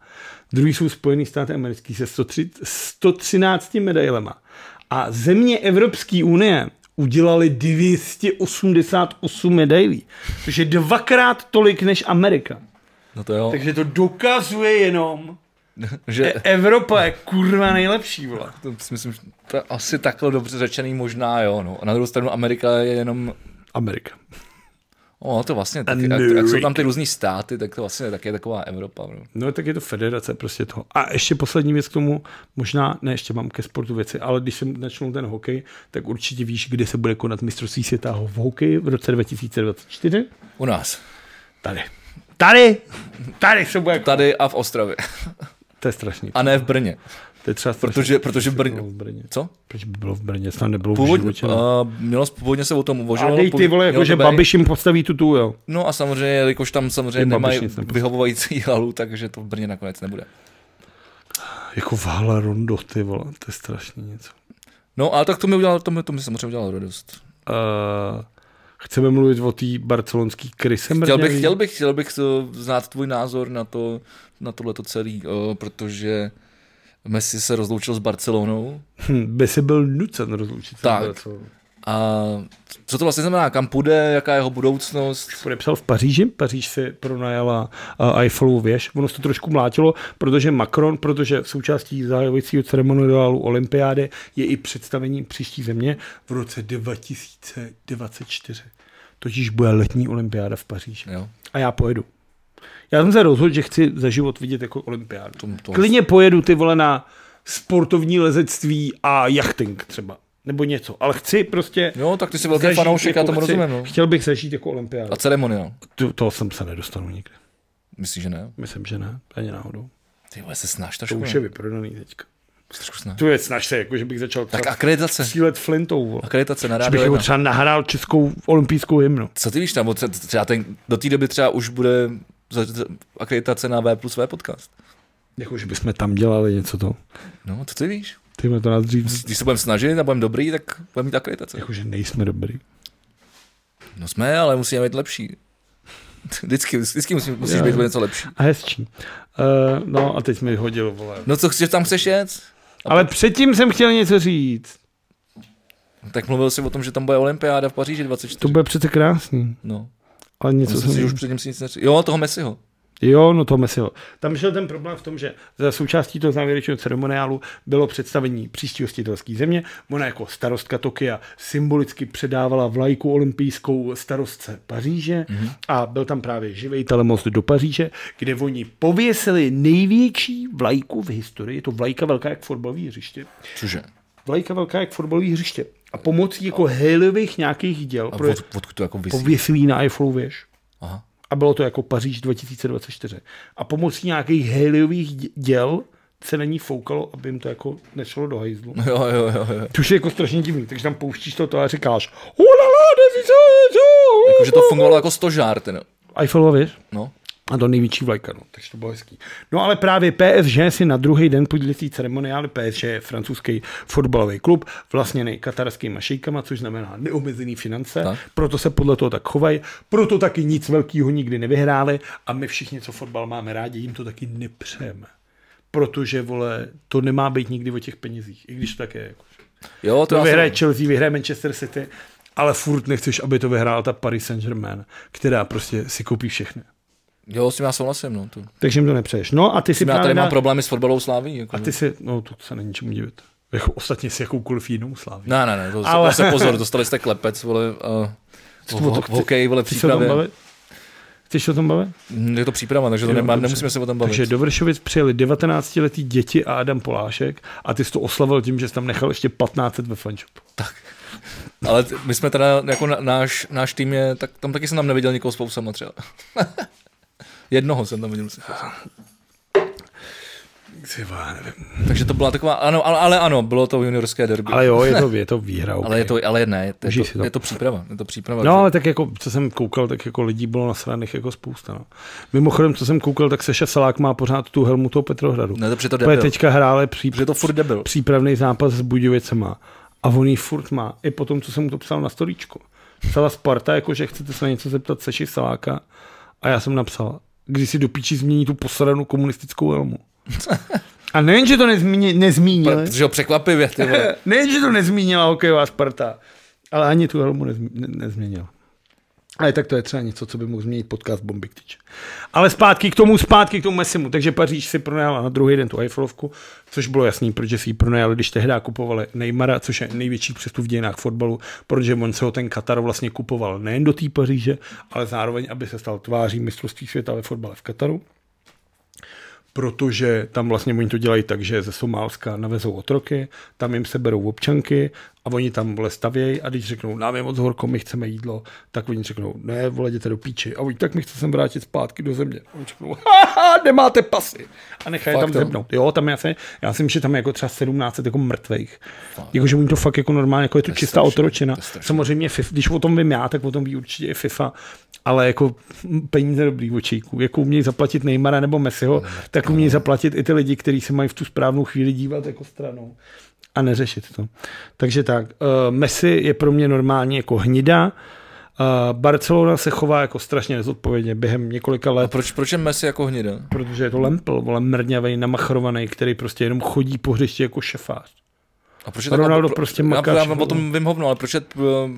Druhý jsou Spojené státy americké se 103, 113 medailema. A země Evropské unie udělali 288 medailí, což je dvakrát tolik než Amerika. No to jo, Takže to dokazuje jenom, *laughs* že že Evropa je kurva nejlepší, vole. to si myslím, že to je asi takhle dobře řečený možná, jo. No. A na druhou stranu Amerika je jenom, Amerika. o, to vlastně, tak, jak, jak, jsou tam ty různý státy, tak to vlastně taky je taková Evropa. No. No tak je to federace prostě toho. A ještě poslední věc k tomu, možná, ne, ještě mám ke sportu věci, ale když jsem načnul ten hokej, tak určitě víš, kdy se bude konat mistrovství světa v hokeji v roce 2024. U nás. Tady. Tady! Tady se bude... Ta... Tady a v Ostravě. To je strašný. A ne v Brně. To je třeba strašný. Protože, protože Proč by Brně. bylo v Brně. Co? Proč by bylo v Brně? Snad nebylo v Původně, životě. no. uh, ne? mělo, původně se o tom uvažovalo. A dej ty původně- vole, mělo jako, to že být- Babiš jim postaví tu tu, jo. No a samozřejmě, jelikož tam samozřejmě Babiš nemají nic nepustí. vyhovovající halu, takže to v Brně nakonec nebude. Jako v Hala Rondo, ty vole, to je strašný něco. No ale tak to mi, udělalo, to mi, to mi samozřejmě udělalo radost. Uh, Chceme mluvit o té barcelonský kryse Chtěl bych, mrňavý? chtěl bych, chtěl bych eh, znát tvůj názor na, to, na tohleto celý, eh, protože Messi se rozloučil s Barcelonou Hm, by si byl nucen rozloučit. se s Tak. Barcelonou. a co to vlastně znamená, kam půjde, jaká je jeho budoucnost, Podepsal v Paříži, Paříž si pronajala uh, Eiffelovu věž. Ono se to trošku mlátilo, protože Macron, protože v součástí zahajujícího ceremoniálu olympiády je i představení příští země v roce 2024. Totiž bude letní olympiáda v Paříži. jo, A já pojedu. Já jsem se rozhodl, že chci za život vidět jako olympiádu. tom, tom. Klidně pojedu ty vole na sportovní lezectví a jachting třeba. Nebo něco. Ale chci prostě... jo, tak ty jsi velký zažít fanoušek, já jako tomu chci- rozumím, no. Chtěl bych zažít jako olympiádu. A ceremoniál, To, toho jsem se nedostanu nikdy. myslíš, že ne? Myslím, že ne, ani náhodou. Ty vole, se snaž To trošku, už ne? je vyprodaný teďka. trošku snaž. Tu je snaž se, jako, že bych začal Tak třeba akreditace, střílet flintou. Vole. akreditace na Že bych rádio jako jedna. třeba nahrál českou olympijskou hymnu. Co ty víš tam, o tře- třeba ten, do té doby třeba už bude za- za- akreditace na V plus V podcast. Jako, že bychom tam dělali něco to. No, co ty víš? Tyhle to nás dřív... Když se budeme snažit a budeme dobrý, tak budeme mít akreditace. Jako, že nejsme dobrý. No jsme, ale musíme být lepší. Vždycky, vždycky musí, musíš Jo, být jo. o něco lepší. A hezčí. Uh, no a teď mi hodil, vole. No co chceš, tam chceš jet? Ale předtím jsem chtěl něco říct. Tak mluvil jsi o tom, že tam bude olympiáda v Paříži 24. To bude přece krásný. No. A Ale něco Myslím jsem... si, že už předtím si nic neřekl. Jo, toho Messiho. Jo, no to Messiho. Tam šel ten problém v tom, že za součástí toho závěrečného ceremoniálu bylo představení příští hostitelské země. Ona jako starostka Tokia symbolicky předávala vlajku olympijskou starostce Paříže mm-hmm. a byl tam právě živý telemost do Paříže, kde oni pověsili největší vlajku v historii. Je to vlajka velká jak fotbalové hřiště. Cože? Vlajka velká jak fotbalové hřiště. A pomocí jako heliových nějakých děl A pro- od, odkud to jako vysí? pověsilí na Eiffelovu věž. Aha. A bylo to jako Paříž 2024. A pomocí nějakých heliových dě- děl se na ní foukalo, aby jim to jako nešlo do hajzlu. Jo, jo, jo, jo. To už je jako strašně divný, takže tam pouštíš to a říkáš Ulala, desíce, Takže to fungovalo jako stožár, ten. Eiffelova věž. No. A to největší vlajka, no, takže to bylo hezký. No ale právě PSG si na druhý den podíletí ceremoniály, PSG je francouzský fotbalový klub, vlastněný katarskýma šejkama, což znamená neomezený finance, Tak. tak. proto se podle toho tak chovají, proto taky nic velkého nikdy nevyhráli a my všichni, co fotbal máme rádi, jim to taky nepřejeme. Protože, vole, to nemá být nikdy o těch penězích, i když to tak je. Jako. Jo, to To já vyhraje jsem... Chelsea, vyhraje Manchester City, ale furt nechceš, aby to vyhrál ta Paris Saint-Germain, která prostě si koupí všechny. Jo, s tím já souhlasím, no. To. Takže jim to nepřeješ. No a ty si Já právě... tady na... mám problémy s fotbalovou sláví. Jako, A ty si, no to se není čemu divit. Jako ostatně si jakoukoliv jinou sláví. Ne, ne, ne, to Ale- Ale... se pozor, dostali jste klepec, vole, a... o to Uh, chci- hokej, vole, Chceš se o tom přípravě. bavit? Chceš se o tom bavit? Mm, Je to příprava, takže to Jo, nemám, dobře. nemusíme se o tom bavit. Takže do Vršovic přijeli 19-letí děti a Adam Polášek a ty jsi to oslavil tím, že jsi tam nechal ještě 15 ve fanshopu. Ale t- my jsme teda, jako na, náš, náš tým je, tak tam taky jsem tam neviděl nikoho s fousama třeba. *laughs* Jednoho jsem tam viděl. s fousama. Ty vole, nevím. Takže to byla taková, ano, ale, ale ano, bylo to juniorské derby. Ale, Ale jo, je to, je to výhra. Okay. ale je to, ale ne, je to, Užij si to. je to příprava, je to příprava. No, ale tak jako, co jsem koukal, tak jako lidí bylo nasraných jako spousta. No. Mimochodem, co jsem koukal, tak Seša Salák má pořád tu helmu toho Petrohradu. ne, to protože to Úplně debil, teď... teďka hrále pří, protože to furt debil. přípravný zápas s Budějovicema a on ji furt má, i potom, co jsem mu to psal na storíčko. Psala Sparta, jako že chcete se na něco zeptat Seši Saláka a já jsem napsal, když si do píči změní tu posranou komunistickou *laughs* elmu. A nejen, že to nezmíni, nezmínili, Protože ho překvapivě, ty *laughs* vole. nejen, že to nezmínila hokejová Sparta, ale ani tu helmu nezm, ne, nezměnila. Ale tak to je třeba něco, co by mohl změnit podcast Bombik Tyč. Ale zpátky k tomu, zpátky k tomu Messimu. Takže Paříž si pronajala na druhý den tu Eiffelovku, což bylo jasný, protože si ji pronajali, když tehdy kupovali Neymara, což je největší přestup v dějinách fotbalu, protože on se ho ten Katar vlastně kupoval nejen do té Paříže, ale zároveň, aby se stal tváří mistrovství světa ve fotbale v Kataru protože tam vlastně oni to dělají tak, že ze Somálska navezou otroky, tam jim seberou občanky a oni tam vole stavějí a když řeknou, nám je moc horko, my chceme jídlo, tak oni řeknou, ne, vole, jděte do píči. A oni, tak my chceme vrátit zpátky do země. A oni řeknou, haha, nemáte pasy. A nechají Fakt, tam jo? zemnout. Jo, tam já, se, já si myslím, že tam je jako třeba 17 jako mrtvých. Jakože oni to fakt jako normálně, jako je to, čistá strašný, otročina. to je strašný. Samozřejmě, FIFA, když o tom vím já, tak o tom ví určitě i FIFA, ale jako peníze dobrý očíků. Jako umějí zaplatit Neymara nebo Messiho, tak umějí zaplatit i ty lidi, kteří se mají v tu správnou chvíli dívat jako stranou a neřešit to. Takže tak, eh, Messi je pro mě normálně jako hnida, A Barcelona se chová jako strašně nezodpovědně během několika A let, proč, proč je Messi jako hněda? protože je to lempl, vole, mrňavej, namachrovaný, který prostě jenom chodí po hřišti jako šefář. A proč je Ronaldo pro- prostě já, makač, já, vám vole. o tom vím hovno, ale proč, je,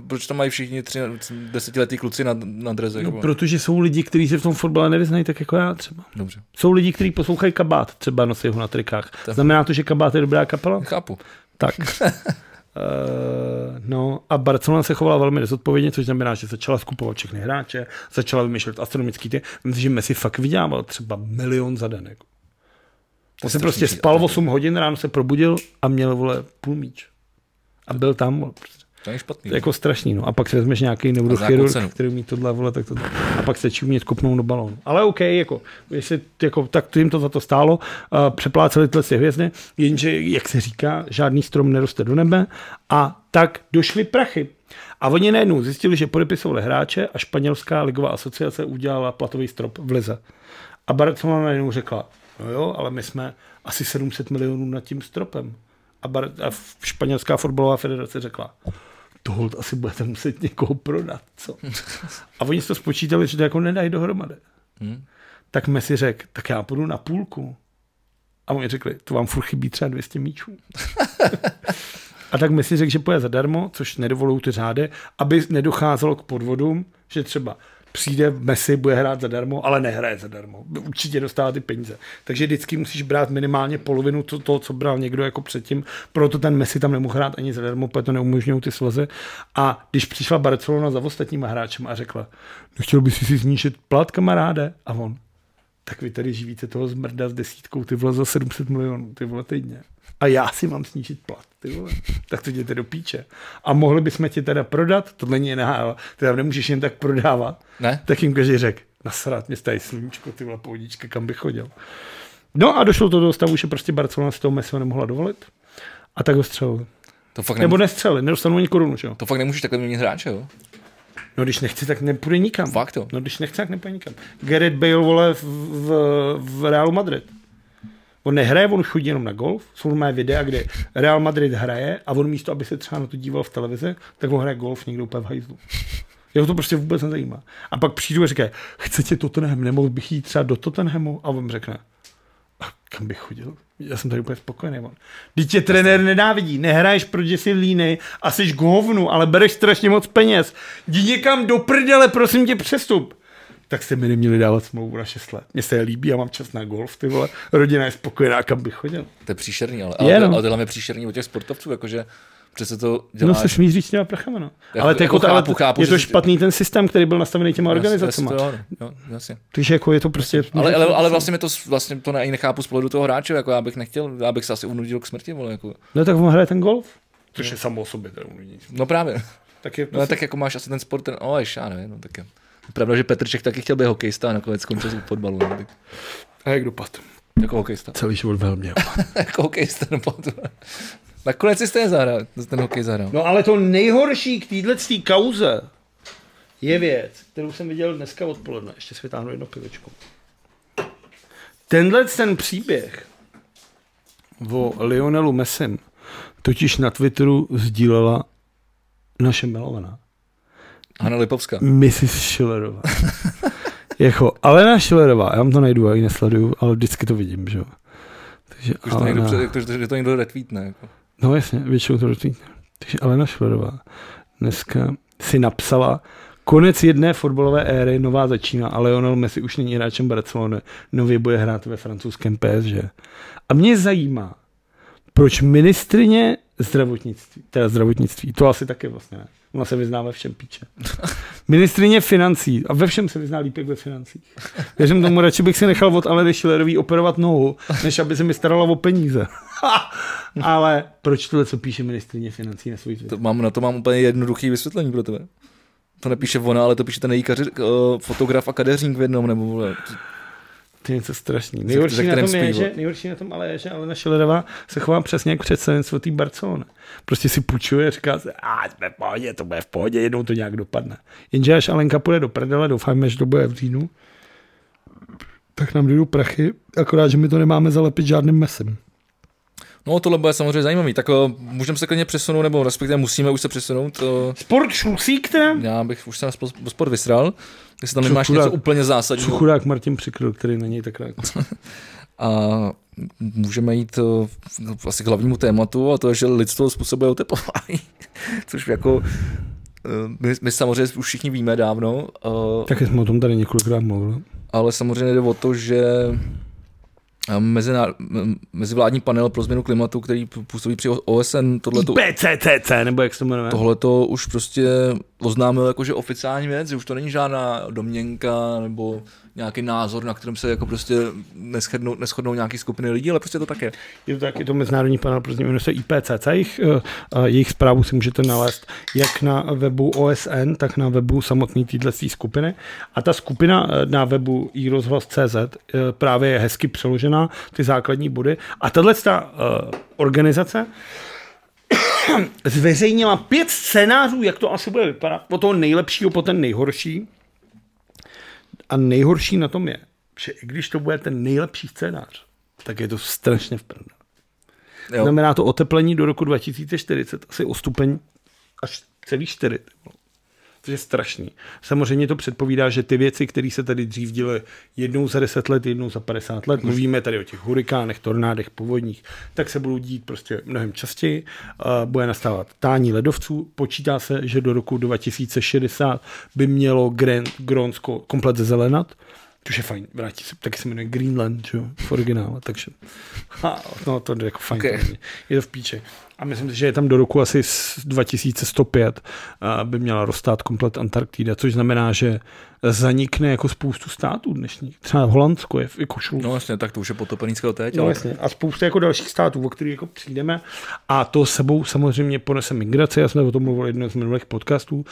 proč tam mají všichni tři, desetiletí kluci na, na drezech? No, vole? protože jsou lidi, kteří se v tom fotbale nevyznají, tak jako já třeba. Dobře, Jsou lidi, kteří poslouchají kabát, třeba nosí ho na trikách. To- Znamená to, že kabát je dobrá kapela? chápu. Tak. Eh, no a Barcelona se chovala velmi nezodpovědně, což znamená, že začala skupovat všechny hráče, začala vymýšlet astronomický ty. Myslím, že Messi fakt vydělával třeba milion za den. Jako. To se strašný prostě číslo. spal 8 hodin, ráno se probudil a měl, vole, půl míč. A byl tam, vole, prostě. To není špatný. To je jako strašný, no. A pak si vezmeš nějaký nějakou neurochirurg, cenu. který umí tohle, vole, tak to A pak stačí umět kopnout do balónu. Ale OK, jako, jestli, jako tak to jim to za to stálo, uh, přepláceli tyhle si hvězdy, jenže, jak se říká, žádný strom neroste do nebe a tak došly prachy. A oni najednou zjistili, že podepisovali hráče a španělská ligová asociace udělala platový strop v lize. A Barcelona najednou řekla, no jo, ale my jsme asi 700 milionů nad tím stropem. A, Bar- a f- španělská fotbalová federace řekla, tohle asi budete muset někoho prodat, co? A oni si to spočítali, že to jako nedají dohromady. Hmm. Tak Messi řekl, tak já půjdu na půlku. A oni řekli, to vám furt chybí třeba 200 míčů. a tak Messi řekl, že půjde zadarmo, což nedovolují ty řády, aby nedocházelo k podvodům, že třeba přijde Messi, bude hrát zadarmo, ale nehraje zadarmo. Určitě dostává ty peníze. Takže vždycky musíš brát minimálně polovinu to, toho, co bral někdo jako předtím. Proto ten Messi tam nemohl hrát ani zadarmo, protože to neumožňují ty svazy. A když přišla Barcelona za ostatníma hráčem a řekla, no chtěl bys si znížit plat, kamaráde? A on, tak vy tady živíte toho zmrda s desítkou, ty vole, za 700 milionů, ty vole, týdně. A já si mám snížit plat, ty vole. Tak to jděte do píče. A mohli bychom tě teda prodat, tohle není NHL, ty tam nemůžeš jen tak prodávat. Ne? Tak jim každý řekl, nasrat, mě tady sluníčko, ty vole, pohodíčka, kam bych chodil. No a došlo to do stavu, že prostě Barcelona si toho Messiho nemohla dovolit. A tak ho střelili. To fakt, Nebo nemů- nestřelili, nedostanu ani korunu, že jo? to fakt nemůžeš takhle měnit hráče, jo? No když nechci, tak nepůjde nikam. Fakt jo. No když nechci, tak nepůjde nikam. Gareth Bale, vole, v, v, v Realu Madrid. On nehraje, on chodí jenom na golf. Jsou mé videa, kde Real Madrid hraje a on místo, aby se třeba na to díval v televizi, tak on hraje golf někde úplně v hajzlu. Jeho to prostě vůbec nezajímá. A pak přijdu a říká, chcete Tottenham, nemohl bych jít třeba do Tottenhamu? A on řekne, a kam bych chodil? Já jsem tady úplně spokojený. On. Teď tě trenér nenávidí, nehraješ, protože jsi línej a jsi k hovnu, ale bereš strašně moc peněz. Jdi někam do prdele, prosím tě, přestup. Tak jste mi neměli dávat smlouvu na 6 let. Mně se je líbí, já mám čas na golf, ty vole. Rodina je spokojená, kam bych chodil. To je příšerný, ale, Je, ale, no. ale tohle je příšerný u těch sportovců, jakože přece to No děláš. se smíří s těma prachama, no. Jako- ale to jako jako ta- ale chápu, chápu, je že to si- špatný ten systém, který byl nastavený těma organizacemi. Jasně, jasně, jo, jo, jasně. Takže jako je to prostě... Ale, ale, ale vlastně mi to s- vlastně to ne, ani nechápu z pohledu toho hráče, jako já bych nechtěl, já bych se asi unudil k smrti, vole, jako. No tak on hraje ten golf. Což je samo o sobě teda unidění. No právě. Tak je No, tak jako máš asi ten sport, ten, o, ještě, já nevím, no, tak je. Pravda, že Petrček taky chtěl být hokejista a nakonec skončil u fotbalu. No, tak, A jak dopad? jako hokejista. Celý život velmi. *laughs* jako hokejista. No, potom- nakonec jsi ten, zahrál, ten hokej zahrál. No ale to nejhorší k této kauze je věc, kterou jsem viděl dneska odpoledne. Ještě si vytáhnu jedno pivečko. Tenhle ten příběh o Lionelu Messim totiž na Twitteru sdílela naše milovaná Hanna Lipovská. Mrs. *laughs* Schillerová. jako Alena Schillerová, já vám to najdu, já ji nesleduju, ale vždycky to vidím, že jo. Takže Jakože to, někdo, před- jakože to, že to někdo retweetne. Jako. No jasně, většinou to retweetne. Takže Alena Šlerová dneska si napsala konec jedné fotbalové éry, nová začíná a Lionel Messi už není hráčem Barcelony, nově bude hrát ve francouzském PSG. A mě zajímá, proč ministrině zdravotnictví, teda zdravotnictví, to asi taky vlastně ne, ona se vyzná ve všem píče. Ministrině financí, a ve všem se vyzná líp jak ve financích. Věřím tomu, radši bych si nechal od Aleny Schillerový operovat nohu, než aby se mi starala o peníze. *laughs* Ale proč tohle, co píše ministrině financí na svůj To Twitter? mám, na to mám úplně jednoduchý vysvětlení pro tebe. To nepíše ona, ale to píše ten její kaři, uh, fotograf a kadeřník v jednom, nebo vole. To je něco strašný. za Nejhorší na, kterým tom je, zpívá. že, nejhorší na tom ale je, že Alena Šilerová se chová přesně jak představenstvo té Barcelony. Prostě si půjčuje, říká se, a jsme v pohodě, to bude v pohodě, jednou to nějak dopadne. Jenže až Alenka půjde do prdele, doufáme, že to bude v říjnu, tak nám jdou prachy, akorát, že my to nemáme zalepit žádným mesem. No, tohle bude samozřejmě zajímavý, tak uh, můžeme se klidně přesunout, nebo respektive musíme už se přesunout. To... Sport šlusík teda? Já bych už se na spo- sport vysral, jestli tam Co nemáš chudák- něco úplně Co zásadního. chudák Martin přikryl, který na něj tak reagoval. A můžeme jít uh, asi k hlavnímu tématu a to je, že lidstvo způsobuje oteplování, *laughs* což jako uh, my, my samozřejmě už všichni víme dávno, uh, Taky jsme o tom tady několikrát mluvili. ale samozřejmě jde o to, že meziná- m- mezivládní panel pro změnu klimatu, který p- působí při OSN, tohleto, PCCC, nebo jak se to jmenuje? tohleto už prostě oznámil jakože oficiální věc, že už to není žádná domněnka nebo nějaký názor, na kterém se jako prostě neschednou, neschodnou nějaký skupiny lidí, ale prostě to tak je. Je to tak, je to Mezinárodní panel pro změnu, jmenuje se IPCC, jejich, eh, eh, jejich zprávu si můžete nalézt jak na webu OSN, tak na webu samotné této skupiny. A ta skupina eh, na webu iRozhlas.cz eh, právě je hezky přeložena, ty základní body. A tahle ta eh, organizace *coughs* zveřejnila pět scénářů, jak to asi bude vypadat, od toho nejlepšího po ten nejhorší. A nejhorší na tom je, že i když to bude ten nejlepší scénář, tak je to strašně v prdeli. Jo. Znamená to oteplení do roku 2040 asi o stupeň až celý čtyři. ty vole. To je strašný. Samozřejmě to předpovídá, že ty věci, které se tady dřív děly jednou za 10 let, jednou za 50 let, mluvíme tady o těch hurikánech, tornádech, povodních, tak se budou dít prostě mnohem častěji. Eh, Bude nastávat tání ledovců. Počítá se, že do roku 2060 by mělo Gren- Grónsko komplet zelenat. Což je fajn, vrátí se, taky se jmenuje Greenland, že jo, v originále, takže, *laughs* ha, no to je jako fajn, Okay. okay. je to v píči. A myslím si, že je tam do roku asi s- 2105 a by měla rozstát komplet Antarktida, což znamená, že zanikne jako spoustu států dnešních. Třeba Holandsko je v jako šlu, No jasně, tak to už je potopenického teď, No, ale jasně. A spousta jako dalších států, o kterých jako přijdeme. A to s sebou samozřejmě ponese migrace. Já jsem o tom mluvil v jednom z minulých podcastů,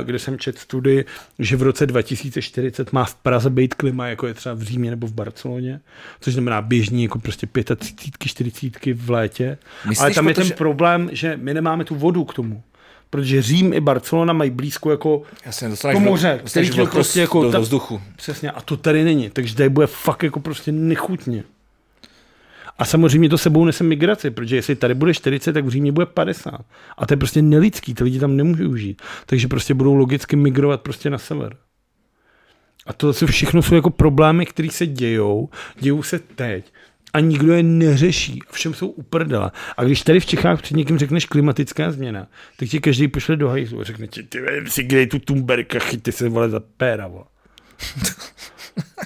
eh, kde jsem čet studii, že v roce 2040 má v Praze být klima, jako je třeba v Římě nebo v Barceloně, což znamená běžní jako prostě 35, 40 v létě. Myslíš, Ale tam je ten protože- problém, že my nemáme tu vodu k tomu. Protože Řím i Barcelona mají blízko jako jasně, dostaneš, To vl- moře, který dostaneš ti to vlhkost prostě jako do, ta- do vzduchu. Přesně, a to tady není, takže tady bude fakt jako prostě nechutně. A samozřejmě to sebou nese migraci, protože jestli tady bude 40, tak v Římě bude 50. A to je prostě nelidský, ty lidi tam nemůžou žít. Takže prostě budou logicky migrovat prostě na sever. A to zase všechno jsou jako problémy, které se dějou, dějou se teď. A nikdo je neřeší. A Všem jsou uprdela. A když tady v Čechách před někým řekneš klimatická změna, tak ti každý pošle do hajzlu a řekne ti, ty vole, si kde tu Tumberka, chytě se vole za péra, vole.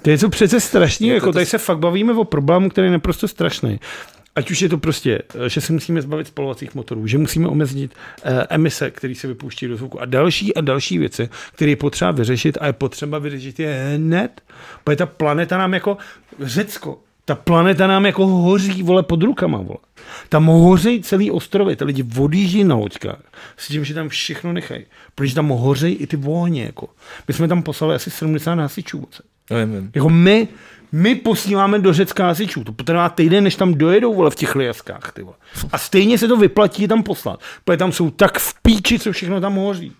To je to přece strašný, jako to- tady se fakt bavíme o problému, který je naprosto strašný. Ať už je to prostě, eh, že se musíme zbavit spalovacích motorů, že musíme omezit eh, emise, které se vypouští do zvuku a další a další věci, které je potřeba vyřešit a je potřeba vyřešit je hned. Protože ta planeta nám jako Řecko, ta planeta nám jako hoří, vole, pod rukama, vole. Tam hoří celý ostrovy, ty lidi odjíždí na loďkách s tím, že tam všechno nechají, protože tam hoří i ty vohně, jako. My jsme tam poslali asi 70 hasičů. Vůbec. No, vím, vím. Jako my, my posíláme do Řecka hasičů. To potrvá týden, než tam dojedou vole, v těch liaskách. Ty vole. A stejně se to vyplatí je tam poslat. Protože tam jsou tak v píči, co všechno tam hoří.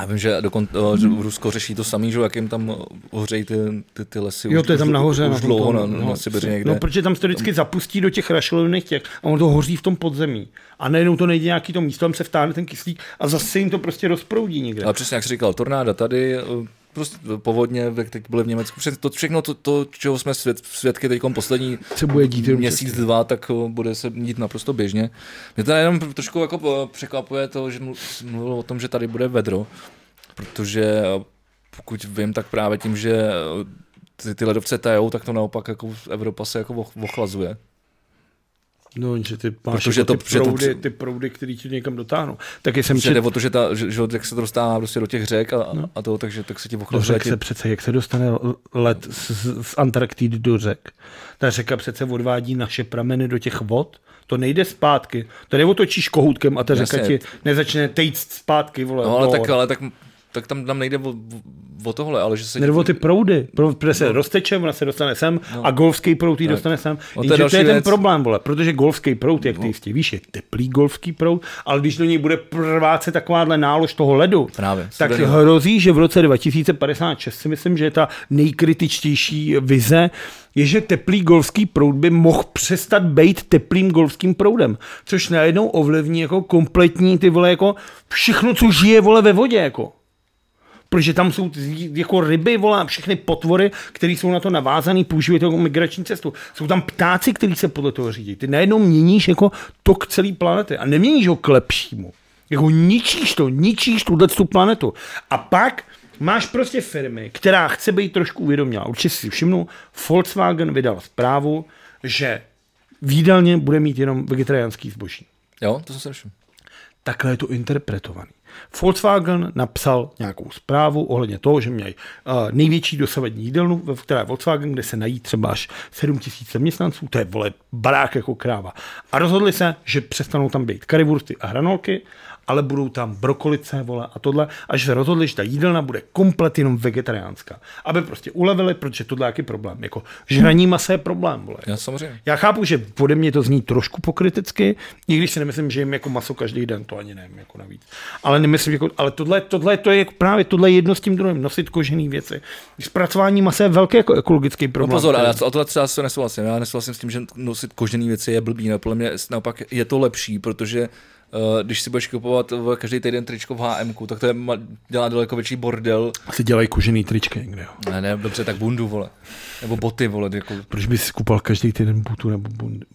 Já vím, že dokon, eh, že Hmm. Rusko řeší to samý, že jak jim tam hořejí ty, ty, ty lesy. Jo, už- to je tam už, nahoře. Už tom dlouho na, tom, na Sibiři někde. No, protože tam se to vždycky zapustí do těch rašelinných těch a ono to hoří v tom podzemí. A najednou to nejde nějaký to místo, tam se vtáhne ten kyslík a zase jim to prostě rozproudí někde. Ale přesně jak jsi říkal, tornáda tady, eh, prostě povodně, jak teď byly v Německu, vše- to všechno, to, to čeho jsme svěd, svědky teď poslední Se bude dít jenom měsíc, dva, tak eh, bude se dít naprosto běžně. Mě teda jenom trošku jako eh, překvapuje to, že mlu- jsi mluvil o tom, že tady bude vedro, protože eh, pokud vím, tak právě tím, že eh, ty, ty ledovce tajou, tak to naopak jako Evropa se jako och- ochlazuje. No, že ty máš Protože jako to- ty, protože to- proudy, ty proudy, který ti někam dotáhnou. Taky jsem Že čet, jde o to, že, ta, že, že jak se to dostává prostě do těch řek a, no. a to, takže tak se ti Do ochlazuje. řek ti- se přece, jak se dostane l- led z, z- z Antarktidy do řek? Ta řeka přece odvádí naše prameny do těch vod. To nejde zpátky. To neotočíš kohoutkem a ta řeka Jasně. ti nezačne tejct zpátky. Vole, No ale dole. tak, ale tak, tak tam, tam nejde o, o tohle, ale že se... Nebo ty proudy, Pro- protože se rozteče, ona se dostane sem no. a golfský proud ji dostane sem. je Jenže to No. je, další to je ten věc. problém, vole, protože golfský proud, jak ty jistě víš, je teplý golfský proud, ale když do něj bude prvácet takováhle nálož toho ledu, Právě, tak studený. hrozí, že v roce 2056 si myslím, že je ta nejkritičtější vize, je, že teplý golfský proud by mohl přestat být teplým golfským proudem, což najednou ovlivní jako kompletní ty vole, jako všechno, co žije vole ve vodě, jako. Protože tam jsou ty- jako ryby, volá všechny potvory, které jsou na to navázané, používají to jako migrační cestu. Jsou tam ptáci, kteří se podle toho řídí. Ty najednou měníš jako tok celé planety a neměníš ho k lepšímu. Jako ničíš to, ničíš tuhle tu planetu. A pak máš prostě firmy, která chce být trošku uvědomělá. Určitě si všimnu, Volkswagen vydal zprávu, že výdelně bude mít jenom vegetariánský zboží. Jo, to jsem se všiml. Takhle je to interpretovaný. Volkswagen napsal nějakou zprávu ohledně toho, že měli eh, největší dosavadní jídelnu, ve které je Volkswagen, kde se nají třeba až 7 tisíc zaměstnanců, to je vole barák jako kráva. A rozhodli se, že přestanou tam být karivursty a hranolky, ale budou tam brokolice, vole a tohle, a že se rozhodli, že ta jídelna bude komplet jenom vegetariánská. Aby prostě ulevili, protože tohle je jaký problém. Jako žraní masa je problém, vole. Já samozřejmě. Já chápu, že ode mě to zní trošku pokriticky, i když si nemyslím, že jim jako maso každý den, to ani nevím, jako navíc. Ale nemyslím, že jako, ale tohle, tohle, to je jako právě tohle je jedno s tím druhým, nosit kožený věci. Zpracování masa je velký jako ekologický No problém. pozor, ale já o tohle třeba se nesouhlasím. Já nesouhlasím s tím, že nosit kožený věci je blbý. Ne, podle mě naopak je to lepší, protože eh, když si budeš kupovat v každý týden tričko v HM, tak to je, ma- dělá daleko větší bordel. si dělají kožený trička někde. Jo. Ne, ne, dobře, tak bundu, vole. Nebo boty, vole, jako, Proč bys si kupal každý týden butu nebo bundy?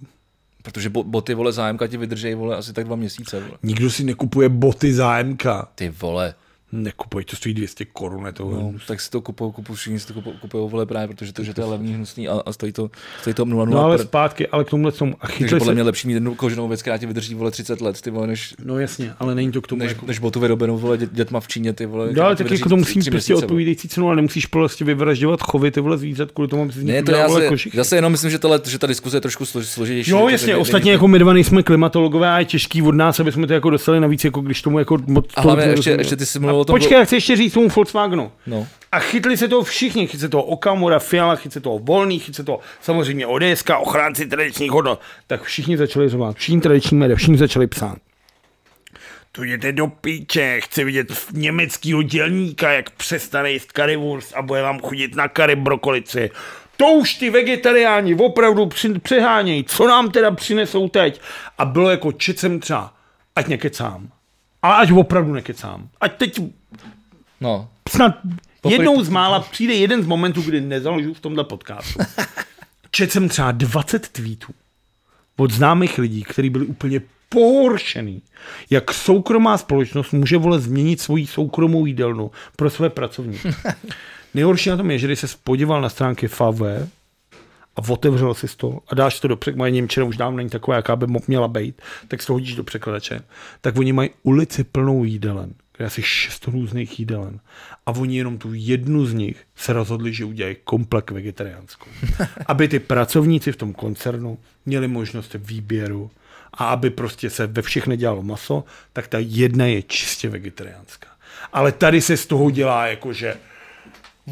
protože bo, boty, vole, zájemka ti vydržej, vole, asi tak dva měsíce, vole. Nikdo si nekupuje boty zájemka. Ty vole, Nekupuj, to stojí 200 korun, je to no. no, tak si to kupují, kupují, všichni si to kupují, kupují vole, právě protože to, že to je levný, hnusný a, a stojí to, stojí to 0,0 No ale pr- zpátky, ale k tomuhle tomu. A Takže chytli podle se... mě lepší mít jednu koženou věc, která ti vydrží vole 30 let, ty vole, než, No jasně, ale není to k tomu. jako- než, než botu vyrobenou vole dě, dětma v Číně, ty vole. No, která ale ti tak vydrží jako to tři- musí tři prostě měsíce, vole. odpovídající cenu, ale nemusíš prostě vyvražďovat chovy ty vole zvířat, kvůli tomu, aby si z nich Ne, to udělal, já vole, se, košíky. já se jenom myslím, že, tohle, že ta diskuze je trošku slož, složitější. Jo, protože jasně, ne- ostatně není- jako my dva nejsme klimatologové a je těžký od nás, aby jsme to jako dostali navíc, jako když tomu jako moc A tomu hlavně ještě, nerozumíme. ještě ty jsi mluvil o tom... Počkej, jak chci ještě říct tomu Volkswagenu. No. A chytli se toho všichni, chytli se toho Okamura, Fiala, chytli se toho Volný, chytli se toho samozřejmě ODSK, ochránci tradičních hodnot. Tak všichni začali řovat, všichni tradiční média, všichni začali psát. To jděte do píče, chci vidět německýho dělníka, jak přestane jíst currywurst a bude vám chodit na curry brokolici. To už ty vegetariáni opravdu při- přehánějí, co nám teda přinesou teď. A bylo jako čet jsem třeba, ať nekecám. Ale ať opravdu nekecám. Ať teď No, snad jednou z mála přijde jeden z momentů, kdy nezaložu v tomhle podcastu. Četl jsem třeba 20 tweetů od známých lidí, kteří byli úplně pohoršený, jak soukromá společnost může vole změnit svoji soukromou jídelnu pro své pracovníky. Nejhorší na tom je, že když se podíval na stránky FAV, a otevřel si to a dáš to do překladu, moje Němčina už dávno není taková, jaká by mo- měla být, tak si to hodíš do překladače, tak oni mají ulici plnou jídelen, kde je asi šest různých jídelen. A oni jenom tu jednu z nich se rozhodli, že udělají komplek vegetariánskou. Aby ty pracovníci v tom koncernu měli možnost výběru a aby prostě se ve všech nedělalo maso, tak ta jedna je čistě vegetariánská. Ale tady se z toho dělá jako, jakože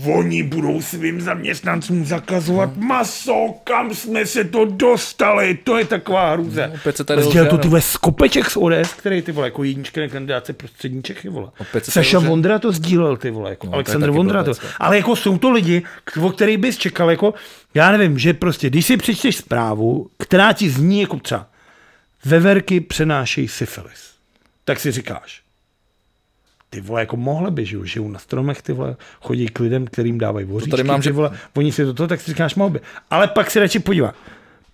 Oni budou svým zaměstnancům No. zakazovat maso, kam jsme se to dostali, to je taková hrůza. opět se tady A Sdělal lže, to no. ty vole skopeček z ODS, který ty vole, jako jednička kandidáce pro střední Čechy, vole. Opět se tady Saša lže. Vondra to sdílel, ty vole, jako No, no, to je Aleksandr taky Vondra to. blbec, no. Ale jako jsou to lidi, k- o kterých bys čekal, jako, já nevím, že prostě, když si přečteš zprávu, která ti zní jako třeba, veverky přenášejí syfilis, tak si říkáš, ty vole, jako mohle by, že jo, žijou na stromech, ty vole, chodí k lidem, kterým dávají voříčky, tady mám, ty že- vole, oni si do toho, tak si říkáš, mohl by. Ale pak si radši podívá.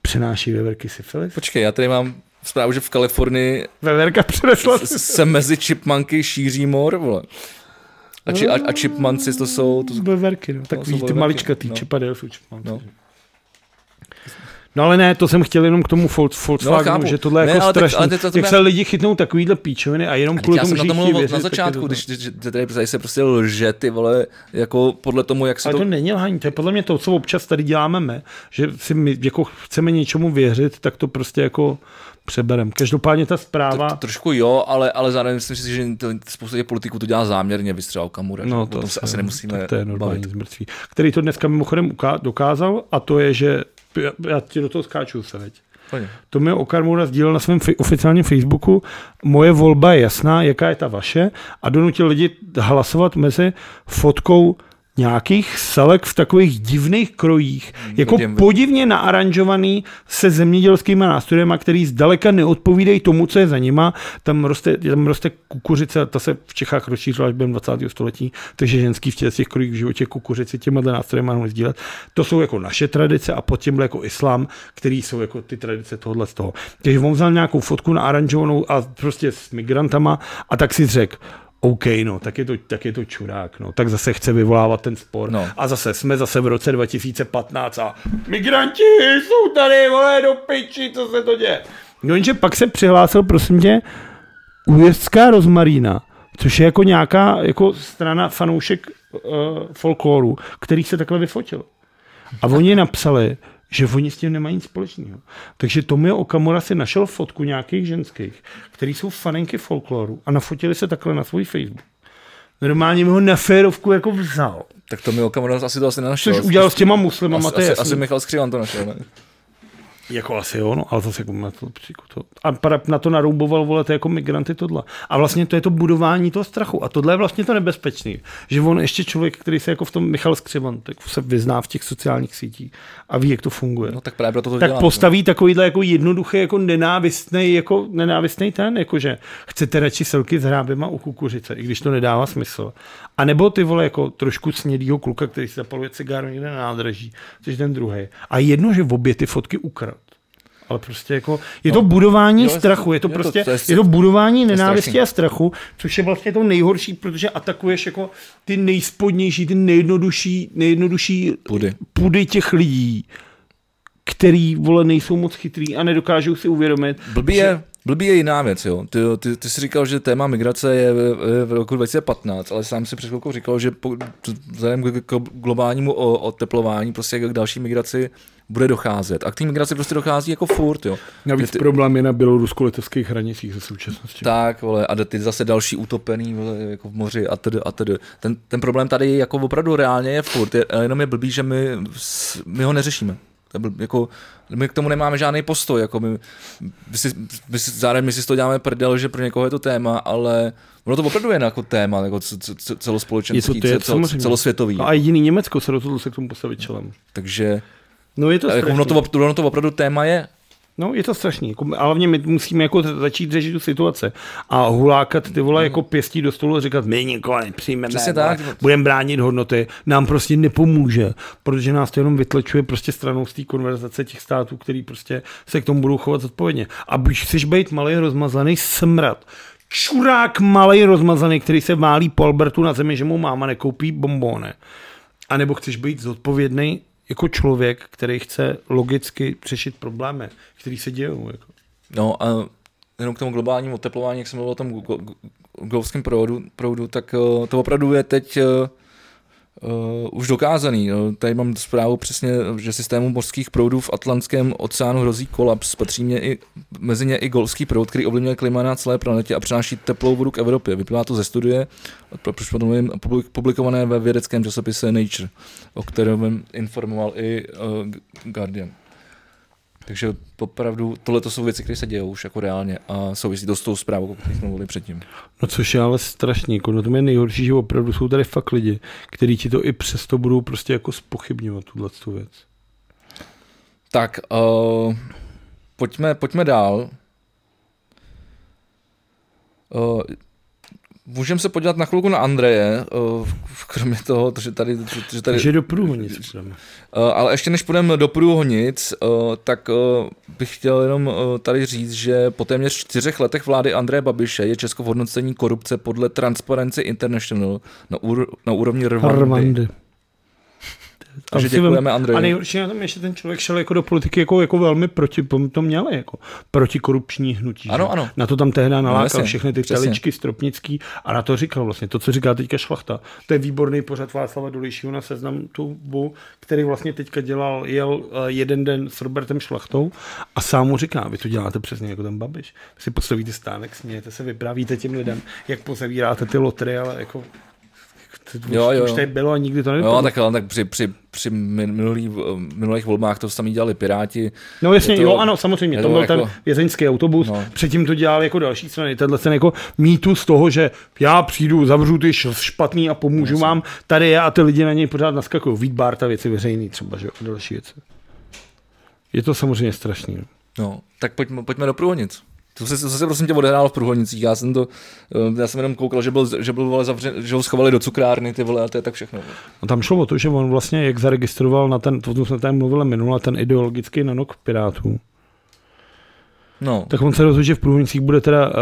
Přenáší *laughs* veverky syfilis? počkej, já tady mám zprávu, že v Kalifornii Veverka přenesla s- se mezi chipmunky šíří mor, vole. A, či, a, a chipmunci to jsou, to jsou Veverky, no. No, Tak jsou vidíte, veverky, maličkatý, no. no. čepadel jsou čepmanci. No. No. no. ale ne, to jsem chtěl jenom k tomu Volks- Volkswagenu, chápu. no, že tohle je Ne, jako ale tak- strašný. ale teď to- to jak mě- se lidi chytnou takovýhle píčoviny a jenom Teď kvůli já tomu, jsem že na tom jich mluvil věřit, na tak je to začátku, tak. když, když, když tady, tady se prostě lže ty vole, jako podle tomu, jak se Ale to... to není lhaní, to je podle mě to, co občas tady děláme my, že si my jako chceme něčemu věřit, tak to prostě jako přeberem. Každopádně ta zpráva, To trošku jo, ale, ale zároveň myslím si, že to- spousta těch politiků to dělá záměrně, vystřel Kamura. no to, to, se asi nemusíme to, to je normální bavit. zmrtví, který to dneska mimochodem uká- dokázal a to je, že já, já ti do toho skáču se, veď. Úplně. Tomio Okamura sdílel na svém fe- oficiálním Facebooku, moje volba je jasná, jaká je ta vaše a donutil lidi hlasovat mezi fotkou nějakých selek v takových divných krojích, jako Hmm, vidím, vidím. podivně naaranžovaný se zemědělskými nástrojema, který zdaleka neodpovídají tomu, co je za nima. Tam roste, tam roste kukuřice, ta se v Čechách rozšířila až během 20. století, takže ženský v těch, těch krojích v životě kukuřici těma nástrojem mohli sdílet. To jsou jako naše tradice a pod tímhle jako islám, který jsou jako ty tradice tohle z toho. Takže on vzal nějakou fotku naaranžovanou a prostě s migrantama a tak si řekl, OK, no, tak je, to, tak je to čurák, no, tak zase chce vyvolávat ten spor. No. A zase jsme zase v roce 2015 a migranti jsou tady, vole, do piči, co se to děje? No, jenže pak se přihlásil, prosím tě, Újezdská rozmarína, což je jako nějaká jako strana fanoušek uh, folkloru, který se takhle vyfotil. A oni napsali, že oni s tím nemají nic společného. Takže Tomio Okamura si našel fotku nějakých ženských, který jsou faninky folkloru a nafotili se takhle na svůj Facebook. Normálně mi ho na férovku jako vzal. Tak to mi Okamura asi to asi nenašel. Což udělal s těma muslimama, asi, to je asi, jasný. asi, Michal Skřivan to našel, ne? Jako asi jo, no, ale zase jako na to, příku to. A pra- na to narouboval, vole, to jako migranty tohle. A vlastně to je to budování toho strachu. A tohle je vlastně to nebezpečný. Že on ještě člověk, který se jako v tom Michal Skřivan, tak se vyzná v těch sociálních sítích a ví, jak to funguje. No tak právě proto to tak dělám. postaví takovýhle jako jednoduchý, jako nenávistný, jako nenávistný ten, jakože chcete radši selky s hrábema u kukuřice, i když to nedává smysl. A nebo ty vole jako trošku snědýho kluka, který si zapaluje cigáru někde na nádraží, což je ten druhý. A jedno, že v obě ty fotky ukrad. Ale prostě jako, je to budování Jo, strachu, je to je to- prostě, to je- je to budování nenávisti strašný. a strachu, což je vlastně to nejhorší, protože atakuješ jako ty nejspodnější, ty nejjednodušší, nejjednodušší Pudy. pudy těch lidí, který, vole, nejsou moc chytrý a nedokážou si uvědomit. Blbý je, blbý je jiná věc, jo. Ty, ty, ty jsi říkal, že téma migrace je v, v roku 2015, ale sám si před chvilkou říkal, že po, vzhledem k, k globálnímu o- oteplování prostě k další migraci bude docházet. A k té migraci prostě dochází jako furt, jo. Navíc ty... problém je na bělorusko-litevských hranicích ze současnosti. Tak, vole, a ty zase další utopený vole, jako v moři a tedy a tedy. Ten, ten problém tady jako opravdu reálně je furt, je, jenom je blbý, že my, s- my ho neřešíme. To je blb- Jako, my k tomu nemáme žádný postoj, jako my, my, si, my si, zároveň my si z toho děláme prdel, že pro někoho je to téma, ale ono to opravdu je jako téma, jako c- c- c- celospolečenský, Je to- to je cel- samozřejmě. celosvětový. No a jediný Německo se rozhodlo se k tomu postavit čelem. Takže No je to jako, ono, to, strašný. op- ono to opravdu téma je, No je to strašný. Jako, a hlavně my musíme jako začít řešit tu situace. A hulákat ty vole jako pěstí do stolu a říkat, my nikoho nepřijmeme. Hmm. Přesně vole, tak. Budeme bránit hodnoty. Nám prostě nepomůže, protože nás to jenom vytlačuje prostě stranou z té konverzace těch států, který prostě se k tomu budou chovat zodpovědně. A když chceš být malý rozmazlený smrad, čurák malý rozmazaný, který se válí po Albertu na zemi, že mu máma nekoupí bombóny. A nebo chceš být zodpovědný jako člověk, který chce logicky řešit problémy, které se dějou. Jako. No a jenom k tomu globálnímu oteplování, jak jsem mluvil o tom glo- glo- globském proudu, proudu tak eh, to opravdu je teď eh, eh, už dokázaný. jo. Tady mám zprávu přesně, že systému mořských proudů v Atlantském oceánu hrozí kolaps. Patří mě i, mezi ně i golský proud, který ovlivňuje klima na celé planetě a přináší teplou vodu k Evropě. Vyplývá to ze studie, pro- proč potom mluvím, publik- publikované ve vědeckém časopise Nature, o kterém informoval i eh, Guardian. Takže opravdu tohle to jsou věci, které se dějou už jako reálně a souvisí to s tou zprávou, o které jsme mluvili předtím. No což je ale strašný, jako no to je nejhorší, že opravdu jsou tady fakt lidi, kteří ti to i přesto budou prostě jako spochybňovat tuhle tu věc. Tak, uh, pojďme, pojďme dál. Uh, Můžeme se podívat na chvilku na Andreje, uh, kromě toho, že tady, že tady Takže do průhonic půjdeme. Uh, ale ještě než půjdeme do průhonic, uh, tak uh, bych chtěl jenom uh, tady říct, že po téměř čtyřech letech vlády Andreje Babiše je Česko v hodnocení korupce podle Transparency International na, úr- na úrovni Rwandy. Rwandy. Tam *laughs* Takže si vem- děkujeme A Andreji. nejhorší na tom je, že ten člověk šel jako do politiky jako, jako velmi proti, pom- to měl jako protikorupční hnutí. že? Ano, ano. Na to tam tehdy nalákal jasně, no, všechny ty přesně. teličky stropnický a na to říkal vlastně to, co říká teďka Šlachta. To je výborný pořad Václava Dolejšího na seznam tubu, který vlastně teďka dělal, jel eh, jeden den s Robertem Šlachtou a sám mu říká, vy to děláte přesně jako ten Babiš. Vy si postavíte stánek, smějete se, vyprávíte těm lidem, jak pozavíráte ty lotry, ale jako To, to, Jo, jo, jo, jo. Už jo. tady bylo a nikdy to *laughs* nevypadlo. No, tak, ale tak při, při, při minulý, eh, minulých volbách to sami dělali Piráti. No jasně, Je to- jo, ano, samozřejmě, je to to byl jako- ten vězeňský autobus, No. no. předtím to dělal jako další strany, tenhle ten jako mýtus toho, že já přijdu, zavřu ty š- špatný a pomůžu no, vám, tady je a ty lidi na něj pořád naskakují, Vít Bárta věci veřejný třeba, že jo, a další věci. Je to samozřejmě strašný. no. No, tak pojďme, pojďme do Průhonic. To se, to se prosím tě odehrálo v Průhonicích, já jsem to, eh, já jsem jenom koukal, že byl, že byl vole, zavřen, že ho schovali do cukrárny, ty vole, a to je tak všechno. A tam šlo o to, že on vlastně, jak zaregistroval na ten, to o tom jsme tady mluvili minule, ten ideologický nanok Pirátů, No, tak on se rozhodl, že v Průhonicích bude teda uh,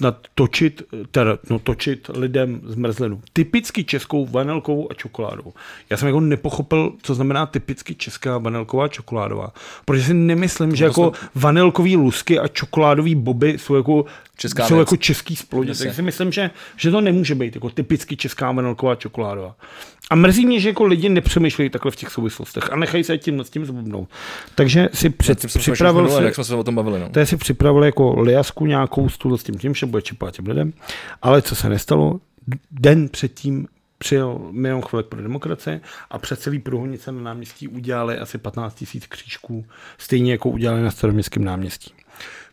natočit, teda, no, točit lidem zmrzlinu. Typicky českou vanilkovou a čokoládou. Já jsem jako nepochopil, co znamená typicky česká vanilková a čokoládová. Protože si nemyslím, že No to jako vanilkový lusky a čokoládový boby jsou jako, Česká jsou věc. jako český splodě. Jasně. Takže si myslím, že, že to nemůže být jako typicky česká vanilková a čokoládová. A mrzí mě, že jako lidi nepřemýšlejí takhle v těch souvislostech a nechají se tím s tím zbubnout. Takže si před před, tím jsme se připravil minule, si, jak jsme se o tom bavili, no. Té si připravil jako liasku nějakou stůl s tím tím, že bude čipát těm lidem. Ale co se nestalo, den předtím přijel milion chvilek pro demokracie a před celý průhonice na náměstí udělali asi 15 tisíc křížků, stejně jako udělali na staroměstském náměstí.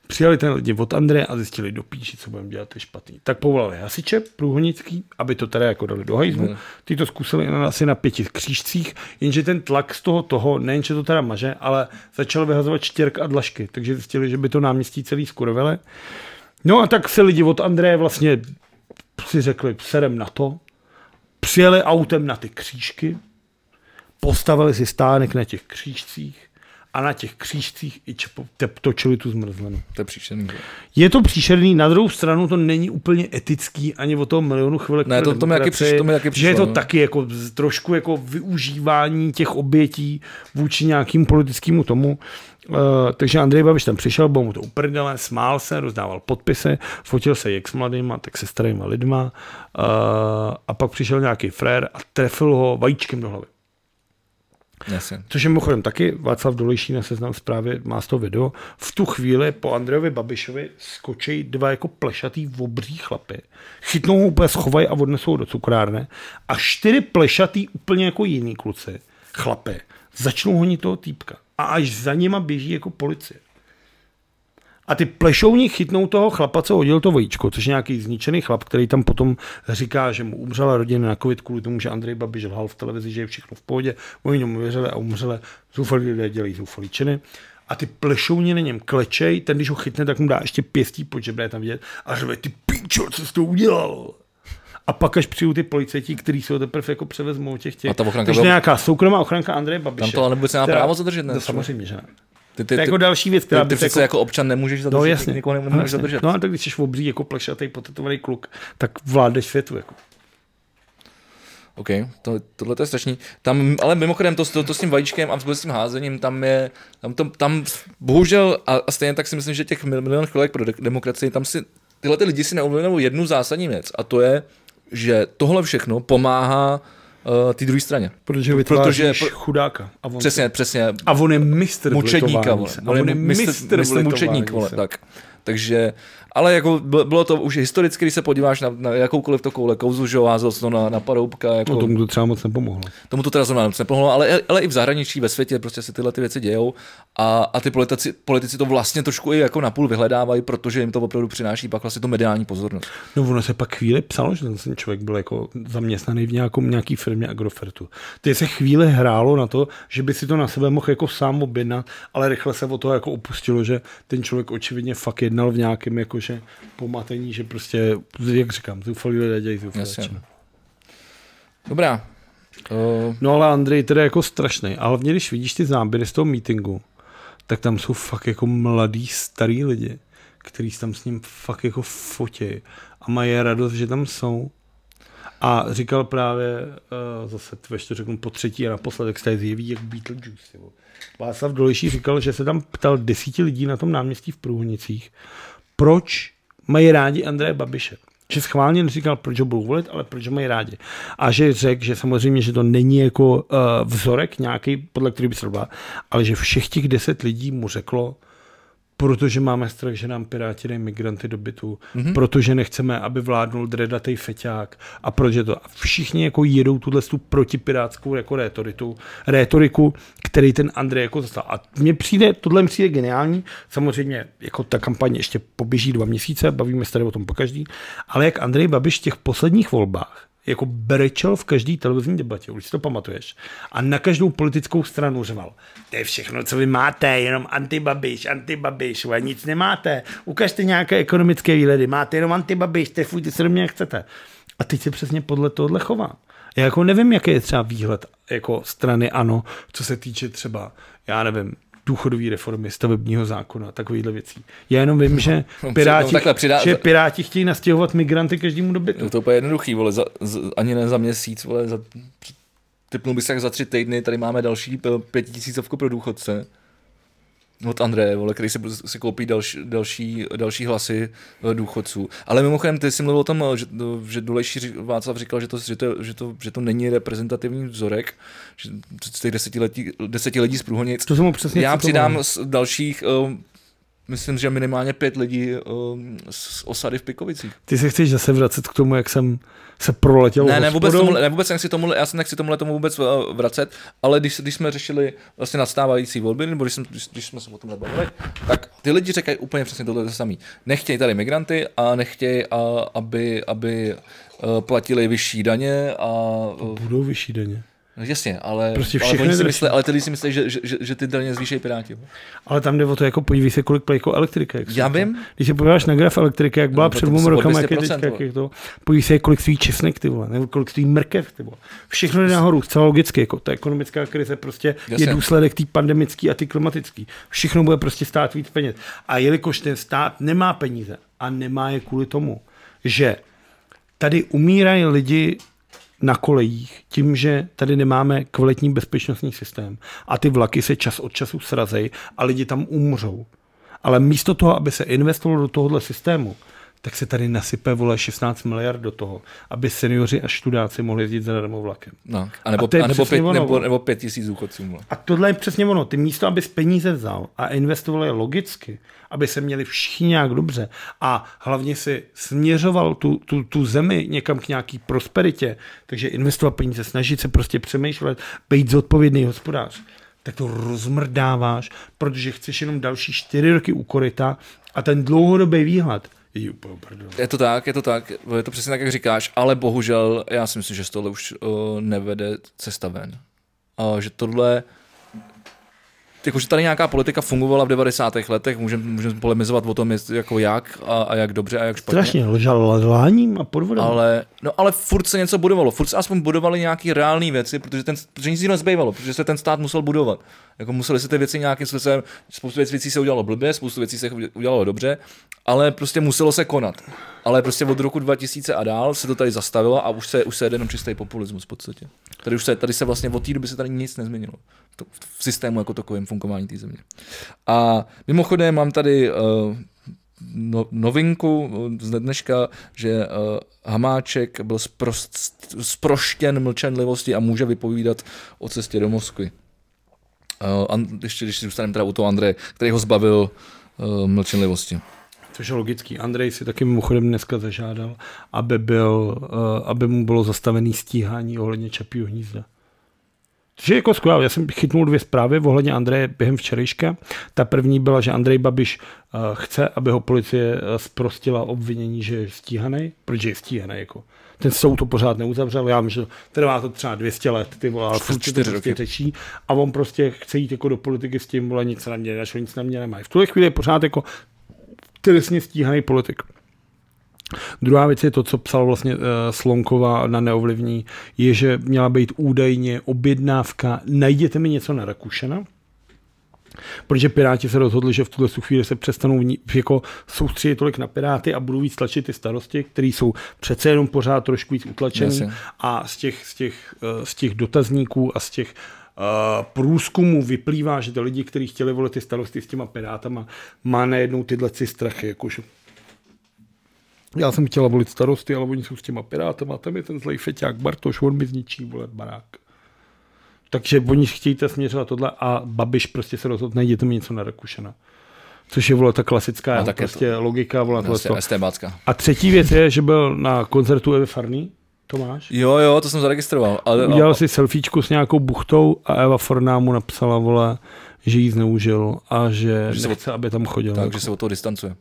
Přijali ten lidi od Andreje a zjistili do píči, co budeme dělat, to je špatný. Tak povolali hasiče průhonický, aby to teda jako dali do hajzlu. Ty to zkusili na, asi na pěti křížcích, jenže ten tlak z toho toho, nejenže to teda maže, ale začal vyhazovat štěrk a dlažky, takže zjistili, že by to náměstí celý skurvele. No a tak se lidi od Andreje vlastně si řekli, serem na to, přijeli autem na ty křížky, postavili si stánek na těch křížcích a na těch křížcích i čepo- tep- točili tu zmrzlinu. To je příšerný. Je to příšerný, na druhou stranu to není úplně etický ani o toho milionu chvilek. Ne, pro to- to mi taky demokracii, přiš- to mi taky Že je přišlo, to no. taky jako z- trošku jako využívání těch obětí vůči nějakým politickému tomu. Uh, takže Andrej Babiš tam přišel, byl mu to uprdele, smál se, rozdával podpisy, fotil se jak s mladýma, tak se starýma lidma uh, a pak přišel nějaký frér a trefil ho vajíčkem do hlavy. Jasně. Což je mimochodem taky, Václav Dolejší na seznam zprávě má z toho video. V tu chvíli po Andrejovi Babišovi skočí dva jako plešatý obří chlapy. Chytnou ho úplně, schovají a odnesou ho do cukrárny. A čtyři plešatý úplně jako jiný kluci, chlapy, začnou honit toho týpka. A až za nima běží jako policie. A ty plešouní chytnou toho chlapa, co hodil to vajíčko, což je nějaký zničený chlap, který tam potom říká, že mu umřela rodina na covid kvůli tomu, že Andrej Babiš lhal v televizi, že je všechno v pohodě, oni němu věřili a umřeli, zoufalí lidé dělají zoufalí činy. A ty plešouni na něm klečej, ten když ho chytne, tak mu dá ještě pěstí pod žebré tam vidět a řve, ty píčo, co jsi to udělal? A pak, až přijdu ty policajti, kteří se ho teprve jako převezmou těch těch. A ta ochranka Takže byla- nějaká soukromá ochranka Andreje Tam Babiše. to ale vůbec nemá která- právo zadržet, ne? No, samozřejmě, že ne. Ty, ty, To je ty, jako další věc, která ty, by ty se přece jako jako občan nemůžeš zadržet, No jasně. nikoho nemůžeš no, jasně. zadržet. No a tak když jsi obří jako plešatý potetovaný kluk, tak vládneš světu. Jako. OK, to, tohle to je strašný. Tam, ale mimochodem to, s- to, to s tím vajíčkem a vůbec s tím házením, tam je, tam, to, tam bohužel, a, a, stejně tak si myslím, že těch mil- milion chvilek pro de- demokracii, tam si tyhle ty lidi si neuvědomují jednu zásadní věc a to je, že tohle všechno pomáhá uh, té druhé straně. Protože vytváříš protože, chudáka. A on, Přesně, přesně. a on je mistr mučedníka, vletování vole. se. A On je mistr, mistr, vletování mučedník, vole, se. tak. Takže, ale jako byl- bylo to už historicky, když se podíváš na, na jakoukoliv to koule kouzu, že jo, házel se to na, na paroubka, jako No tomu to třeba moc nepomohlo. tomu to teda zrovna moc nepomohlo, ale, ale i v zahraničí, ve světě prostě se tyhle ty věci dějou a, a ty politici, politici to vlastně trošku i jako napůl vyhledávají, protože jim to opravdu přináší pak vlastně tu mediální pozornost. No ono se pak chvíli psalo, že ten člověk byl jako zaměstnaný v nějakom, nějaký firmě Agrofertu. Ty se chvíli hrálo na to, že by si to na sebe mohl jako sám objednat, ale rychle se o to jako opustilo, že ten člověk očividně fakt jednal v nějakém jakože pomatení, že prostě, jak říkám, zoufalí lidé dělají zoufalé Jasně. činy. Dobrá. Uh, No ale Andrej teda jako strašný. A hlavně, když vidíš ty záběry z toho meetingu, tak tam jsou fakt jako mladí, starý lidi, kteří se tam s ním fakt jako fotí a mají radost, že tam jsou. A říkal právě, uh, zase tveš to řeknu po třetí a naposled, jak se tady zjeví, jak Beetlejuice. Jo. Václav Dolejší říkal, že se tam ptal desíti lidí na tom náměstí v Průhonicích, proč mají rádi Andreje Babiše. Že schválně neříkal, proč ho budou volit, ale proč ho mají rádi. A že řekl, že samozřejmě, že to není jako uh, vzorek nějaký, podle který by se to byla, ale že všech těch deset lidí mu řeklo, protože máme strach, že nám Piráti dají migranty do bytu, mm-hmm. protože nechceme, aby vládnul dredatej feťák a protože to. A všichni jako jedou tuhle tu protipirátskou jako rétoritu, rétoriku, který ten Andrej jako zastal. A mně přijde, tohle mi přijde geniální, samozřejmě jako ta kampaně ještě poběží dva měsíce, bavíme se tady o tom po každý, ale jak Andrej Babiš v těch posledních volbách jako brečel v každé televizní debatě, už si to pamatuješ. A na každou politickou stranu řval. To je všechno, co vy máte, jenom antibabiš, antibabiš, a nic nemáte. Ukažte nějaké ekonomické výhledy, máte jenom antibabiš, tefujte se do mě, jak chcete. A teď se přesně podle tohohle chová. Já jako nevím, jaký je třeba výhled jako strany ANO, co se týče třeba, já nevím, důchodové reformy, stavebního zákona, takovýchhle věcí. Já jenom vím, že no, Piráti, takhle přidá- že piráti chtějí nastěhovat migranty každému do bytu. No to je úplně jednoduchý, vole, za, z, ani ne za měsíc, vole, za, typnul bych se jak za tři týdny, tady máme další p- pětitisícovku pro důchodce. Od Andreje, vole, který si, si koupí další, další, další hlasy eh, důchodců. Ale mimochodem, ty jsi mluvil o tom, eh, že, že Dolejší ři- Václav říkal, že to, že, to, že, to, že to není reprezentativní vzorek že z těch desetiletí, desetiletí z Průhonic. To jsem mu přesně Já citoval. přidám z dalších, eh, myslím, že minimálně pět lidí eh, z osady v Pikovicích. Ty se chceš zase vracet k tomu, jak jsem se proletěl Ne, ne, vůbec, hospodou? tomu, ne, vůbec nechci tomu, já se nechci tomuhle tomu vůbec eh, vracet, ale když, když jsme řešili vlastně nastávající volby, nebo když, jsem, když, když jsme se o tom bavili, tak ty lidi říkají úplně přesně tohle samé. Nechtějí tady migranty a nechtějí, a, aby, aby eh, platili vyšší daně a... eh, Budou vyšší daně. No jasně, ale, Prostě ale, všechno je oni si dražší. myslí, ale ty lidi si myslí, že, že, že, že ty daně zvýšejí piráti. Ale tam jde o to, jako podívej se, kolik plejko elektrika. Jak jsou Já to. vím. Když se podíváš na graf elektriky, jak byla No, před to dvěma jsou o rokama, jak je 200%, teďka, jak vole. je to. Podívej se, kolik stojí česnek, ty vole, nebo kolik stojí mrkev, ty vole. Všechno jde nahoru, zcela logicky, jako ta ekonomická krize prostě Jasně. je důsledek té pandemický a ty klimatický. Všechno bude prostě stát víc peněz. A jelikož ten stát nemá peníze a nemá je kvůli tomu, že tady umírají lidi na kolejích tím, že tady nemáme kvalitní bezpečnostní systém a ty vlaky se čas od času srazejí a lidi tam umřou. Ale místo toho, aby se investovalo do tohohle systému, tak se tady nasype vole 16 miliard do toho, aby seniori a študáci mohli jezdit zadarmo vlakem. No. A nebo, A to je a nebo, přesně pět, ono, no. nebo, vole. nebo pět tisíc no. důchodcům. vole. A tohle je přesně ono. Ty místo, abys peníze vzal a investoval je logicky, aby se měli všichni nějak dobře a hlavně si směřoval tu, tu, tu zemi někam k nějaký prosperitě, takže investovat peníze, snažit se prostě přemýšlet, být zodpovědný hospodář, tak to rozmrdáváš, protože chceš jenom další čtyři roky u koryta a ten dlouhodobý výhled je úplně pardon. Je to tak, je to tak, je to přesně tak, jak říkáš, ale bohužel já si myslím, že z tohle už uh, nevede cesta ven. A že tohle, jakože tady nějaká politika fungovala v 90. letech, můžeme můžem polemizovat o tom, jestli, jako jak a, a jak dobře a jak špatně. Strašně lžal lháním a podvodem. Ale, no ale furt se něco budovalo, furt se aspoň budovaly nějaké reálné věci, protože, ten, protože nic jiného nezbývalo, protože se ten stát musel budovat. Jako museli se ty věci nějakým způsobem, spoustu věc- věcí se udělalo blbě, spoustu věcí se udělalo dobře, ale prostě muselo se konat. Ale prostě od roku 2000 a dál se to tady zastavilo a už se, už se jede jenom čistý populismus v podstatě. Tady, už se, tady se vlastně od té doby se tady nic nezměnilo to, v systému jako takovém fungování té země. A mimochodem mám tady eh, no, novinku eh, z dneška, že eh, Hamáček byl sprost, sproštěn mlčenlivosti a může vypovídat o cestě do Moskvy. Eh, an, ještě když si zůstaneme teda u toho Andreje, který ho zbavil eh, mlčenlivosti. Což je logický. Andrej si taky mimochodem dneska zažádal, aby, byl, eh, aby mu bylo zastavené stíhání ohledně Čapího hnízda. Což je jako skvělé. Já jsem chytnul dvě zprávy ohledně Andreje během včerejška. Ta první byla, že Andrej Babiš eh, chce, aby ho policie eh, zprostila obvinění, že je stíhaný. Proč je stíhaný? Jako? Ten soud to pořád neuzavřel. Já vím, že trvá to třeba 200 let, ty vole, ale furt se to čtyři prostě roky. řečí a on prostě chce jít jako do politiky s tím, vole, nic na mě nenašel, nic na mě nemají. V tuhle chvíli je pořád jako trestně stíhaný politik. Druhá věc je to, co psal vlastně eh, Slonková na neovlivní, je, že měla být údajně objednávka najděte mi něco na Rakušana, protože Piráti se rozhodli, že v tuhle chvíli se přestanou vní- jako soustředit tolik na Piráty a budou víc tlačit ty starosti, které jsou přece jenom pořád trošku víc utlačený Jasně. a z těch, z těch, eh, z těch dotazníků a z těch eh, průzkumů vyplývá, že ty lidi, kteří chtěli volit ty starosty s těma pirátama, má najednou tyhle si strachy, jakože já jsem chtěla volit starosty, ale oni jsou s těma pirátama, tam je ten zlej feťák Bartoš, on mi zničí, vole, barák. Takže oni chtějí ta směřovat tohle a Babiš prostě se rozhodne, jděte mi něco na Rakušana. což je vole ta klasická jeho tak je to- prostě logika. Vole, tohle Prostě to. STBácka. A třetí věc je, že byl na koncertu Evy Farný, Tomáš. Jo, jo, to jsem zaregistroval. Ale, Udělal si selfiečku s nějakou buchtou a Eva Forná mu napsala, vole, že jí zneužil a že, Že že se nechce, aby tam chodil. takže se od toho distancuje.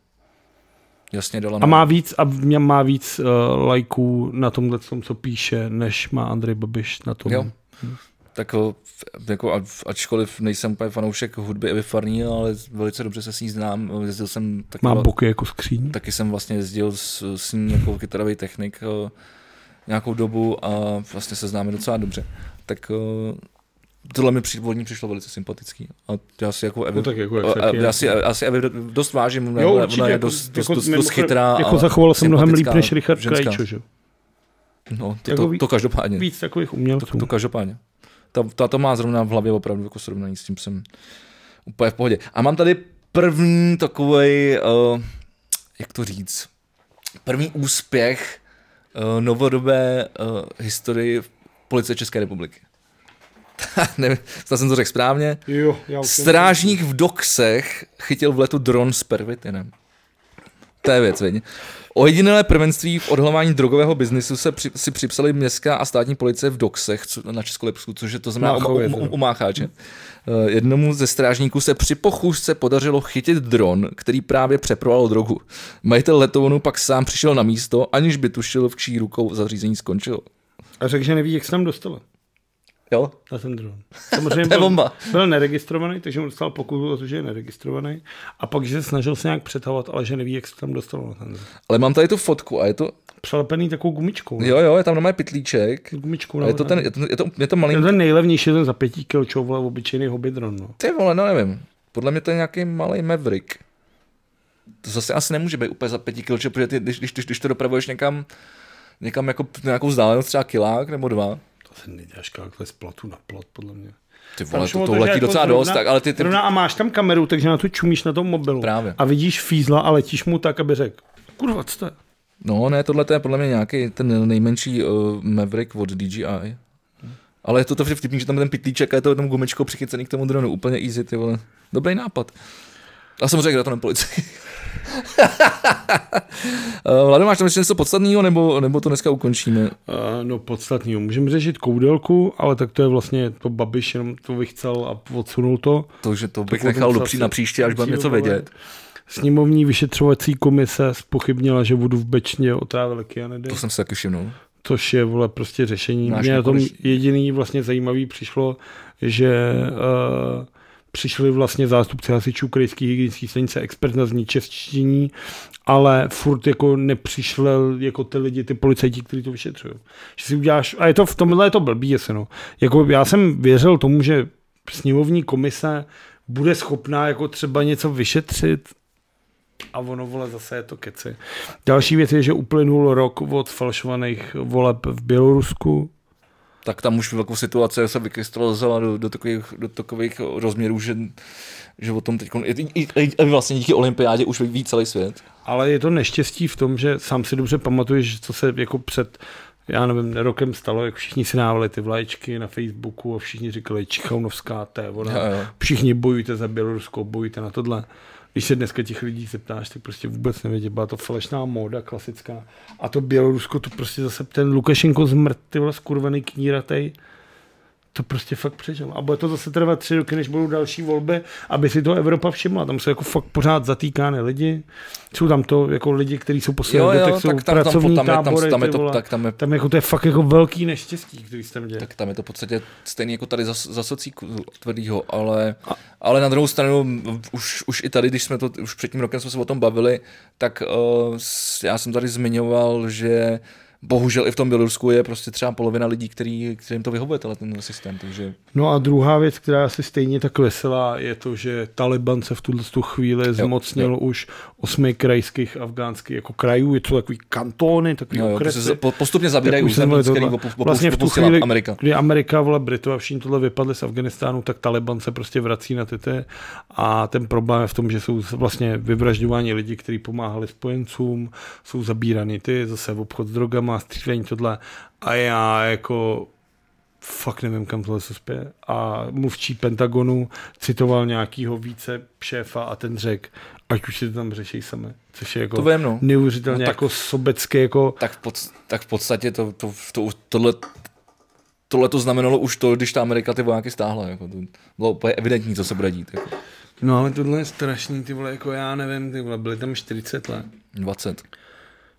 Jasně dala. A má víc, a mě má víc uh, lajků na tomhle, tom, co píše, než má Andrej Babiš na tom. Jo. Hm. Tak o, v- jako, a- ačkoliv nejsem úplně fanoušek hudby Evy Farní, ale velice dobře se s ní znám. Jezdil jsem taky, Má vla- boky jako skříň. taky jsem vlastně jezdil s, s ní jako kytarový technik o, nějakou dobu a vlastně se známe docela dobře. Tak o, tohle mi přívodní přišlo velice sympatický. A já si jako Evy, No tak jako jak o, však je. já si, já si Evy dost vážím, ona- Jo, ona, určitě, ona je jako- dost, dost, jako dost, dost mimochodem, chytrá. Jako a zachoval se mnohem líp sympatická než Richard ženská. Krajčo, že? No, to, Jako to, ví- to každopádně. Víc takových To, umělců. to každopádně. Ta, ta to má zrovna v hlavě opravdu jako srovnání, s tím jsem úplně v pohodě. A mám tady první takový, uh, jak to říct, první úspěch uh, novodobé uh, historii v policie České republiky. *laughs* Nevím, zda jsem to řekl správně. Jo, já Strážník v doxech chytil v letu dron s pervitinem. To je věc, vidí. Ojedinělé prvenství v odhalování drogového biznisu se při, si připsali městská a státní policie v doxech co, na Českolepsku, což je to znamená um, Máchově, um, teda. um, umácháče. Eh, Jednomu ze strážníků se při pochůzce podařilo chytit dron, který právě přeproval drogu. Majitel letounu pak sám přišel na místo, aniž by tušil, v čí rukou zařízení skončilo. A řekl, že neví, jak se tam dostala. Jo? Na ten dron. *laughs* Samozřejmě To je byl, bomba. byl neregistrovaný, takže mu dostal pokutu za to, že je neregistrovaný. A pak, že se snažil se nějak přetahovat, ale že neví, jak se tam dostalo na ten dron. Ale mám tady tu fotku a je to, Přelepený takovou gumičkou. ne? jo, jo, je tam normálně pitlíček. Gumičkou A na je to ten, je to, je to, je to je malinký to ten nejlevnější, ten za pětí kilo, čo, vole, obyčejný hobby dron. No. Ty vole, no nevím. Podle mě to je nějaký malý Maverick. To zase asi nemůže být úplně za pěti kilče, protože ty, když, když, když to dopravuješ někam, někam jako p- nějakou vzdálenost, třeba kilák nebo dva, To se neděláš takhle z platu na plat, podle mě. ty vole, to, to letí docela dost, tak, ale ty, ty jako Zrovna a máš tam kameru, takže na to čumíš na tom mobilu. Právě. A vidíš fízla a letíš mu tak, aby řekl, kurva, co to je? no ne, tohle to je podle mě nějaký ten nejmenší uh, Maverick od DJI. Ale je to to vtipný, že tam je ten pitlíček a je to tam gumičko přichycený k tomu dronu, úplně easy, ty vole. Dobrý nápad. A samozřejmě, kdo to na policii. *laughs* Eh, Vlado, máš tam ještě něco podstatného, nebo, nebo to dneska ukončíme? Uh, no podstatný, jo. můžeme řešit koudelku, ale tak to je vlastně, to Babiš jenom to vychcel a odsunul to. To, že to bych Potom nechal se dopří asi- na příště, až budeme něco vole, vědět. Sněmovní vyšetřovací komise spochybnila, že vodu v Bečně otrávil kyanidy, To jsem se taky všimnul. což je vole prostě řešení. Náš Mně na tom nekonečný. jediný vlastně zajímavý přišlo, že uh, přišli vlastně zástupci hasičů krajských hygienických stanice, expert na zničestění, ale furt jako nepřišli jako ty lidi, ty policajti, kteří to vyšetřují. Že si uděláš, a je to v tomhle je to blbý, jestli no. Jako já jsem věřil tomu, že sněmovní komise bude schopná jako třeba něco vyšetřit a ono, vole, zase je to keci. Další věc je, že uplynul rok od falšovaných voleb v Bělorusku, Tak tam už velkou situace se vykrystalizovala do, do, takových, do takových rozměrů, že, že o tom teď i, i, i, vlastně díky olympiádě už ví celý svět. Ale je to neštěstí v tom, že sám si dobře pamatuješ, co se jako před já nevím, rokem stalo, jak všichni si dávali ty vlaječky na Facebooku a všichni říkali Čichaunovská, to je ona. Jo, jo. Všichni bojujte za Bělorusko, bojujte na tohle. Když se dneska těch lidí zeptáš, tak prostě vůbec nevědí. Byla to falešná móda, klasická. A to Bělorusko, to prostě zase ten Lukašenko zmrt, ty vole skurvený kníratej. To prostě fakt přežil. A bude to zase trvat tři roky, než budou další volby, aby si to Evropa všimla. Tam jsou jako fakt pořád zatýkány lidi. Jsou tam to jako lidi, kteří jsou Jo, poslední, jo, tak jsou tak tam- tam- pracovní tam je- tam- tábory, tam je ty to- vole. tak tam je- tam jako to je fakt jako velký neštěstí, který se tam děje. Tak tam je to v podstatě stejný jako tady za, za socíku tvrdýho, ale, ale na druhou stranu už, už i tady, když jsme to, už před tím rokem jsme se o tom bavili, tak uh, já jsem tady zmiňoval, že bohužel i v tom Bělorusku je prostě třeba polovina lidí, který, kterým to vyhovuje tenhle ten systém, takže No a druhá věc, která je asi stejně tak veselá, je to, že Taliban se v tuhle tu chvíli jo, zmocnil jo. už osmi krajských afgánských jako krajů, je to takový kantony, takový Jo, jo, okresy. prostě se po- postupně zabírají Tak už jsem území, mluvil z který tohle. opu- Vlastně v tu opustila chvíli, Amerika. kdy Amerika, vole, Britové, všichni tohle vypadli z Afganistánu, tak Taliban se prostě vrací na tyte a ten problém je v tom, že jsou z- vlastně vyvražďováni lidi, kteří pomáhali spojencům, jsou zabírány ty, zase obchod s drogama, střílení tohle a já jako fakt nevím, kam tohle se spěje. A mluvčí Pentagonu citoval nějakýho více šéfa a ten řekl, ať už si to tam řeší sami. Což je jako To vím, no. neuvěřitelně No no, tak- jako sobecky, jako Tak v, pod, tak v podstatě to, to, to, tohle, tohle to znamenalo už to, když ta Amerika ty vojáky stáhla. Jako to bylo úplně evidentní, co se bude dít. Jako No ale tohle je strašný, ty vole, jako já nevím, ty vole, byly tam 40 let. 20.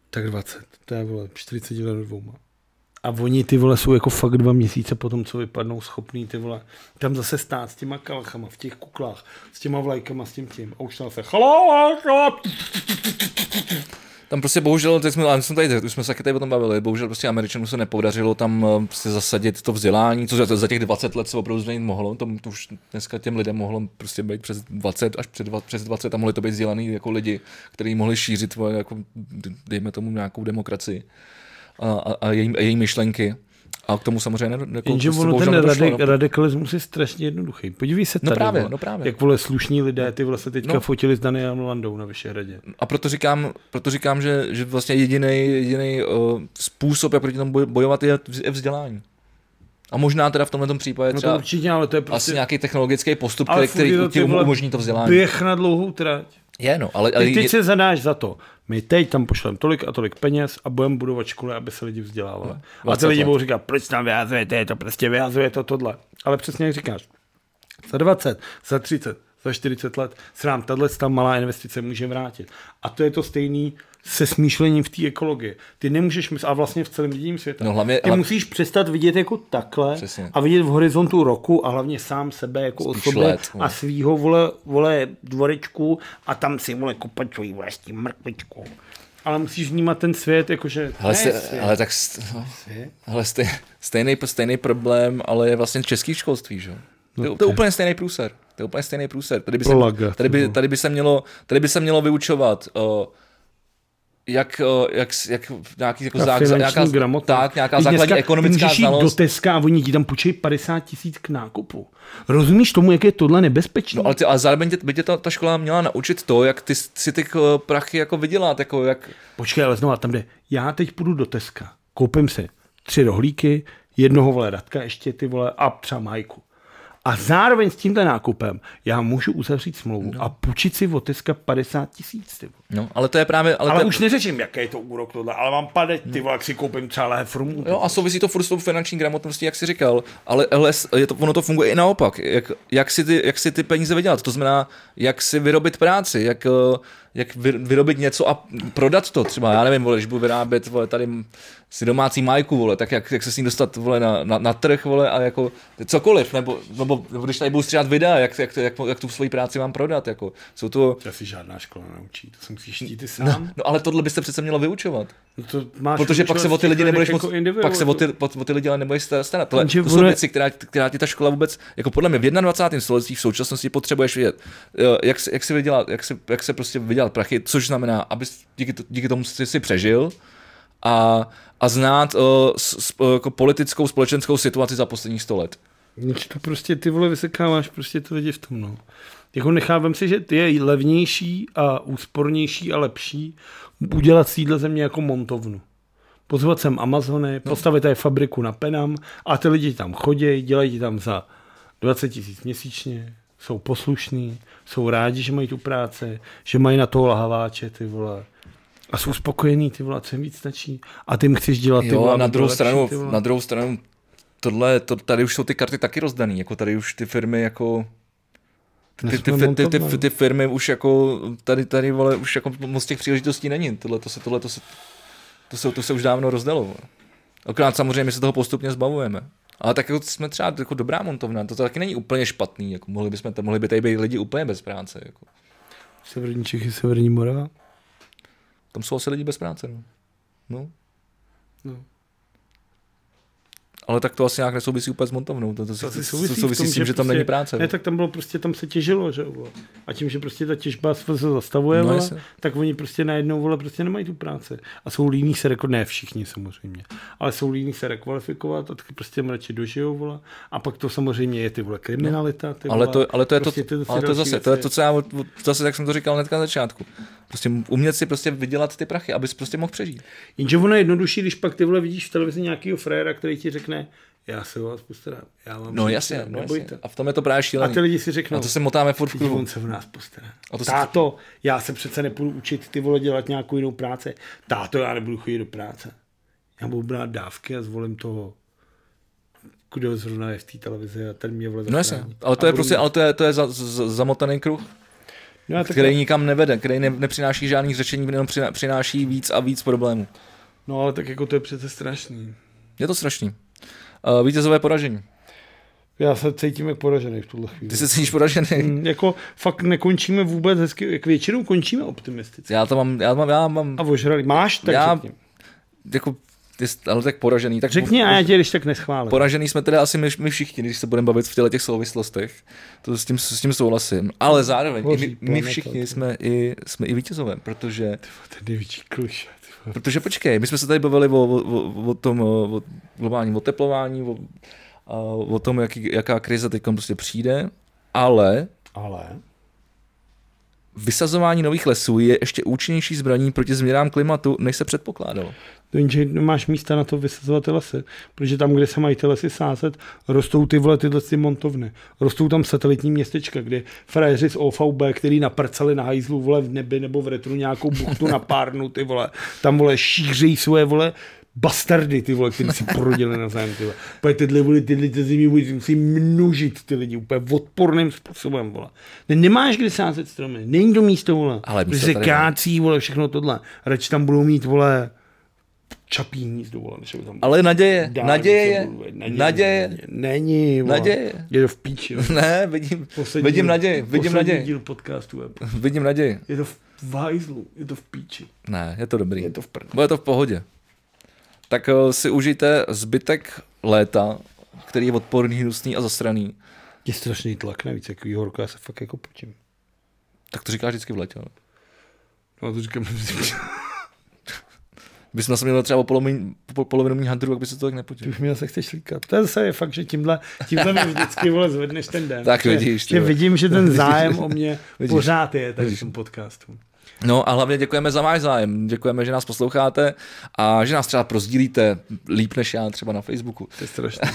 Tak 20, to je, vole, 40 let do dvouma. A oni, ty vole, jsou jako fakt dva měsíce po tom, co vypadnou schopný, ty vole, tam zase stát s těma kalchama v těch kuklách, s těma vlajkama, s tím tím. A už tam se, "Haló, haló." Tam prostě bohužel, teď jsme, ale jsme tady, už jsme se taky tady o tom bavili, bohužel prostě Američanům se nepodařilo tam eh, se zasadit to vzdělání, co za, za těch 20 let se opravdu změnit mohlo, to, to už dneska těm lidem mohlo prostě být přes 20 až před, dva- přes 20 a mohli to být vzdělaný jako lidi, kteří mohli šířit, vole, jako, dejme tomu, nějakou demokracii a, a, a její, a její myšlenky. A k tomu samozřejmě ne, jako, Jenže prostě ono bohužel ten nedošlo, radik- no. radikalismus je strašně jednoduchý. Podívej se No tady, právě, vole, no právě. jak vole slušní lidé, ty vole se teďka No. fotili s Danielem Landou na Vyšehradě. A proto říkám, proto říkám že, že vlastně jediný jediný uh, způsob, jak proti tomu boj- bojovat, je vz- je vzdělání. A možná teda v tomhle tom případě No to třeba určitě, ale to je asi prostě nějaký technologický postup, Ale který, který furt je to, ti ty um- vole, umožní to vzdělání. běh na dlouhou trať. Je, no, ale, ale Ty teď je, se zadáš za to. My teď tam pošleme tolik a tolik peněz a budeme budovat školy, aby se lidi vzdělávali. A 20 ty lidi let. budou říkat, proč tam vyhazujete, je to prostě vyhazuje to tohle. Ale přesně jak říkáš, za 20, za 30, za 40 let se nám tahle ta malá investice může vrátit. A to je to stejný se smýšlením v té ekologii. Ty nemůžeš myslet, a vlastně v celém dění světa. No hlavně- ty ale- musíš přestat vidět jako takhle Přesně. a vidět v horizontu roku a hlavně sám sebe jako Spíš osobe let, no. a vole. svýho, vole, vole, dvorečku a tam si, vole, kopačují, vole, s tím mrkvičkou. Ale musíš vnímat ten svět, jakože, ale, ne, se, svět. ale tak st- no, ale stej, stejný, stejný problém, ale je vlastně český školství, že? jo? No To, je- to je úplně stejný průser. To je úplně stejný průser. Tady by se, Prolaga, tady by, typu. tady by se, mělo, tady by se mělo vyučovat uh, jak, eh, jak, s- jak nějaký, jako Ta zák, finanční nějaká, gramotnost. tak, nějaká Teď základní dneska ekonomická můžeš jít do znalost. Teska a oni ti tam půjčejí 50 tisíc k nákupu. Rozumíš tomu, jak je tohle nebezpečné? No, ale, ty, ale zároveň tě, by tě ta, ta, škola měla naučit to, jak ty s- si ty eh, prachy jako vydělat, jako jak... Počkej, ale znovu tam jde. Já teď půjdu do Teska, koupím si tři rohlíky, jednoho vole radka ještě ty vole a třeba majku. A zároveň s tímto nákupem já můžu uzavřít smlouvu no. a půjčit si od Teska 50 tisíc. Ty vole. No, ale to je právě... Ale, Ale to, už neřeším, jaký je to úrok tohle, ale mám pade, ty vole, jak si koupím třeba lehev rumů. Jo, No a souvisí to furt s tou finanční gramotností, jak jsi říkal, ale LS, je to, ono to funguje i naopak. Jak, jak, si ty, jak si ty peníze vydělat? To znamená, jak si vyrobit práci, jak, eh, jak vy- vyrobit něco a prodat to třeba. Já nevím, vole, když budu vyrábět vole, tady si domácí majku, vole, tak jak, jak se s ní dostat vole, na, na, na, trh vole, a jako cokoliv, nebo, nebo, nebo když tady budu střídat videa, jak, jak, jak, jak tu svoji práci mám prodat. Jako. Jsou to, To si žádná škola naučí, to se musíš štít ty sám. no ale tohle byste přece mělo vyučovat. No. To máš Protože pak se o ty lidi nebudeš moc, jako individual, pak se o ty, po- o ty lidi ale nebudeš star- starat. Tohle, Jenže to jsou ono- věci, která, která ti ta škola vůbec, jako podle mě v 21. století v současnosti potřebuješ vědět, eh, jak, se- jak, si vydělat, jak, se, jak se prostě vydělat prachy, což znamená, aby díky, to- díky tomu jsi si přežil a, a znát uh, s, s, eh, jako politickou, společenskou situaci za posledních 100 let. Když to prostě ty vole vysekáváš prostě ty lidi v tom, no. Jako nechávám si, že ty je levnější a úspornější a lepší udělat z téhle země jako montovnu. Pozvat sem Amazony, No. postavit tady fabriku na Penam a ty lidi tam chodí, dělají ti tam za 20 tisíc měsíčně, jsou poslušní, jsou rádi, že mají tu práci, že mají na toho lahaváče, ty vole. A jsou spokojení, ty vole, co jim víc stačí. A ty jim chceš dělat, ty Jo, vole, a aby na bylo druhou lepší, stranu, ty vole. na druhou stranu, tohle, to, tady už jsou ty karty taky rozdaný, jako tady už ty firmy jako ty, ty, Nesmíme ty, ty, ty, montovat. ty, firmy už jako tady, tady vole, už jako moc těch příležitostí není. Tohle to se, tohle to se, to se, to se už dávno rozdalo. vole. Akorát samozřejmě my se toho postupně zbavujeme. Ale tak jako jsme třeba jako dobrá montovna, to taky není úplně špatný. Jako mohli, bychom, tam- mohli by tady být lidi úplně bez práce. Jako. Severní Čechy, Severní Morava. Tam jsou asi lidi bez práce. No. no. No. Ale tak to asi nějak nesouvisí úplně s montovnou. To, to, To to, asi to souvisí, souvisí, v souvisí tom, s tím, že, tam prostě, není práce. Ne, no. tak tam bylo prostě, tam se těžilo, že jo. vole. A tím, že prostě ta těžba se se zastavuje, No, no, vole, jasně. tak oni prostě najednou vole, prostě nemají tu práci. A jsou líní se rekvalifikovat, ne všichni samozřejmě, ale jsou líní se rekvalifikovat a taky prostě mrači dožijou, vole. A pak to samozřejmě je ty vole kriminalita, ty Ale vole, to, ale to je to, prostě ty- ty ale to další zase, to je věci. to, co já, od- od- zase, jak jsem to říkal hnedka na začátku. Prostě umět si prostě vydělat ty prachy, abys prostě mohl přežít. Jenže ono je jednodušší, když pak ty vole vidíš v televizi nějakého fréra, který ti řekne, řekne, já se o vás postarám. Já vám No se jasně, postarám, no jasně. nebojte. A v tom je to právě A šílený. ty lidi si řeknou, a to se motáme furt v Ty, kruhu. on se o nás postará. No. A to se- Táto, já se přece nepůjdu učit ty vole dělat nějakou jinou práci. Táto, já nebudu chodit do práce. Já budu brát dávky a zvolím toho, kdo zrovna je v té televizi a ten mě vole No jasně, zachrání. ale to A je budu prostě, mít- ale to je, to je za, za, zamotaný kruh, No, já tak- který nikam nevede, který ne, nepřináší žádných řešení, jenom přina- přináší víc a víc problémů. no ale tak jako to je přece strašný. Je to strašný. Uh, vítězové poražení. Já se cítím jak poražený v tuhle chvíli. Ty se cítíš poražený. Mm, jako fakt nekončíme vůbec hezky, jak většinou končíme optimisticky. Já to mám, já mám, já mám, A ožrali. Máš, tak já... Já- řekni. jako, ty jsi ale tak poražený. Tak Řekni a já tě když tak neschválím. Poražený jsme teda asi my, my všichni, když se budeme bavit v těle těch souvislostech. To s tím, s tím souhlasím. Ale zároveň Boží i my, my planeta, ty. všichni jsme i, jsme i vítězové, protože, To je největší kliše. ty vole. protože počkej, my jsme se tady bavili o, o, o- o tom o, o globálním oteplování, o, a o tom, jaký, jaká krize teď prostě přijde, ale Ale... vysazování nových lesů je ještě účinnější zbraní proti změnám klimatu, než se předpokládalo. To jen, že máš místa na to vysazovat ty lesy, protože tam, kde se mají ty lesy sázet, rostou ty vole tyhle ty montovny. Rostou tam satelitní městečka, kde frajeři z OVB, který naprcali na hajzlu vole v nebi nebo v retru nějakou buchtu na párnu, ty vole, tam vole šířejí svoje vole bastardy, ty vole, který si porodili na zájem, ty vole. Úplně tyhle vole, tyhle ty zimní vole, musí množit ty lidi úplně odporným způsobem, vole. Ne, nemáš kde sázet stromy, není to místo, vole. Ale Protože místo se tady není. kácí, vole, všechno tohle. Radši tam budou mít, vole, čapí hnízdo, vole, než aby tam Ale naděje, dál naděje něco je, bylo, naděje, naděje. Není, vole. Naděje. Je to v píči. vole. Ne, vidím, vidím díl- naději, vidím poslední naději, díl podcastu web. vidím naději. Je to v v hajzlu, je to v píči. Ne, je to dobrý. Je to v prd. Bude to v pohodě. Tak eh, si užijte zbytek léta, který je odporný, hnusný a zasraný. Je strašný tlak navíc, jako je horko, já se fakt jako počím. Tak to říkáš vždycky v létě. ale. No to říkám, *laughs* Kdybys na sebe měl třeba o polovinu, po, polovinu méně hadru, tak by se to tak ty nepotil. *laughs* už mě se chceš líkat. To je zase je fakt, že tímhle, tímhle mě vždycky vole, zvedneš ten den. Tak že, vidíš, ty Že vole. vidím, *laughs* že ten zájem o mě Vidíš. pořád je tady v tom podcastu. No a hlavně děkujeme za váš zájem. Děkujeme, že nás posloucháte a že nás třeba prozdílíte líp než já třeba na Facebooku. To je strašné.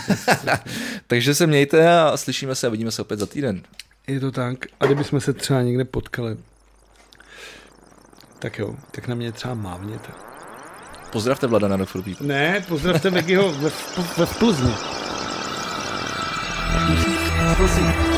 Takže se mějte a slyšíme se a vidíme se opět za týden. Je to tak. A kdybychom se třeba někde potkali, tak jo, tak na mě třeba mávněte. Pozdravte Vlada na Rock for People. Ne, pozdravte Vegiho ve, ve, ve Plzni. Prosím.